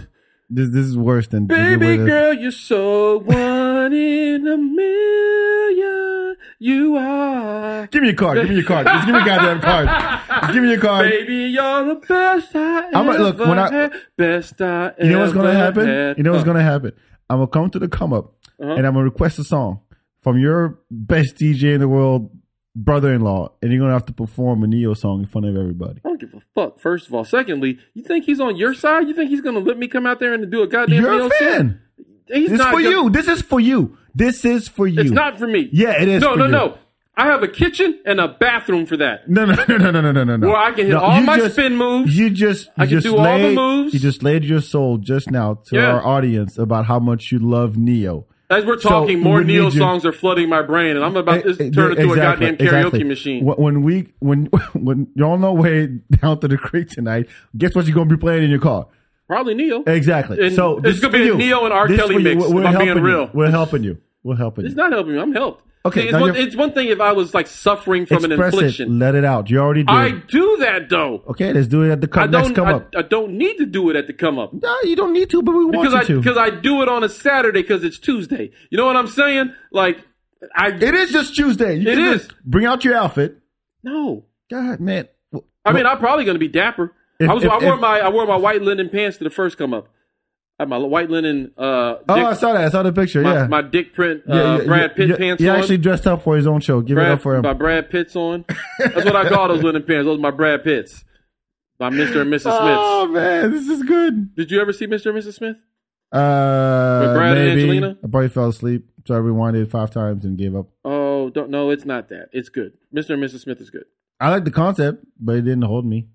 Speaker 3: This this is worse than
Speaker 4: Baby
Speaker 3: than-
Speaker 4: girl, you're so one in a million. You are.
Speaker 3: Give me your card. Give me your card. Just give me your goddamn card. Just give me your card.
Speaker 4: Baby, you're the best I
Speaker 3: I'm like,
Speaker 4: ever
Speaker 3: look, when I-
Speaker 4: had. Best I
Speaker 3: You know what's gonna
Speaker 4: ever
Speaker 3: happen?
Speaker 4: had.
Speaker 3: You know what's
Speaker 4: Uh,
Speaker 3: gonna happen? I'm gonna come to the come up
Speaker 4: Uh-huh.
Speaker 3: and I'm gonna request a song from your best DJ in the world, brother in law, and you're gonna have to perform a Neo song in front of everybody.
Speaker 4: I don't give a fuck. First of all, secondly, you think he's on your side? You think he's gonna let me come out there and do a goddamn
Speaker 3: You're a
Speaker 4: Neo song?
Speaker 3: fan.
Speaker 4: he's
Speaker 3: This is
Speaker 4: not
Speaker 3: for
Speaker 4: gonna-
Speaker 3: you. This is for you. This is for you.
Speaker 4: It's not for me.
Speaker 3: Yeah, it is
Speaker 4: No,
Speaker 3: for
Speaker 4: no,
Speaker 3: you.
Speaker 4: no. I have a kitchen and a bathroom for that.
Speaker 3: No, no, no, no, no, no, no, no, no.
Speaker 4: Where I can hit all my spin moves.
Speaker 3: You just,
Speaker 4: I
Speaker 3: you
Speaker 4: can
Speaker 3: just
Speaker 4: do all the
Speaker 3: laid,
Speaker 4: moves.
Speaker 3: You just laid your soul just now to
Speaker 4: Yeah.
Speaker 3: our audience about how much you love Neo.
Speaker 4: As we're
Speaker 3: So,
Speaker 4: talking, more
Speaker 3: we need
Speaker 4: Neil
Speaker 3: you-
Speaker 4: songs are flooding my brain, and I'm about to
Speaker 3: Eh, eh,
Speaker 4: turn into a
Speaker 3: exactly,
Speaker 4: goddamn karaoke
Speaker 3: exactly.
Speaker 4: machine.
Speaker 3: Wh- When we, when, when you're on the way down to the creek tonight, guess what you're going to be playing in your car?
Speaker 4: Probably Neil.
Speaker 3: Eh, Exactly.
Speaker 4: And
Speaker 3: so
Speaker 4: it's
Speaker 3: this is
Speaker 4: gonna
Speaker 3: for
Speaker 4: be a
Speaker 3: you.
Speaker 4: Neo and R.
Speaker 3: This is
Speaker 4: Kelly
Speaker 3: for you.
Speaker 4: mix,
Speaker 3: We're,
Speaker 4: if I'm being
Speaker 3: helping you.
Speaker 4: real.
Speaker 3: We're helping you. We're helping
Speaker 4: It's
Speaker 3: you.
Speaker 4: not helping me. I'm helped.
Speaker 3: Okay,
Speaker 4: See, it's,
Speaker 3: now
Speaker 4: one,
Speaker 3: you're-
Speaker 4: it's one thing if I was like suffering from an
Speaker 3: Express it.
Speaker 4: infliction.
Speaker 3: Let it out. You already
Speaker 4: I
Speaker 3: did.
Speaker 4: do that though.
Speaker 3: Okay, let's do it at the
Speaker 4: I
Speaker 3: come,
Speaker 4: don't.
Speaker 3: next come
Speaker 4: I,
Speaker 3: up.
Speaker 4: I don't need to do it at the come up
Speaker 3: No, you don't need to, but we want
Speaker 4: because
Speaker 3: you
Speaker 4: I
Speaker 3: to.
Speaker 4: because I do it on a Saturday because it's Tuesday. You know what I'm saying? Like I
Speaker 3: It is just Tuesday. You
Speaker 4: It
Speaker 3: can
Speaker 4: is.
Speaker 3: just Bring out your outfit.
Speaker 4: no.
Speaker 3: God, man.
Speaker 4: I mean, I'm probably going to be dapper.
Speaker 3: If-
Speaker 4: I was.
Speaker 3: if-
Speaker 4: I wore
Speaker 3: if-
Speaker 4: my I wore my white linen pants to the first come up. I had my white linen. Uh,
Speaker 3: Oh,
Speaker 4: dick-
Speaker 3: I saw that. I saw the picture.
Speaker 4: my,
Speaker 3: yeah.
Speaker 4: my dick print. Uh,
Speaker 3: Yeah, yeah,
Speaker 4: Brad Pitt
Speaker 3: yeah,
Speaker 4: pants.
Speaker 3: He
Speaker 4: on.
Speaker 3: actually dressed up for his own show. Give it
Speaker 4: Brad,
Speaker 3: up for him.
Speaker 4: my Brad Pitts on. That's what I call those linen pants. Those are my Brad Pitts. By Mr. and Mrs.
Speaker 3: Oh
Speaker 4: Smith.
Speaker 3: man, this is good.
Speaker 4: Did you ever see Mr. and Mrs. Smith?
Speaker 3: Uh,
Speaker 4: With Brad and
Speaker 3: maybe
Speaker 4: Angelina?
Speaker 3: I probably fell asleep, so I rewinded five times and gave up.
Speaker 4: Oh, don't no, it's not that. It's good. Mr. and Mrs. Smith is good.
Speaker 3: I like the concept, but it didn't hold me.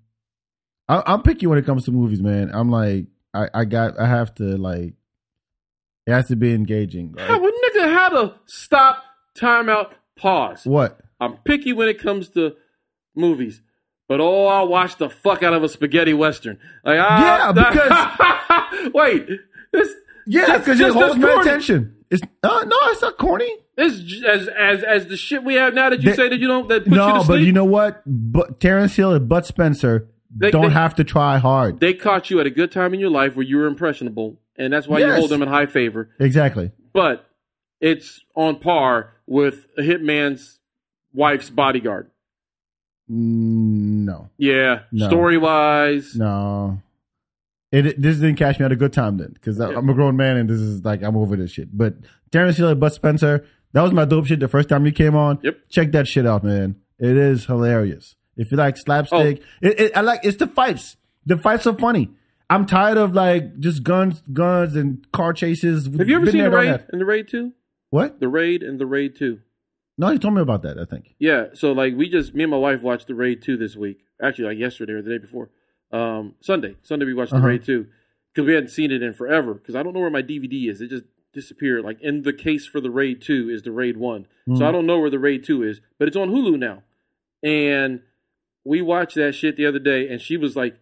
Speaker 3: I, I'm picky when it comes to movies, man. I'm like, I, I got, I have to like, it has to be engaging. Like,
Speaker 4: How would nigga how to stop timeout pause?
Speaker 3: what?
Speaker 4: I'm picky when it comes to movies. But oh, I'll watch the fuck out of a spaghetti western. Like,
Speaker 3: Yeah,
Speaker 4: because wait, this
Speaker 3: Yeah,
Speaker 4: Just-
Speaker 3: because it
Speaker 4: just
Speaker 3: holds
Speaker 4: as
Speaker 3: my
Speaker 4: corny.
Speaker 3: attention. It's uh, no, it's not corny.
Speaker 4: this j- as as as the shit we have now that you
Speaker 3: They-
Speaker 4: say that you don't that puts you
Speaker 3: No,
Speaker 4: to
Speaker 3: but
Speaker 4: sleep.
Speaker 3: you know what? But Terrence Hill and Bud Spencer
Speaker 4: They-
Speaker 3: don't
Speaker 4: they-
Speaker 3: have to try hard.
Speaker 4: they caught you at a good time in your life where you were impressionable, and that's why you
Speaker 3: Yes.
Speaker 4: hold them in high favor.
Speaker 3: exactly.
Speaker 4: But it's on par with a hitman's wife's bodyguard.
Speaker 3: Mm, No,
Speaker 4: Yeah,
Speaker 3: No.
Speaker 4: story wise,
Speaker 3: no. It, it- this didn't catch me at a good time then, because
Speaker 4: Yeah.
Speaker 3: I'm a grown man and this is like I'm over this shit. But Terrence Hill and Bud Spencer, that was my dope shit the first time you came on.
Speaker 4: Yep.
Speaker 3: Check that shit out, man. It is hilarious. If you like slapstick,
Speaker 4: Oh.
Speaker 3: it, it, I like it's the fights. The fights are funny. I'm tired of like just guns, guns and car chases.
Speaker 4: Have you ever
Speaker 3: Been
Speaker 4: seen
Speaker 3: there,
Speaker 4: the
Speaker 3: done
Speaker 4: raid
Speaker 3: that.
Speaker 4: and the raid two?
Speaker 3: What?
Speaker 4: The raid and the raid two.
Speaker 3: No, he told me about that. I think.
Speaker 4: Yeah, so like we just me and my wife watched the raid two this week. Actually, like yesterday or the day before, um, Sunday. Sunday we watched
Speaker 3: Uh-huh.
Speaker 4: the raid two because we hadn't seen it in forever. Because I don't know where my DVD is. It just disappeared. Like in the case for the raid two is the raid one, so
Speaker 3: Mm-hmm.
Speaker 4: I don't know where the raid two is. But it's on Hulu now, and we watched that shit the other day, and she was like,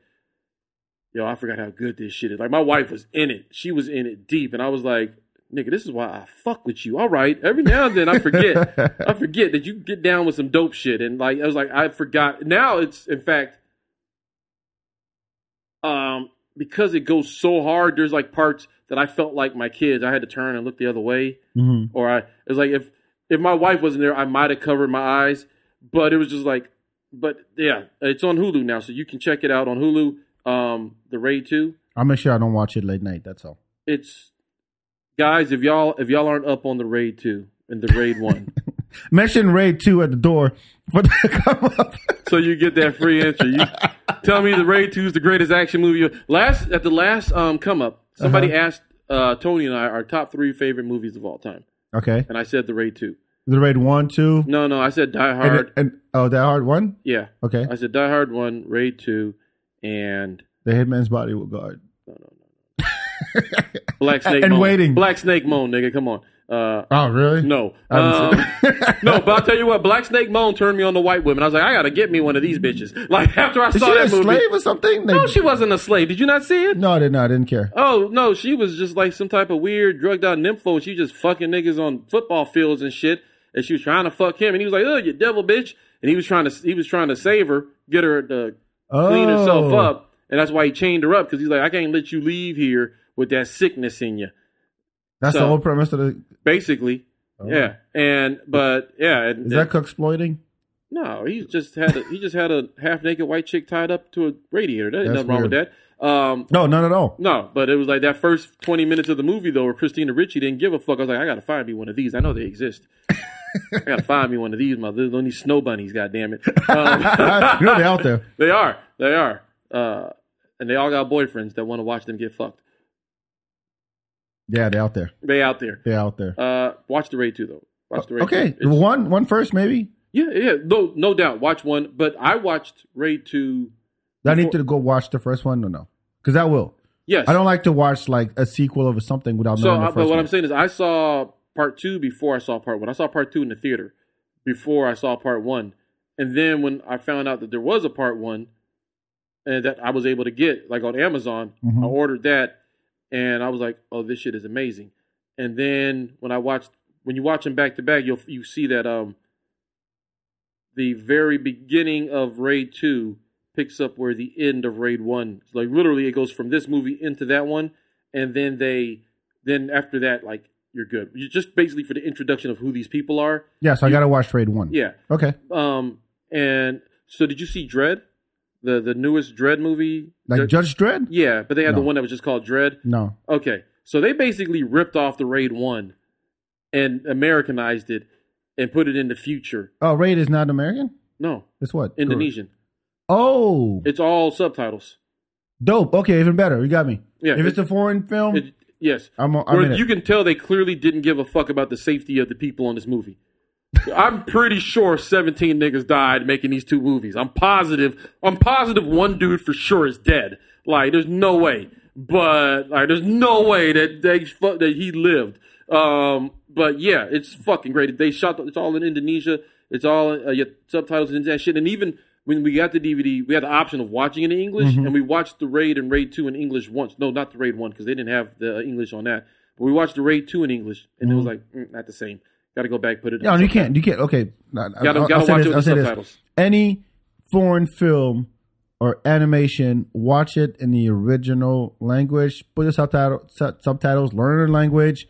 Speaker 4: "Yo, I forgot how good this shit is." Like my wife was in it. She was in it deep, and I was like. Nigga, this is why I fuck with you. All right, every now and then I
Speaker 3: Hmm.
Speaker 4: forget. I forget that you get down with some dope shit, and like I was like, I forgot. Now it's in fact, um, because it goes so hard. There's like parts that I felt like my kids. I had to turn and look the other way,
Speaker 3: hmm
Speaker 4: or I it's like if if my wife wasn't there, I might have covered my eyes. But it was just like, but yeah, it's on Hulu now, so you can check it out on Hulu. Um, the Raid Two.
Speaker 3: I'll make sure I don't watch it late night. That's all.
Speaker 4: It's guys, if y'all if y'all aren't up on the Raid Two and the Raid One.
Speaker 3: Mention Raid Two at the door for the come up.
Speaker 4: so you get that free entry. You tell me the Raid Two is the greatest action movie. Last at the last um, come up, somebody
Speaker 3: Uh-huh.
Speaker 4: asked uh, Tony and I our top three favorite movies of all time,
Speaker 3: Okay,
Speaker 4: and I said the Raid Two.
Speaker 3: the Raid One, Two,
Speaker 4: No, no, I said Die
Speaker 3: and,
Speaker 4: Hard.
Speaker 3: and oh, that hard one.
Speaker 4: yeah,
Speaker 3: Okay,
Speaker 4: I said Die Hard One, Raid Two, and
Speaker 3: the Hitman's Body will guard.
Speaker 4: Black Snake
Speaker 3: And
Speaker 4: Moan.
Speaker 3: Waiting.
Speaker 4: Black Snake Moan, nigga, come on. Uh,
Speaker 3: Oh, really?
Speaker 4: no,
Speaker 3: I haven't
Speaker 4: Um, no, but I'll tell you what, Black Snake Moan turned me on to white women. I was like, I gotta get me one of these bitches. Like after I
Speaker 3: Is
Speaker 4: saw
Speaker 3: she a
Speaker 4: that movie,
Speaker 3: slave or something? They-
Speaker 4: no, she wasn't a slave. Did you not see it?
Speaker 3: No, I didn't. I didn't care.
Speaker 4: Oh no, she was just like some type of weird drugged out nympho, and she just fucking niggas on football fields and shit. And she was trying to fuck him, and he was like, "Oh, you devil bitch!" And he was trying to he was trying to save her, get her to
Speaker 3: Oh,
Speaker 4: clean herself up, and that's why he chained her up because he's like, "I can't let you leave here with that sickness in you."
Speaker 3: That's the
Speaker 4: So-
Speaker 3: whole premise of the.
Speaker 4: Basically, yeah. And but yeah, and,
Speaker 3: Oh. Is that exploiting?
Speaker 4: no, he just had a, he just had a half naked white chick tied up to a radiator. There's
Speaker 3: That's
Speaker 4: nothing wrong with
Speaker 3: weird.
Speaker 4: that. Um,
Speaker 3: No, none at all.
Speaker 4: No, but it was like that first 20 minutes of the movie, though, where Christina Ritchie didn't give a fuck. I was like, I gotta find me one of these. I know they exist. I gotta find me one of these, mother. Those these snow bunnies, goddamn it. Um,
Speaker 3: you know they're out there.
Speaker 4: They are. They are. Uh, and they all got boyfriends that want to watch them get fucked.
Speaker 3: Yeah, they're out there.
Speaker 4: They out there.
Speaker 3: They're out there.
Speaker 4: Uh, watch the raid too, though. Watch the raid.
Speaker 3: okay,
Speaker 4: Two. It's-
Speaker 3: one one first maybe.
Speaker 4: yeah, yeah. No, no doubt. Watch one. But I watched raid two.
Speaker 3: Do I need
Speaker 4: Before-
Speaker 3: to go watch the first one or no? Because I will.
Speaker 4: Yes,
Speaker 3: I don't like to watch like a sequel of something without
Speaker 4: So,
Speaker 3: knowing the
Speaker 4: I,
Speaker 3: first
Speaker 4: but what
Speaker 3: one.
Speaker 4: I'm saying is, I saw part two before I saw part one. I saw part two in the theater before I saw part one, and then when I found out that there was a part one, and that I was able to get like on Amazon,
Speaker 3: Mhm.
Speaker 4: I ordered that, and I was like, "Oh, this shit is amazing." And then when I watched, when you watch them back to back, you'll you see that um, the very beginning of Raid Two picks up where the end of Raid One. Like literally, it goes from this movie into that one, and then they then after that, like you're good. You just basically for the introduction of who these people are.
Speaker 3: yeah, so I gotta watch trade one.
Speaker 4: Yeah.
Speaker 3: Okay.
Speaker 4: Um. And so, did you see Dread, the the newest Dread movie?
Speaker 3: Like
Speaker 4: Dre-
Speaker 3: Judge Dredd?
Speaker 4: yeah, but they had the
Speaker 3: No.
Speaker 4: one that was just called Dread.
Speaker 3: No.
Speaker 4: Okay, so they basically ripped off the Raid One, and Americanized it, and put it in the future.
Speaker 3: Oh, Raid is not American.
Speaker 4: No,
Speaker 3: It's what
Speaker 4: Indonesian.
Speaker 3: Oh,
Speaker 4: It's all subtitles.
Speaker 3: dope. Okay, even better. You got me.
Speaker 4: Yeah,
Speaker 3: If it's a foreign film,
Speaker 4: It, yes.
Speaker 3: I'm on- I'm
Speaker 4: Where
Speaker 3: in it.
Speaker 4: you can tell they clearly didn't give a fuck about the safety of the people on this movie. I'm pretty sure 17 niggas died making these two movies. I'm positive. I'm positive one dude for sure is dead. Like, there's no way. But like, there's no way that they fu- that he lived. Um, but yeah, it's fucking great. They shot. The, it's all in Indonesia. It's all uh, yeah, subtitles and that shit. And even when we got the DVD, we had the option of watching it in English,
Speaker 3: Mm-hmm.
Speaker 4: and we watched the Raid and Raid Two in English once. No, not the Raid One because they didn't have the uh, English on that. But we watched the Raid Two in English, and it was like mm, not the same. Got to go back, put it. in
Speaker 3: no, Mm-hmm. you
Speaker 4: subtitles.
Speaker 3: can't. You can't. Okay. No, I-
Speaker 4: Gotta-
Speaker 3: I'll,
Speaker 4: gotta
Speaker 3: I'll say
Speaker 4: watch
Speaker 3: this,
Speaker 4: it with
Speaker 3: I'll say this.
Speaker 4: subtitles.
Speaker 3: Any foreign film or animation, watch it in the original language. Put the subtitle, su- subtitles. Learn the language,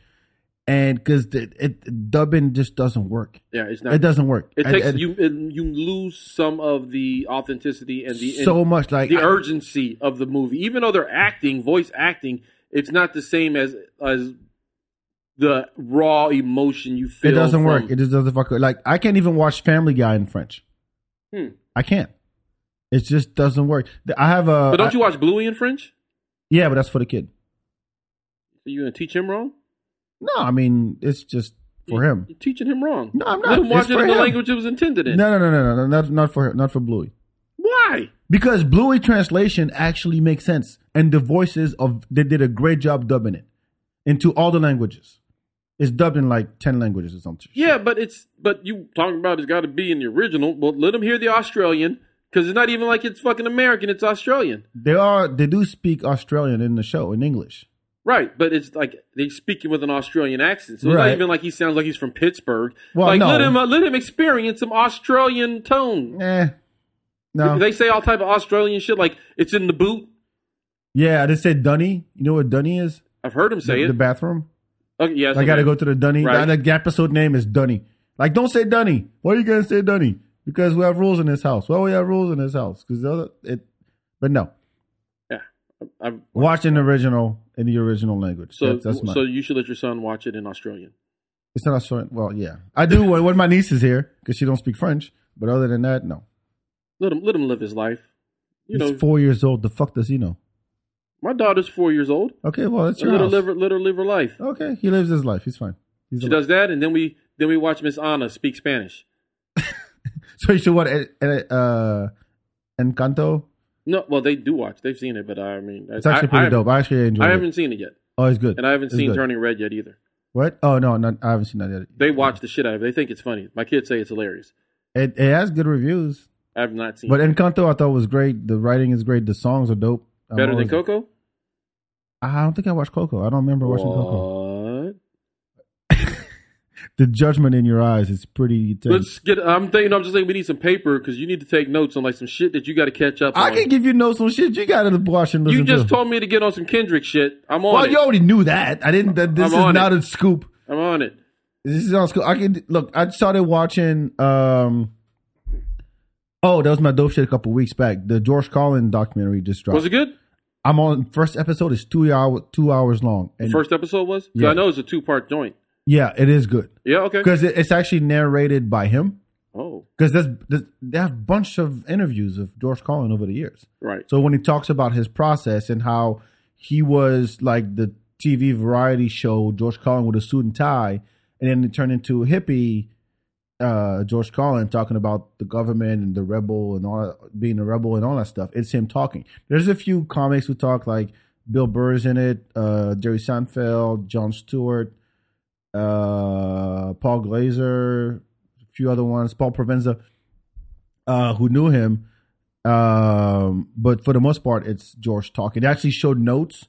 Speaker 3: and because it, it dubbing just doesn't work.
Speaker 4: Yeah, it's not.
Speaker 3: It doesn't work.
Speaker 4: It
Speaker 3: I-
Speaker 4: takes
Speaker 3: I-
Speaker 4: you. It, you lose some of the authenticity and the
Speaker 3: so much. Like
Speaker 4: the
Speaker 3: I-
Speaker 4: urgency of the movie. Even though they're acting, voice acting, it's not the same as as the raw emotion you feel.
Speaker 3: it doesn't
Speaker 4: from-
Speaker 3: work. It just doesn't fuck. Like I can't even watch Family Guy in French.
Speaker 4: Hmm.
Speaker 3: I can't. It just doesn't work. The- I have a.
Speaker 4: but don't
Speaker 3: I-
Speaker 4: you watch Bluey in French?
Speaker 3: yeah, but that's for the kid.
Speaker 4: Are you gonna teach him wrong?
Speaker 3: No, I mean it's just for him.
Speaker 4: You're teaching him wrong.
Speaker 3: No, I'm
Speaker 4: Let
Speaker 3: not.
Speaker 4: him watch
Speaker 3: It's
Speaker 4: it
Speaker 3: for
Speaker 4: in the
Speaker 3: him.
Speaker 4: language it was intended in.
Speaker 3: No, no, no, no, no, no, not not for not for Bluey.
Speaker 4: Why?
Speaker 3: Because Bluey translation actually makes sense, and the voices of they did a great job dubbing it into all the languages. It's dubbed in like ten languages or something.
Speaker 4: Yeah, but it's but you talking about it's got to be in the original. Well, let him hear the Australian because it's not even like it's fucking American. It's Australian.
Speaker 3: They are they do speak Australian in the show in English.
Speaker 4: Right, but it's like they speaking with an Australian accent, so it's
Speaker 3: Right.
Speaker 4: not even like he sounds like he's from Pittsburgh.
Speaker 3: Well,
Speaker 4: like
Speaker 3: no.
Speaker 4: let him uh, let him experience some Australian tone.
Speaker 3: Eh, no.
Speaker 4: They say all type of Australian shit, like it's in the boot.
Speaker 3: yeah, I just said Dunny. You know what Dunny is?
Speaker 4: I've heard him say
Speaker 3: the,
Speaker 4: it.
Speaker 3: the bathroom.
Speaker 4: okay, yes,
Speaker 3: I gotta go to the Dunny.
Speaker 4: Right.
Speaker 3: That, that episode name is Dunny. Like, don't say Dunny. Why are you gonna say Dunny? Because we have rules in this house. Well, we have rules in this house. Because other it, but no.
Speaker 4: I've,
Speaker 3: Watch an original in the original language.
Speaker 4: so
Speaker 3: that's, that's my.
Speaker 4: so you should let your son watch it in Australian.
Speaker 3: it's not Australian. Well, yeah, I do when, when my niece is here because she don't speak French. But other than that, no.
Speaker 4: Let him let him live his life. You
Speaker 3: He's
Speaker 4: know,
Speaker 3: four years old. The fuck does he know?
Speaker 4: my daughter's four years old.
Speaker 3: Okay, well that's your
Speaker 4: Let her
Speaker 3: house.
Speaker 4: live her, let her live her life.
Speaker 3: Okay, he lives his life. He's fine. He's
Speaker 4: She
Speaker 3: alive.
Speaker 4: does that, and then we then we watch Miss Anna speak Spanish.
Speaker 3: So you should what? eh, eh, Uh, Encanto.
Speaker 4: No, well they do watch. They've seen it, but uh, I mean,
Speaker 3: It's actually pretty dope. I actually enjoyed
Speaker 4: I
Speaker 3: it.
Speaker 4: haven't seen it yet,
Speaker 3: Oh, it's good.
Speaker 4: and I haven't
Speaker 3: It's
Speaker 4: seen
Speaker 3: good.
Speaker 4: Turning Red yet either.
Speaker 3: What? Oh no, not, I haven't seen that yet.
Speaker 4: They watch the shit out of it. They think it's funny. My kids say it's hilarious.
Speaker 3: It, it has good reviews,
Speaker 4: I have not seen
Speaker 3: but
Speaker 4: it.
Speaker 3: Encanto I thought was great. The writing is great. The songs are dope. I'm
Speaker 4: better
Speaker 3: always-
Speaker 4: than Coco.
Speaker 3: I don't think I watched Coco. I don't remember watching Coco.
Speaker 4: What?
Speaker 3: The judgment in your eyes is pretty. Intense.
Speaker 4: Let's get. I'm thinking. I'm just saying we need some paper because you need to take notes on like some shit that you got to catch up.
Speaker 3: I
Speaker 4: on.
Speaker 3: can give you notes on shit. You got to watch and listen.
Speaker 4: You just
Speaker 3: to.
Speaker 4: told me to get on some Kendrick shit. I'm on
Speaker 3: Well,
Speaker 4: it.
Speaker 3: you already knew that. I didn't. That, this
Speaker 4: I'm
Speaker 3: is
Speaker 4: on
Speaker 3: not
Speaker 4: it.
Speaker 3: a scoop.
Speaker 4: I'm on it.
Speaker 3: This is not a scoop. I can look. I started watching. um Oh, that was my dope shit a couple weeks back. The George Carlin documentary just dropped.
Speaker 4: Was it good?
Speaker 3: I'm on first episode. is two hour two hours long. And
Speaker 4: First episode was. 'Cause
Speaker 3: Yeah.
Speaker 4: I know it's a two part joint.
Speaker 3: yeah, it is good.
Speaker 4: Yeah. Okay.
Speaker 3: because it, it's actually narrated by him.
Speaker 4: Oh,
Speaker 3: Because there's, there's they have a bunch of interviews of George Carlin over the years.
Speaker 4: right.
Speaker 3: So when he talks about his process and how he was like the TV variety show, George Carlin with a suit and tie, and then it turned into a hippie uh, George Carlin talking about the government and the rebel and all being a rebel and all that stuff. It's him talking. There's a few comics who talk like Bill Burr's in it, uh, Jerry Seinfeld, John Stewart, uh, Paul Glazer, a few other ones, Paul Provenza, uh, who knew him. Um, but for the most part, it's George talking. They actually showed notes.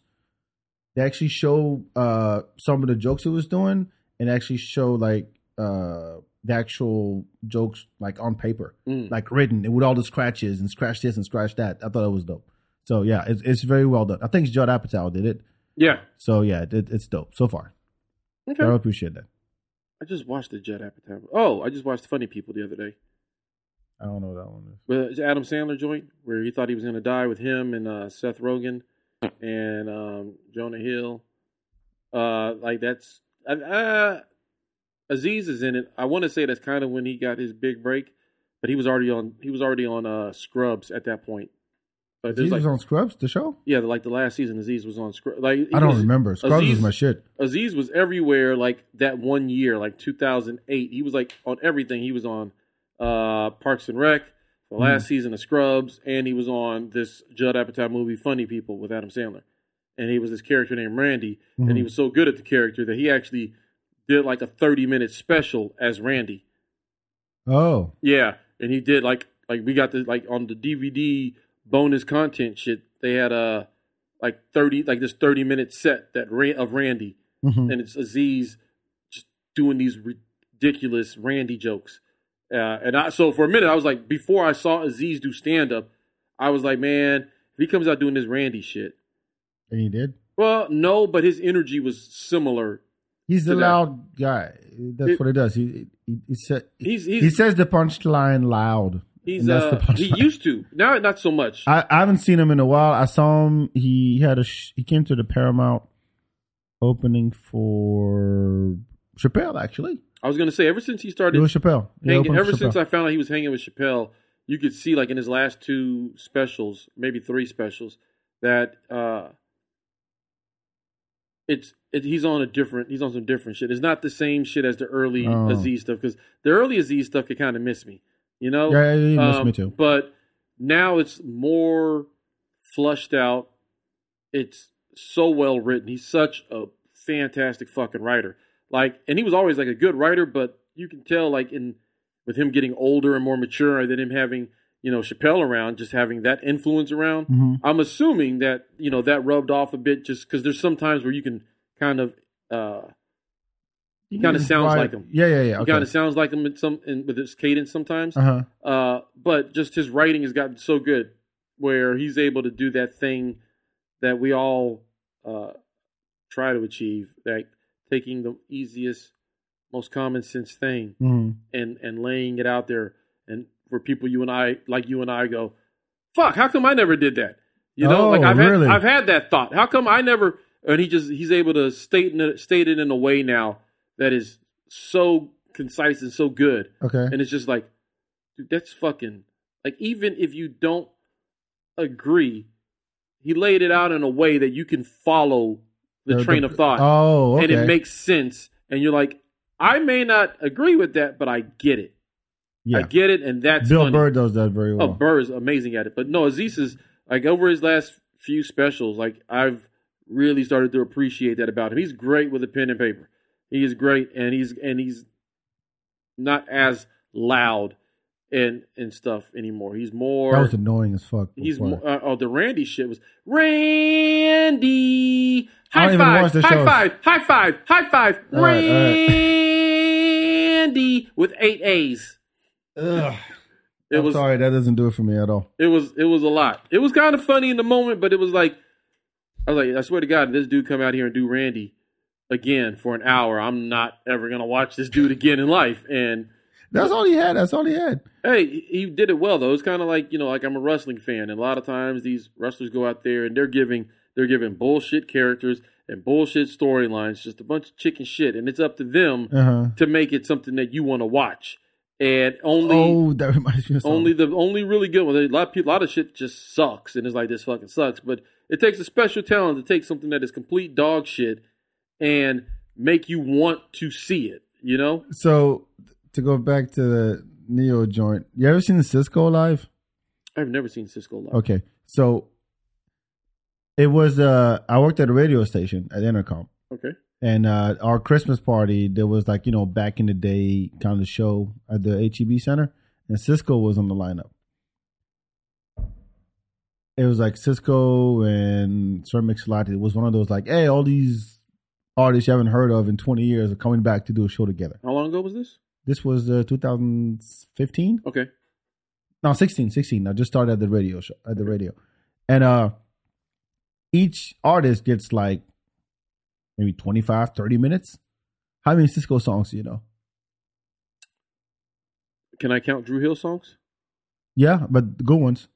Speaker 3: They actually show uh, some of the jokes he was doing, and actually show like uh, the actual jokes like on paper,
Speaker 4: Mm.
Speaker 3: like written, and with all the scratches and scratch this and scratch that. I thought it was dope. So yeah, it's, it's very well done. I think it's Judd Apatow did it.
Speaker 4: Yeah.
Speaker 3: So yeah, it, it's dope so far.
Speaker 4: Okay.
Speaker 3: I really appreciate that.
Speaker 4: I just watched the Judd Apatow. Oh, I just watched Funny People the other day.
Speaker 3: I don't know what that one is.
Speaker 4: But it's Adam Sandler joint where he thought he was going to die with him and uh, Seth Rogen and um, Jonah Hill. Uh, like that's I, I, Aziz is in it. I want to say that's kind of when he got his big break, but he was already on he was already on uh, Scrubs at that point. But
Speaker 3: He
Speaker 4: there's
Speaker 3: was
Speaker 4: like
Speaker 3: on Scrubs, the show.
Speaker 4: yeah, like the last season, Aziz was on Scrubs. Like
Speaker 3: I don't
Speaker 4: was-
Speaker 3: remember. Scrubs was
Speaker 4: Aziz-
Speaker 3: my shit.
Speaker 4: Aziz was everywhere like that one year, like 2008. He was like on everything. He was on uh, Parks and Rec, the last season of Scrubs, and he was on this Judd Apatow movie, Funny People, with Adam Sandler. And he was this character named Randy, and he was so good at the character that he actually did like a 30 minute special as Randy.
Speaker 3: Oh,
Speaker 4: Yeah, and he did like like we got the like on the DVD bonus content shit. They had a like thirty like this thirty minute set that ran, of Randy,
Speaker 3: Mm-hmm.
Speaker 4: and it's Aziz just doing these ridiculous Randy jokes. Uh, and I so for a minute I was like, before I saw Aziz do stand up, I was like, man, if he comes out doing this Randy shit,
Speaker 3: and he did.
Speaker 4: well, no, but his energy was similar.
Speaker 3: He's the
Speaker 4: Did I-
Speaker 3: loud guy. That's
Speaker 4: It-
Speaker 3: what he does. He he, he, sa-
Speaker 4: He's
Speaker 3: he
Speaker 4: he's
Speaker 3: says the punchline loud.
Speaker 4: he's
Speaker 3: and that's
Speaker 4: uh,
Speaker 3: the punchline.
Speaker 4: he used to now not so much.
Speaker 3: I, I haven't seen him in a while. I saw him. He had a sh- he came to the Paramount opening for Chappelle actually.
Speaker 4: I was gonna say ever since he started
Speaker 3: It was Chappelle. He
Speaker 4: Hang,
Speaker 3: opened for
Speaker 4: ever
Speaker 3: Chappelle.
Speaker 4: since I found out he was hanging with Chappelle, you could see like in his last two specials, maybe three specials, that uh, it's it, he's on a different he's on some different shit. It's not the same shit as the early
Speaker 3: Oh.
Speaker 4: Aziz stuff because the early Aziz stuff could kind of miss me, you know.
Speaker 3: Yeah, it missed me too.
Speaker 4: Um, But now it's more flushed out. It's so well written. He's such a fantastic fucking writer. Like, and he was always like a good writer, but you can tell like in with him getting older and more mature, and then him having you know Chappelle around, just having that influence around.
Speaker 3: Mm-hmm.
Speaker 4: I'm assuming that you know that rubbed off a bit, just because there's some times where you can kind of uh,
Speaker 3: He
Speaker 4: kinda
Speaker 3: is
Speaker 4: sounds
Speaker 3: right.
Speaker 4: like him.
Speaker 3: Yeah, yeah, yeah.
Speaker 4: he
Speaker 3: Okay.
Speaker 4: kind of sounds like him in some in, with his cadence sometimes.
Speaker 3: Uh huh.
Speaker 4: Uh, but just his writing has gotten so good where he's able to do that thing that we all uh, try to achieve, like taking the easiest, most common sense thing
Speaker 3: hmm
Speaker 4: and and laying it out there, and for people you and I, like you and I, go, fuck, how come I never did that? You know,
Speaker 3: Oh,
Speaker 4: like I've
Speaker 3: really?
Speaker 4: had I've had that thought. How come I never? And he just he's able to state it- state it in a way now that is so concise and so good
Speaker 3: Okay.
Speaker 4: and it's just like, dude, that's fucking like even if you don't agree, he laid it out in a way that you can follow the, train of thought,
Speaker 3: Oh, okay.
Speaker 4: and it makes sense. And you're like, I may not agree with that, but I get it.
Speaker 3: yeah.
Speaker 4: I get it, and that's
Speaker 3: Bill
Speaker 4: funny.
Speaker 3: Burr does that very
Speaker 4: Oh,
Speaker 3: well.
Speaker 4: Burr is amazing at it. But no, Aziz is like over his last few specials, like I've really started to appreciate that about him. He's great with a pen and paper. He is great and he's and he's not as loud and and stuff anymore. He's more
Speaker 3: that was annoying as fuck.
Speaker 4: he's
Speaker 3: before.
Speaker 4: more uh, oh the Randy shit was Randy
Speaker 3: I don't
Speaker 4: high
Speaker 3: even
Speaker 4: five,
Speaker 3: watch the
Speaker 4: high
Speaker 3: shows.
Speaker 4: five, high five, high five,
Speaker 3: All right, all right.
Speaker 4: Randy with eight A's.
Speaker 3: Ugh.
Speaker 4: uh, It
Speaker 3: I'm
Speaker 4: was
Speaker 3: sorry, that doesn't do it for me at all.
Speaker 4: It was it was a lot. It was kind of funny in the moment, but it was like I was like, I swear to God, if this dude come out here and do Randy again for an hour, I'm not ever gonna watch this dude again in life. And
Speaker 3: That's all he had. That's all he had.
Speaker 4: hey, he- he did it well though. It's kind of like you know, like I'm a wrestling fan, and a lot of times these wrestlers go out there and they're giving they're giving bullshit characters and bullshit storylines, just a bunch of chicken shit, and it's up to them
Speaker 3: Uh huh.
Speaker 4: to make it something that you want to watch. And only
Speaker 3: Oh, that reminds me of something.
Speaker 4: only the only really good one. A lot of people, a lot of shit just sucks, and it's like this fucking sucks. But It takes a special talent to take something that is complete dog shit and make you want to see it. You know,
Speaker 3: So to go back to the Neo joint, you ever seen the Cisco live?
Speaker 4: I've never seen Cisco live.
Speaker 3: Okay, so it was uh I worked at a radio station at Intercom,
Speaker 4: Okay.
Speaker 3: and uh our Christmas party there was like you know back in the day kind of show at the HEB Center, and Cisco was on the lineup. It was like Cisco and Sir Mix-a-Lot. It was one of those like, hey, all these artists you haven't heard of in 20 years are coming back to do a show together.
Speaker 4: How long ago was this?
Speaker 3: This was uh, 2015.
Speaker 4: Okay.
Speaker 3: no 16 16 i just started at the radio show at the radio and uh each artist gets like maybe 25 30 minutes how many cisco songs do you know
Speaker 4: Can I count Drew Hill songs?
Speaker 3: yeah but the good ones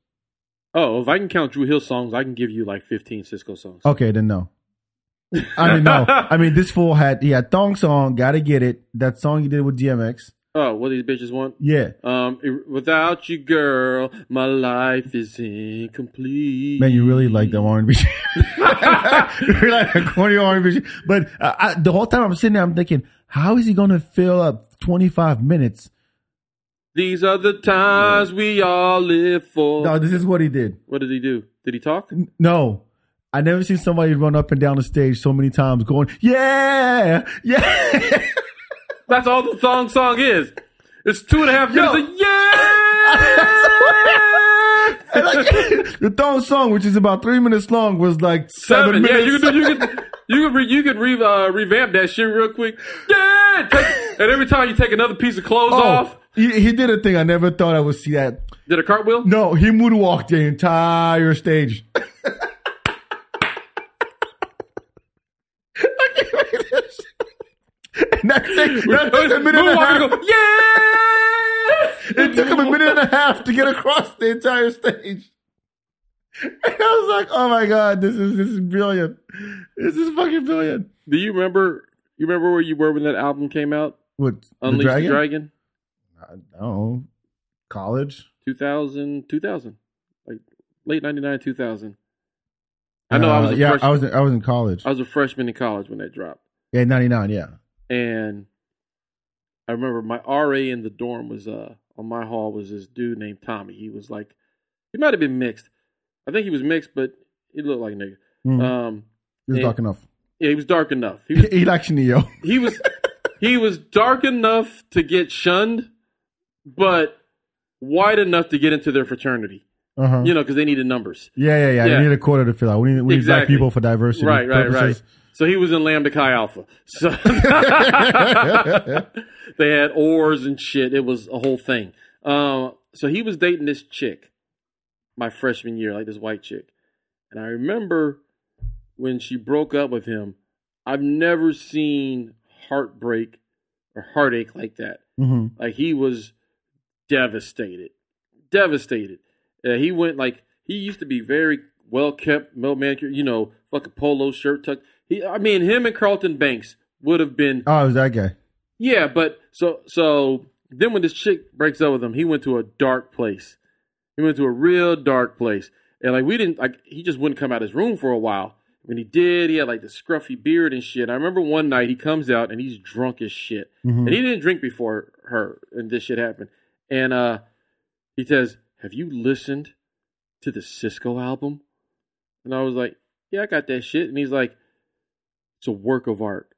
Speaker 4: Oh, if I can count Drew Hill songs, I can give you like 15 Cisco songs. Oh.
Speaker 3: okay then no i mean no i mean this fool had he had thong song gotta get it that song he did with dmx
Speaker 4: Oh, what these bitches want?
Speaker 3: yeah
Speaker 4: Um, it- without you, girl, my life is incomplete.
Speaker 3: Man, you really like that R&B. shit. you really like that corny R&B. shit. But uh, I, the whole time I'm sitting there, I'm thinking, how is he going to fill up 25 minutes?
Speaker 4: These are the times we all live for.
Speaker 3: No, this is what he did.
Speaker 4: What did he do? Did he talk?
Speaker 3: No. I never seen somebody run up and down the stage so many times going, yeah, yeah.
Speaker 4: That's all the song song is. It's two and a half minutes. of, yeah.
Speaker 3: And like, the third song, which is about three minutes long, was like seven,
Speaker 4: Seven. Yeah,
Speaker 3: minutes.
Speaker 4: you could do, you could you could re, you could re, uh, revamp that shit real quick. Yeah. Take- and every time you take another piece of clothes
Speaker 3: Oh,
Speaker 4: off,
Speaker 3: He, he did a thing I never thought I would see that.
Speaker 4: did a cartwheel.
Speaker 3: No, he moonwalked the entire stage. I can't believe this. And that's it. That took a minute and a half.
Speaker 4: Moonwalker go, yeah.
Speaker 3: It took him a minute and a half to get across the entire stage. And I was like, "Oh my god, this is this is brilliant. This is fucking brilliant."
Speaker 4: Do you remember? You remember where you were when that album came out?
Speaker 3: What?
Speaker 4: Unleash the Dragon,
Speaker 3: I don't know. College.
Speaker 4: 2000, 2000, like late ninety nine, two thousand. I know I was
Speaker 3: Uh,
Speaker 4: a
Speaker 3: yeah,
Speaker 4: freshman.
Speaker 3: I was in, I was in college.
Speaker 4: I was a freshman in college when that dropped,
Speaker 3: yeah, ninety nine. Yeah.
Speaker 4: and I remember my RA in the dorm was uh on my hall was this dude named Tommy. He was like, he might have been mixed. I think he was mixed, but he looked like a nigga.
Speaker 3: Mm.
Speaker 4: Um,
Speaker 3: he was
Speaker 4: yeah.
Speaker 3: dark enough.
Speaker 4: yeah, he was dark enough. He was
Speaker 3: he likes Neo.
Speaker 4: he was he was dark enough to get shunned, but white enough to get into their fraternity.
Speaker 3: Uh huh.
Speaker 4: You know, because they needed numbers.
Speaker 3: Yeah, yeah, yeah.
Speaker 4: Yeah.
Speaker 3: We need a quota to fill out. We need we need black
Speaker 4: Exactly.
Speaker 3: people for diversity.
Speaker 4: Right, right, right.
Speaker 3: purposes.
Speaker 4: So he was in Lambda Chi Alpha. So they had oars and shit. It was a whole thing. Um, so he was dating this chick my freshman year, like this white chick. And I remember when she broke up with him, I've never seen heartbreak or heartache like that.
Speaker 3: Mhm.
Speaker 4: Like he was devastated, devastated. Uh, he went like he used to be very well kept, well manicured. You know, fucking polo shirt tucked. He, I mean, him and Carlton Banks would have been
Speaker 3: Oh, it was that guy.
Speaker 4: yeah. But so so then when this chick breaks up with him, he went to a dark place. He went to a real dark place, and like we didn't like he just wouldn't come out of his room for a while. When he did, he had like the scruffy beard and shit. I remember one night he comes out and he's drunk as shit
Speaker 3: Mhm.
Speaker 4: and he didn't drink before her and this shit happened and uh he says have you listened to the cisco album and i was like yeah i got that shit and he's like it's a work of art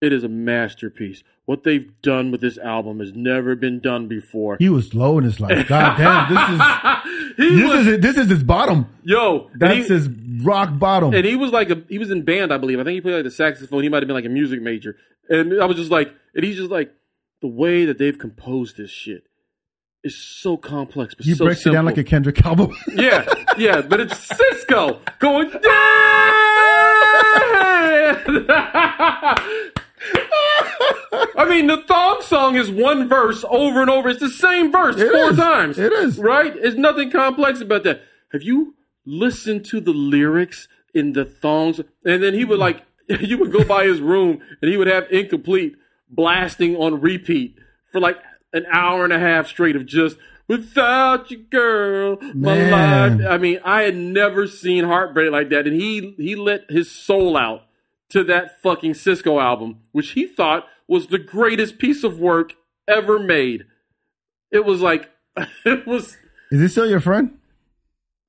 Speaker 4: it is a masterpiece what they've done with this album has never been done before
Speaker 3: He was low in his life. God damn,
Speaker 4: he
Speaker 3: this is
Speaker 4: was
Speaker 3: this is this is his bottom.
Speaker 4: yo and
Speaker 3: That's
Speaker 4: he-
Speaker 3: his rock bottom.
Speaker 4: and he was like a he was in band, I believe. I think he played like the saxophone. He might have been like a music major. And I was just like, and he's just like, the way that they've composed this shit is so complex, but
Speaker 3: He
Speaker 4: so
Speaker 3: breaks
Speaker 4: simple.
Speaker 3: it down like a Kendrick album.
Speaker 4: yeah, yeah. But it's Cisco going. "Yeah!" I mean, the thong song is one verse over and over. It's the same verse
Speaker 3: It
Speaker 4: four
Speaker 3: is.
Speaker 4: times.
Speaker 3: It is.
Speaker 4: Right? There's nothing complex about that. Have you listened to the lyrics in the thongs? And then he would like, you would go by his room and he would have incomplete blasting on repeat for like an hour and a half straight of just Without you, girl, my
Speaker 3: Man.
Speaker 4: life. I mean, I had never seen heartbreak like that, and he he let his soul out to that fucking Cisco album, which he thought was the greatest piece of work ever made. It was like it was.
Speaker 3: Is this still your friend?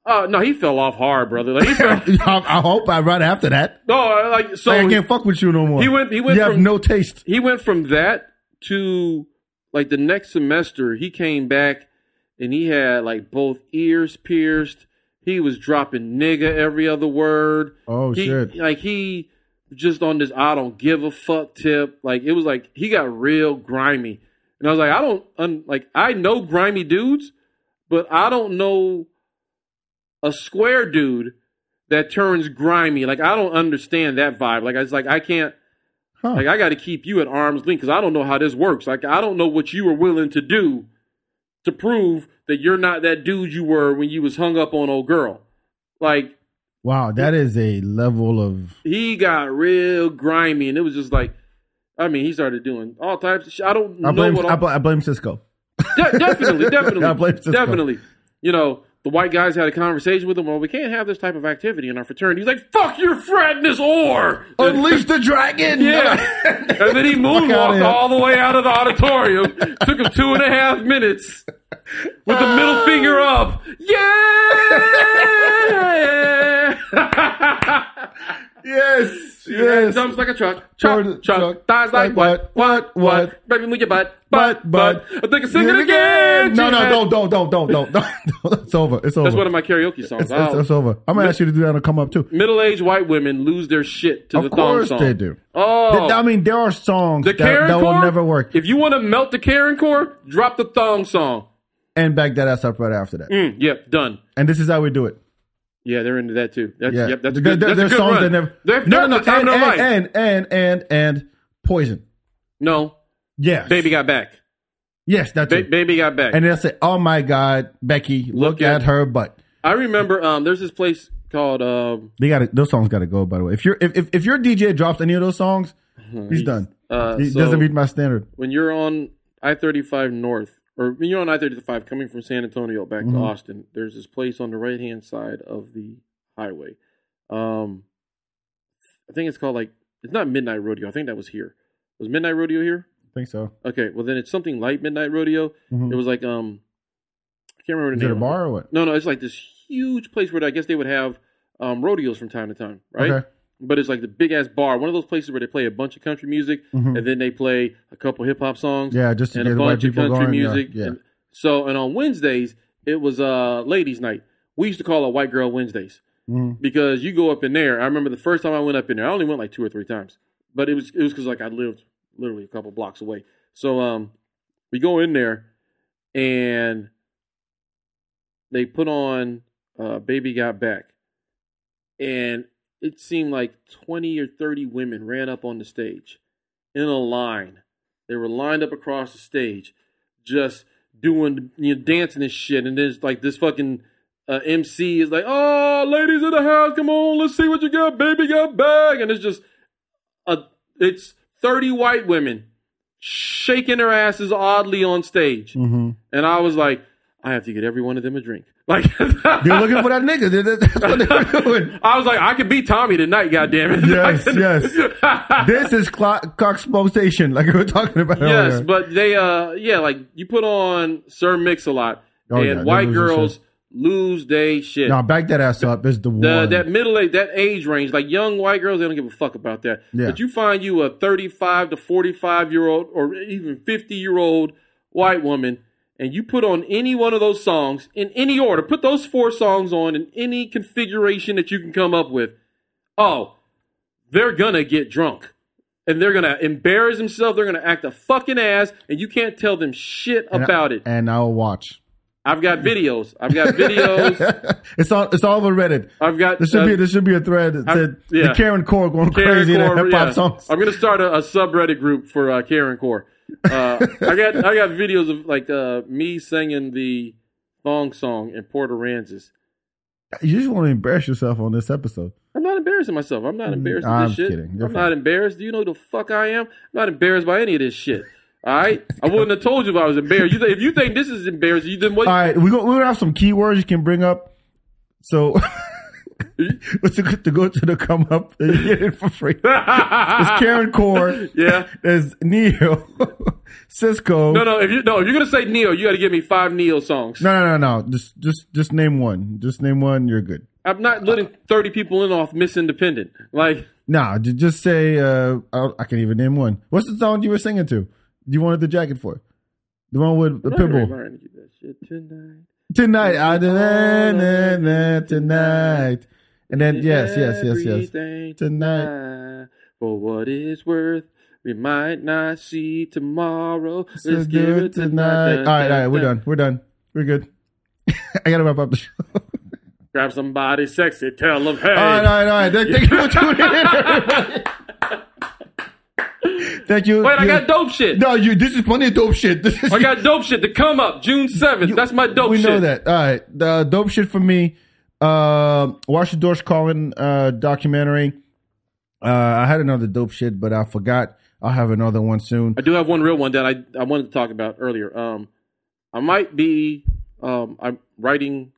Speaker 4: Uh, no, he fell off hard, brother. Like he fell.
Speaker 3: I, I hope I right after that.
Speaker 4: no, like so.
Speaker 3: like, I can't fuck with you no more.
Speaker 4: he went- he went
Speaker 3: You have
Speaker 4: from-
Speaker 3: no taste.
Speaker 4: he went from that to like the next semester he came back and he had like both ears pierced he was dropping nigga every other word
Speaker 3: Oh,
Speaker 4: He-
Speaker 3: shit.
Speaker 4: like he just on this i don't give a fuck tip like it was like he got real grimy and i was like i don't un, like i know grimy dudes but i don't know a square dude that turns grimy like i don't understand that vibe like i was like i can't
Speaker 3: Huh.
Speaker 4: like I got to keep you at arm's length because I don't know how this works. Like I don't know what you were willing to do to prove that you're not that dude you were when you was hung up on old girl. Like
Speaker 3: wow, that is a level of
Speaker 4: he got real grimy, and it was just like, I mean, he started doing all types of shit. I don't
Speaker 3: I
Speaker 4: know
Speaker 3: blame
Speaker 4: what.
Speaker 3: I,
Speaker 4: all-
Speaker 3: bl- I blame Cisco.
Speaker 4: De- definitely, definitely,
Speaker 3: I blame Cisco.
Speaker 4: definitely. You know, the white guys had a conversation with him. Well, we can't have this type of activity in our fraternity. He's like, "Fuck your frat and this or."
Speaker 3: Unleash the dragon.
Speaker 4: Yeah. and then he
Speaker 3: outta
Speaker 4: moonwalked
Speaker 3: here.
Speaker 4: all the way out of the auditorium. Took him two and a half minutes with the
Speaker 3: Uh.
Speaker 4: middle finger up. Yeah.
Speaker 3: yes.
Speaker 4: Yeah,
Speaker 3: Yes.
Speaker 4: Jumps like a truck, truck,
Speaker 3: Toward-
Speaker 4: truck, Thighs like, what, what, what, Baby, move your butt, butt, butt. I think I sing it again.
Speaker 3: No,
Speaker 4: Jack.
Speaker 3: no, don't, don't, don't, don't, don't. it's over. It's over.
Speaker 4: That's one of my karaoke songs.
Speaker 3: it's, it's,
Speaker 4: I'll-
Speaker 3: it's over. I'm gonna ask you to do that and come up too.
Speaker 4: Middle-aged white women lose their shit to the
Speaker 3: Of
Speaker 4: thong
Speaker 3: course
Speaker 4: song.
Speaker 3: they do.
Speaker 4: Oh,
Speaker 3: I mean, there are songs
Speaker 4: The
Speaker 3: that, that
Speaker 4: Karen
Speaker 3: will
Speaker 4: core?
Speaker 3: never work.
Speaker 4: If you want to melt the Karen core, drop the thong song.
Speaker 3: and back that ass up right after that.
Speaker 4: Mm, yep, done.
Speaker 3: And this is how we do it.
Speaker 4: Yeah, they're into that too. That's,
Speaker 3: Yeah.
Speaker 4: Yep, that's a
Speaker 3: There-
Speaker 4: good.
Speaker 3: there-
Speaker 4: that's a
Speaker 3: there's
Speaker 4: good
Speaker 3: songs
Speaker 4: run.
Speaker 3: that never.
Speaker 4: They've
Speaker 3: no,
Speaker 4: never
Speaker 3: no,
Speaker 4: the time
Speaker 3: and,
Speaker 4: of their life.
Speaker 3: and, and, and, and, and poison.
Speaker 4: no,
Speaker 3: Yes.
Speaker 4: baby got back.
Speaker 3: Yes, that's
Speaker 4: Ba-
Speaker 3: it.
Speaker 4: baby got back.
Speaker 3: And they'll say, "Oh my God, Becky, look,
Speaker 4: Look
Speaker 3: at
Speaker 4: at-
Speaker 3: her butt."
Speaker 4: I remember um, there's this place called um,
Speaker 3: They got to those songs got to go. By the way, if you're if, if if your DJ drops any of those songs, he's done.
Speaker 4: uh,
Speaker 3: He
Speaker 4: so
Speaker 3: doesn't meet my standard.
Speaker 4: when you're on I-35 North, or when you're on I-35 coming from San Antonio back
Speaker 3: Mm-hmm.
Speaker 4: to Austin, there's this place on the right hand side of the highway. Um, I think it's called like it's not Midnight Rodeo. I think that was here. Was Midnight Rodeo here?
Speaker 3: I think so.
Speaker 4: Okay, well then it's something like Midnight Rodeo.
Speaker 3: Mhm.
Speaker 4: It was like um, I can't remember the
Speaker 3: Is
Speaker 4: name.
Speaker 3: it a
Speaker 4: of
Speaker 3: bar or what?
Speaker 4: No, no, it's like this huge place where I guess they would have um, rodeos from time to time, right?
Speaker 3: Okay.
Speaker 4: But it's like the big ass bar, one of those places where they play a bunch of country music
Speaker 3: Mhm.
Speaker 4: and then they play a couple hip hop songs
Speaker 3: Yeah, just to
Speaker 4: and
Speaker 3: get
Speaker 4: a
Speaker 3: the white
Speaker 4: bunch of
Speaker 3: people
Speaker 4: country
Speaker 3: going. yeah,
Speaker 4: music.
Speaker 3: Yeah,
Speaker 4: And so, and on Wednesdays it was uh ladies' night. We used to call it White Girl Wednesdays
Speaker 3: Mhm.
Speaker 4: because you go up in there. I remember the first time I went up in there, I only went like two or three times, but it was it was because like I lived literally a couple blocks away. So um, we go in there, and they put on uh, "Baby Got Back," and it seemed like twenty or thirty women ran up on the stage in a line. They were lined up across the stage, just doing you know dancing and shit. And there's like this fucking uh, MC is like, "Oh, ladies in the house, come on, let's see what you got, baby, got back." And it's just a, it's thirty white women shaking their asses oddly on stage,
Speaker 3: Mhm.
Speaker 4: and I was like, I have to get every one of them a drink. Like
Speaker 3: they're looking for that nigga. They- they- That's what they're doing.
Speaker 4: I was like, I could beat Tommy tonight, goddammit.
Speaker 3: Yes,
Speaker 4: yes.
Speaker 3: This is clock, cock smoke station, like we were talking about.
Speaker 4: Yes,
Speaker 3: earlier.
Speaker 4: but they uh yeah, like you put on Sir Mix a lot
Speaker 3: Oh, yeah,
Speaker 4: and
Speaker 3: they
Speaker 4: white
Speaker 3: lose their
Speaker 4: girls lose they shit.
Speaker 3: now back that ass up is the one.
Speaker 4: The, that middle age, that age range, like young white girls, they don't give a fuck about that.
Speaker 3: Yeah.
Speaker 4: But you find you a thirty-five to forty-five year old, or even fifty-year-old white woman, and you put on any one of those songs in any order. Put those four songs on in any configuration that you can come up with. Oh, they're gonna get drunk, and they're gonna embarrass themselves. They're gonna act a fucking ass, and you can't tell them shit
Speaker 3: And I-
Speaker 4: about it.
Speaker 3: and I'll watch.
Speaker 4: I've got videos. I've got videos.
Speaker 3: it's all it's all over Reddit.
Speaker 4: I've got.
Speaker 3: This should
Speaker 4: uh,
Speaker 3: be there should be a thread that
Speaker 4: I-
Speaker 3: said
Speaker 4: yeah.
Speaker 3: the Karen Core going crazy in
Speaker 4: Core,
Speaker 3: hip hop
Speaker 4: yeah.
Speaker 3: songs.
Speaker 4: I'm gonna start a, a subreddit group for uh, Karen Core. Uh, I got I got videos of like uh, me singing the thong song in Port Aransas.
Speaker 3: You just want to embarrass yourself on this episode.
Speaker 4: I'm not embarrassing myself. I'm not embarrassed
Speaker 3: Mm, I'm
Speaker 4: of this shit.
Speaker 3: kidding. You're
Speaker 4: I'm
Speaker 3: fine.
Speaker 4: not embarrassed. Do you know who the fuck I am? I'm not embarrassed by any of this shit. All right, I wouldn't have told you if I was embarrassed. You th- if you think this is embarrassing, you then what?
Speaker 3: All right, we go, we're gonna have some keywords you can bring up. So let's go to go to the come up and get it for free. It's Uh, Karen Core.
Speaker 4: yeah.
Speaker 3: There's Neo, Cisco.
Speaker 4: No, no. If you no, if you're gonna say Neil, you got to give me five Neil songs.
Speaker 3: no, no, no, no. Just just just name one. Just name one. You're good.
Speaker 4: I'm not letting 30 people in off Miss Independent. Like
Speaker 3: Nah, ju- just say uh, I, I can't even name one. What's the song you were singing to? You wanted the jacket for the one with the Pitbull.
Speaker 4: Learn to do that shit tonight.
Speaker 3: Tonight, I demand it, man, tonight, and then yes, yes, yes, yes.
Speaker 4: Everything
Speaker 3: Tonight.
Speaker 4: For what it's worth, we might not see tomorrow. Let's give it tonight.
Speaker 3: All right, all right, we're done. We're done. We're good. I gotta wrap up the show. All
Speaker 4: Grab somebody sexy, tell them hey.
Speaker 3: right, all right, all right. Thank, thank you for tuning in. everybody. thank you.
Speaker 4: Wait, I
Speaker 3: You-
Speaker 4: got dope shit.
Speaker 3: No, you. This is plenty of dope shit. This is
Speaker 4: I got dope shit to come up June 7th. That's my dope
Speaker 3: we
Speaker 4: shit.
Speaker 3: know that. All right. The dope shit for me. Uh, watch the Dorsch Collin uh, documentary. Uh, I had another dope shit, but I forgot. I'll have another one soon.
Speaker 4: I do have one real one that I, I wanted to talk about earlier. Um, I might be um, I'm writing.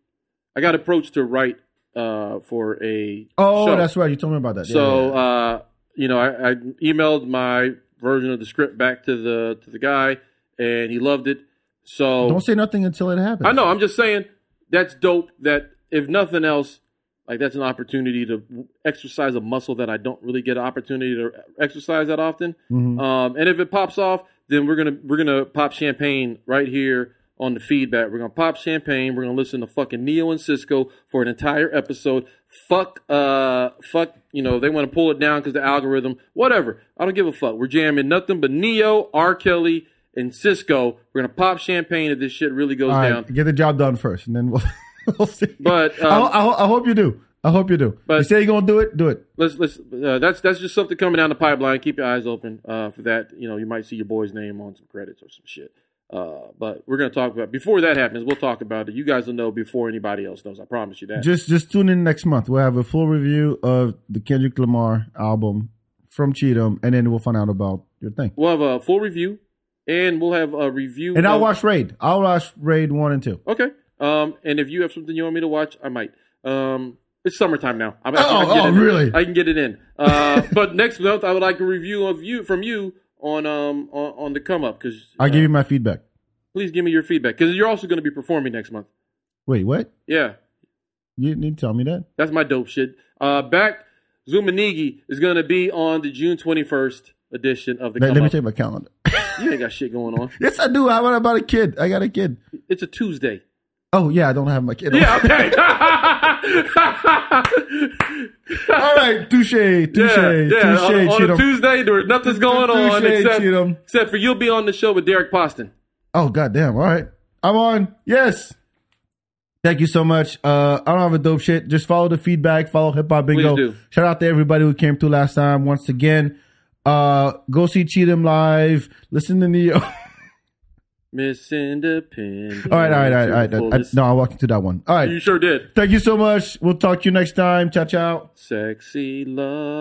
Speaker 4: I got approached to write uh, for a
Speaker 3: Oh,
Speaker 4: show.
Speaker 3: that's right. You told me about that. Yeah, yeah,
Speaker 4: So
Speaker 3: yeah.
Speaker 4: uh, you know, I, I emailed my version of the script back to the to the guy, and he loved it. So
Speaker 3: don't say nothing until it happens.
Speaker 4: I know. I'm just saying that's dope. That if nothing else, like that's an opportunity to exercise a muscle that I don't really get an opportunity to exercise that often.
Speaker 3: Mm-hmm.
Speaker 4: Um, and if it pops off, then we're gonna we're gonna pop champagne right here on the feedback. We're gonna pop champagne. We're gonna listen to fucking Neo and Cisco for an entire episode. Fuck, uh, fuck. You know they want to pull it down because the algorithm. Whatever. I don't give a fuck. We're jamming nothing but Neo, R. Kelly, and Cisco. We're gonna pop champagne if this shit really goes
Speaker 3: All right,
Speaker 4: down.
Speaker 3: get the job done first, and then we'll, we'll see.
Speaker 4: But,
Speaker 3: I,
Speaker 4: um,
Speaker 3: ho- I, ho- I hope you do. I hope you do.
Speaker 4: But-
Speaker 3: you say you're gonna do it. Do it.
Speaker 4: let's let's uh, that's that's just something coming down the pipeline. Keep your eyes open uh, for that. You know, you might see your boy's name on some credits or some shit. Uh, but we're gonna talk about before that happens. We'll talk about it. You guys will know before anybody else knows. I promise you that.
Speaker 3: Just just tune in next month. We'll have a full review of the Kendrick Lamar album from Cheatham, and then we'll find out about your thing.
Speaker 4: we'll have a full review, and we'll have a review.
Speaker 3: And I'll
Speaker 4: of-
Speaker 3: watch Raid. I'll watch Raid one and two.
Speaker 4: Okay. Um, and if you have something you want me to watch, I might. Um, it's summertime now. I'm, I,
Speaker 3: Oh,
Speaker 4: can get
Speaker 3: oh,
Speaker 4: it in.
Speaker 3: really?
Speaker 4: I can get it in. Uh, but next month I would like a review of you from you on um on, on the come up uh, because
Speaker 3: I'll give you my feedback.
Speaker 4: please give me your feedback because you're also going to be performing next month.
Speaker 3: Wait, what?
Speaker 4: Yeah,
Speaker 3: You didn't tell me that?
Speaker 4: that's my dope shit. Uh, back Zumanigi is going to be on the June 21st edition of the.
Speaker 3: Let,
Speaker 4: Come
Speaker 3: let me
Speaker 4: Up.
Speaker 3: check my calendar.
Speaker 4: You ain't got shit going on.
Speaker 3: yes, I do. How about about a kid? I got a kid.
Speaker 4: It's a Tuesday.
Speaker 3: Oh yeah, I don't have my kid.
Speaker 4: Yeah. Okay.
Speaker 3: All right, touche, touche,
Speaker 4: Yeah, yeah.
Speaker 3: touche,
Speaker 4: on, on a
Speaker 3: Cheatham.
Speaker 4: Tuesday, there was nothing's going on
Speaker 3: Touche,
Speaker 4: except,
Speaker 3: Cheatham.
Speaker 4: except for you'll be on the show with Derek Poston.
Speaker 3: Oh goddamn! All right, I'm on. Yes. Thank you so much. Uh, I don't have a dope shit. Just follow the feedback. Follow Hip Hop Bingo.
Speaker 4: Please do.
Speaker 3: Shout out to everybody who came through last time. Once again, uh, go see Cheatham live. Listen to Neo. all
Speaker 4: Miss Independent.
Speaker 3: right, all right, all right, all right. I- I- no, I walked into that one. All right.
Speaker 4: You sure did.
Speaker 3: Thank you so much. We'll talk to you next time. Ciao, ciao.
Speaker 4: Sexy love.